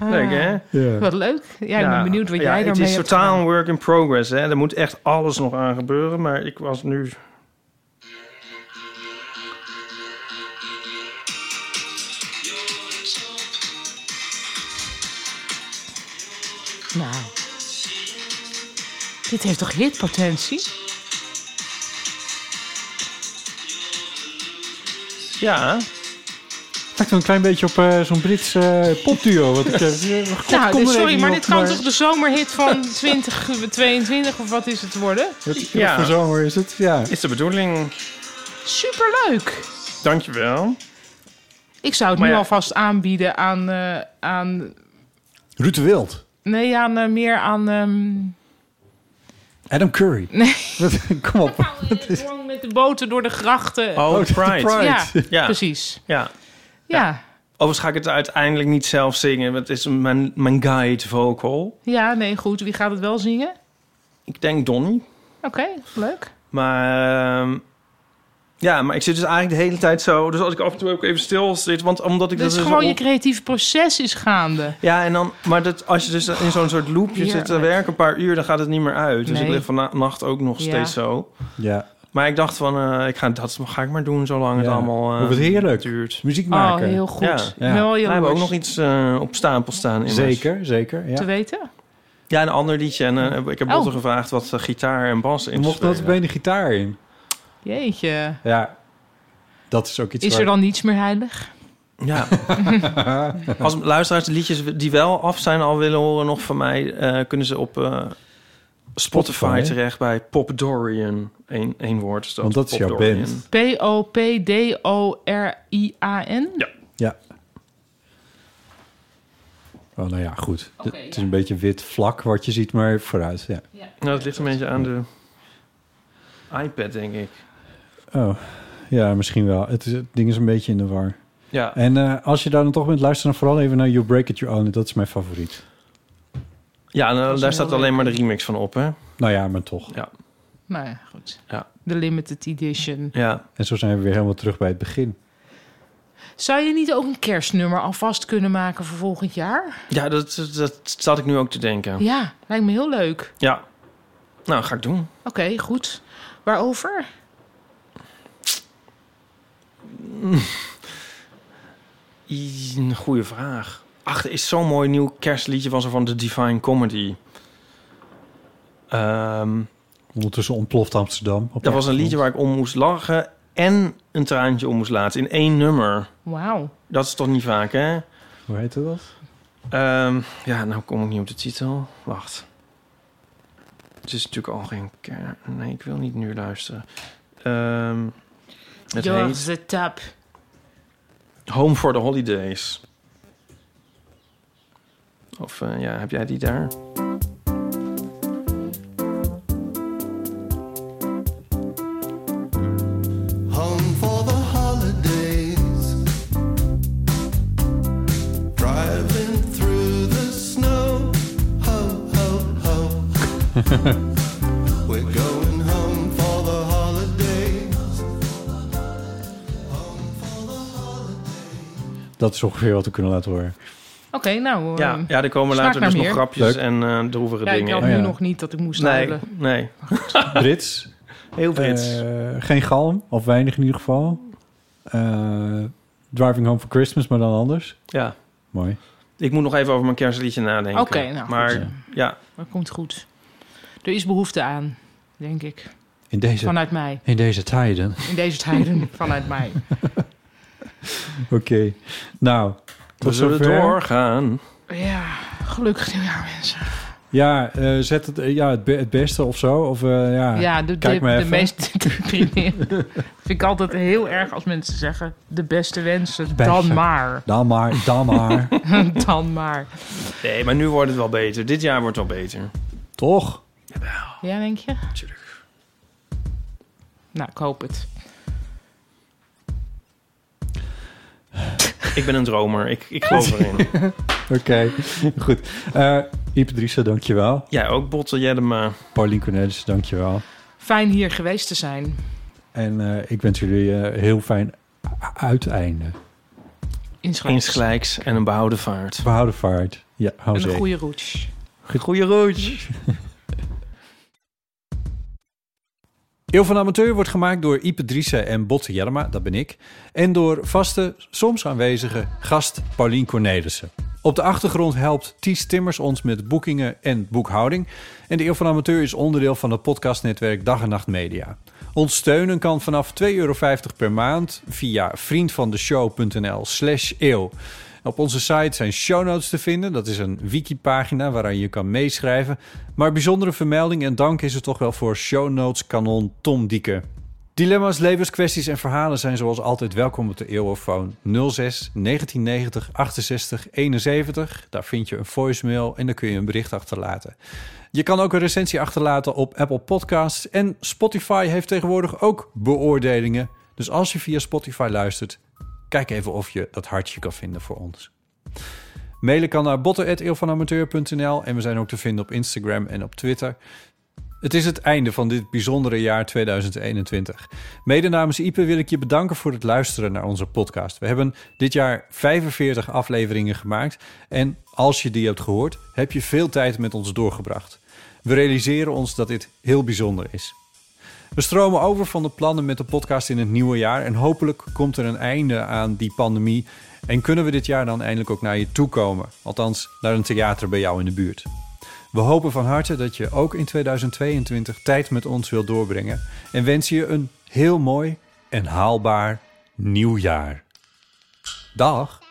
[SPEAKER 4] Leuk, hè?
[SPEAKER 5] Ja. Ah. Wat leuk. Ja, ik ben benieuwd wat
[SPEAKER 4] ja,
[SPEAKER 5] jij
[SPEAKER 4] Het
[SPEAKER 5] daarmee
[SPEAKER 4] is
[SPEAKER 5] hebt
[SPEAKER 4] totaal een work in progress, hè. Er moet echt alles nog aan gebeuren, maar ik was nu...
[SPEAKER 5] Nou. Dit heeft toch hitpotentie?
[SPEAKER 4] Ja.
[SPEAKER 3] Het lijkt wel een klein beetje op eh, zo'n Brits eh, popduo. Wat ik, eh, God,
[SPEAKER 5] nou,
[SPEAKER 3] kom
[SPEAKER 5] dit-
[SPEAKER 3] er
[SPEAKER 5] sorry,
[SPEAKER 3] even
[SPEAKER 5] maar
[SPEAKER 3] op,
[SPEAKER 5] dit kan toch de zomerhit van 2022 of wat is het worden?
[SPEAKER 3] Wat ja. voor zomer is het? Ja.
[SPEAKER 4] Is de bedoeling.
[SPEAKER 5] Superleuk.
[SPEAKER 4] Dankjewel.
[SPEAKER 5] Ik zou het
[SPEAKER 4] Maar
[SPEAKER 5] nu
[SPEAKER 4] ja.
[SPEAKER 5] alvast aanbieden aan, eh, aan...
[SPEAKER 3] Ruud de Wild.
[SPEAKER 5] Nee, aan, eh, meer aan... ehm,
[SPEAKER 3] Adam Curry.
[SPEAKER 5] Nee.
[SPEAKER 3] Kom op.
[SPEAKER 5] Gewoon met de boten door de grachten.
[SPEAKER 4] Oh, de Pride.
[SPEAKER 5] Ja,
[SPEAKER 4] precies. Ja.
[SPEAKER 5] ja.
[SPEAKER 4] Overigens ga ik het uiteindelijk niet zelf zingen. want Het is mijn, mijn guide vocal.
[SPEAKER 5] Ja, nee, goed. Wie gaat het wel zingen?
[SPEAKER 4] Ik denk Donnie.
[SPEAKER 5] Oké, leuk.
[SPEAKER 4] Maar ehm, ja, maar ik zit dus eigenlijk de hele tijd zo. Dus als ik af en toe ook even stil zit, want omdat ik
[SPEAKER 5] Dus
[SPEAKER 4] dat dus
[SPEAKER 5] gewoon
[SPEAKER 4] op-
[SPEAKER 5] je creatieve proces is gaande.
[SPEAKER 4] ja, en dan, maar dat, als je dus in zo'n soort loopje zit te
[SPEAKER 5] Heerlijk.
[SPEAKER 4] werken, een paar uur, dan gaat het niet meer uit. Dus ik
[SPEAKER 5] Nee.
[SPEAKER 4] lig vannacht ook nog
[SPEAKER 5] Ja.
[SPEAKER 4] steeds zo.
[SPEAKER 3] Ja.
[SPEAKER 4] Maar ik dacht van, eh, ik ga, dat ga ik maar doen zolang het
[SPEAKER 3] Ja.
[SPEAKER 4] allemaal eh,
[SPEAKER 3] Hoe wordt heerlijk.
[SPEAKER 4] duurt.
[SPEAKER 3] Muziek maken.
[SPEAKER 5] Oh, heel goed.
[SPEAKER 4] Ja.
[SPEAKER 5] Ik ben wel
[SPEAKER 4] Wij
[SPEAKER 5] jaloers.
[SPEAKER 4] hebben ook nog iets eh, op stapel staan. Immers.
[SPEAKER 3] Zeker, zeker.
[SPEAKER 5] Te
[SPEAKER 3] Ja.
[SPEAKER 5] weten?
[SPEAKER 4] Ja, een ander liedje. En eh, ik heb
[SPEAKER 5] Oh.
[SPEAKER 4] Botte gevraagd wat eh, gitaar en bas in
[SPEAKER 3] Er
[SPEAKER 4] te
[SPEAKER 3] mocht dat
[SPEAKER 4] spelen.
[SPEAKER 3] bij de gitaar in.
[SPEAKER 5] Jeetje.
[SPEAKER 3] Ja. Dat is ook iets
[SPEAKER 5] Is
[SPEAKER 3] waar-
[SPEAKER 5] er dan niets meer heilig?
[SPEAKER 4] Ja. Als luisteraars de liedjes die wel af zijn al willen horen nog van mij... eh, kunnen ze op eh, Spotify,
[SPEAKER 3] Spotify.
[SPEAKER 4] terecht bij Pop Dorian. Eén, één woord is dat.
[SPEAKER 3] Want dat is
[SPEAKER 4] Pop
[SPEAKER 3] jouw
[SPEAKER 4] Dorian.
[SPEAKER 3] band.
[SPEAKER 5] P-O-P-D-O-R-I-A-N? Ja.
[SPEAKER 3] Ja. Oh, nou ja, goed. D- het is een beetje wit vlak wat je ziet, maar vooruit. Ja.
[SPEAKER 4] Nou, dat ligt een beetje aan de iPad, denk ik.
[SPEAKER 3] Oh, ja, misschien wel. Het, is, het ding is een beetje in de war.
[SPEAKER 4] Ja.
[SPEAKER 3] En eh, als je daar dan toch bent, luister dan vooral even naar You Break It Your Own. It. Dat is mijn favoriet.
[SPEAKER 4] Ja, en, eh,
[SPEAKER 5] is
[SPEAKER 4] daar
[SPEAKER 5] een
[SPEAKER 4] staat
[SPEAKER 5] heel
[SPEAKER 4] alleen maar de remix van op, hè?
[SPEAKER 3] Nou ja, maar toch.
[SPEAKER 4] Ja.
[SPEAKER 5] Nou ja, goed.
[SPEAKER 4] Ja.
[SPEAKER 5] De limited edition.
[SPEAKER 4] Ja.
[SPEAKER 3] En zo zijn we weer helemaal terug bij het begin.
[SPEAKER 5] Zou je niet ook een kerstnummer alvast kunnen maken voor volgend jaar?
[SPEAKER 4] Ja, dat, dat, dat zat ik nu ook te denken.
[SPEAKER 5] Ja, lijkt me heel leuk.
[SPEAKER 4] Ja. Nou, ga ik doen.
[SPEAKER 5] Oké, goed. Waarover?
[SPEAKER 4] Mm. I- Een goede vraag. Ach, er is zo'n mooi nieuw kerstliedje van zo van de Divine Comedy. Ehm,
[SPEAKER 3] Ondertussen ontploft Amsterdam. Op
[SPEAKER 4] dat was een
[SPEAKER 3] de
[SPEAKER 4] liedje waar ik om moest lachen. en een traantje om moest laten in één nummer.
[SPEAKER 5] Wauw.
[SPEAKER 4] Dat is toch niet vaak, hè?
[SPEAKER 3] Hoe heette dat?
[SPEAKER 4] Ehm, ja, nou kom ik niet op de titel. Wacht. Het is natuurlijk al geen kern. Nee, ik wil niet nu luisteren. Ehm, het heet
[SPEAKER 5] the top.
[SPEAKER 4] Home for the Holidays. Of eh, ja, heb jij die daar?
[SPEAKER 5] Ehm,
[SPEAKER 14] Home for the holidays. Driving through the snow. Ho, ho, ho. We're going home for the holidays.
[SPEAKER 3] Dat is ongeveer wat we kunnen laten horen.
[SPEAKER 5] Oké, nou.
[SPEAKER 4] Ja,
[SPEAKER 5] ehm,
[SPEAKER 4] ja, er komen
[SPEAKER 5] smaak
[SPEAKER 4] later
[SPEAKER 5] naar
[SPEAKER 4] dus nog
[SPEAKER 5] meer.
[SPEAKER 4] grapjes en eh droevige
[SPEAKER 5] Ja, ik
[SPEAKER 4] dingen.
[SPEAKER 5] had nu nog niet dat ik moest
[SPEAKER 4] Nee,
[SPEAKER 5] huilen.
[SPEAKER 4] nee.
[SPEAKER 3] Oh, Brits.
[SPEAKER 4] Heel Brits.
[SPEAKER 3] Eh, geen galm, of weinig in ieder geval. Eh, driving Home for Christmas, maar dan anders.
[SPEAKER 4] Ja.
[SPEAKER 3] Mooi.
[SPEAKER 4] Ik moet nog even over mijn kerstliedje nadenken.
[SPEAKER 5] Oké, nou, goed.
[SPEAKER 4] Maar
[SPEAKER 5] Ja.
[SPEAKER 4] ja,
[SPEAKER 5] Dat komt goed. Er is behoefte aan, denk ik.
[SPEAKER 3] In deze,
[SPEAKER 5] Vanuit mij.
[SPEAKER 3] In deze tijden.
[SPEAKER 5] In deze tijden vanuit mij.
[SPEAKER 3] Oké. Nou,
[SPEAKER 4] we
[SPEAKER 3] tot
[SPEAKER 4] zullen
[SPEAKER 3] zover.
[SPEAKER 4] doorgaan.
[SPEAKER 5] Ja, gelukkig nieuwjaar, mensen.
[SPEAKER 3] Ja, eh, zet het, eh, ja, het, be- het beste of zo. Of, eh, ja,
[SPEAKER 5] Ja, de,
[SPEAKER 3] Kijk
[SPEAKER 5] de,
[SPEAKER 3] maar
[SPEAKER 5] de
[SPEAKER 3] even.
[SPEAKER 5] meest deprimerende. Vind ik altijd heel erg als mensen zeggen... de beste wensen,
[SPEAKER 3] Beste.
[SPEAKER 5] dan maar.
[SPEAKER 3] Dan maar, dan maar.
[SPEAKER 5] dan maar.
[SPEAKER 4] Nee, maar nu wordt het wel beter. Dit jaar wordt wel beter.
[SPEAKER 3] Toch?
[SPEAKER 5] Ja, denk je? Natuurlijk. Nou, ik hoop het.
[SPEAKER 4] Ik ben een dromer. Ik, ik geloof erin.
[SPEAKER 3] Oké, goed. Eh Ipe Driessen, dankjewel.
[SPEAKER 4] Jij eh, ook, Botte Jellema.
[SPEAKER 3] Paulien Cornelis, dankjewel.
[SPEAKER 5] Fijn hier geweest te zijn.
[SPEAKER 3] En eh, ik wens jullie eh, heel fijn u- uiteinde.
[SPEAKER 5] Insgelijks.
[SPEAKER 4] Insgelijks en een behouden vaart.
[SPEAKER 3] Behouden vaart. Ja, hou
[SPEAKER 5] En een
[SPEAKER 3] zeker.
[SPEAKER 5] goede roets.
[SPEAKER 4] Goeie roodje.
[SPEAKER 3] Eeuw van de Amateur wordt gemaakt door Ipe Driessen en Botte Jellema, dat ben ik. En door vaste, soms aanwezige gast Paulien Cornelissen. Op de achtergrond helpt Ties Timmers ons met boekingen en boekhouding. En de Eeuw van de Amateur is onderdeel van het podcastnetwerk Dag en Nacht Media. Ons steunen kan vanaf 2,50 euro per maand via vriendvandeshow.nl slash eeuw. Op onze site zijn show notes te vinden. Dat is een wikipagina waaraan je kan meeschrijven. Maar bijzondere vermelding en dank is er toch wel voor show notes kanon Tom Dieke. Dilemma's, levenskwesties en verhalen zijn zoals altijd welkom op de Eeuwofoon 06 1990 68 71. Daar vind je een voicemail en daar kun je een bericht achterlaten. Je kan ook een recensie achterlaten op Apple Podcasts en Spotify heeft tegenwoordig ook beoordelingen. Dus als je via Spotify luistert, kijk even of je dat hartje kan vinden voor ons. Mailen kan naar botten.eeuwvanamateur.nl en we zijn ook te vinden op Instagram en op Twitter. Het is het einde van dit bijzondere jaar 2021. Mede namens Ipe wil ik je bedanken voor het luisteren naar onze podcast. We hebben dit jaar 45 afleveringen gemaakt en als je die hebt gehoord, heb je veel tijd met ons doorgebracht. We realiseren ons dat dit heel bijzonder is. We stromen over van de plannen met de podcast in het nieuwe jaar en hopelijk komt er een einde aan die pandemie en kunnen we dit jaar dan eindelijk ook naar je toe komen, althans naar een theater bij jou in de buurt. We hopen van harte dat je ook in 2022 tijd met ons wilt doorbrengen en wensen je een heel mooi en haalbaar nieuw jaar. Dag!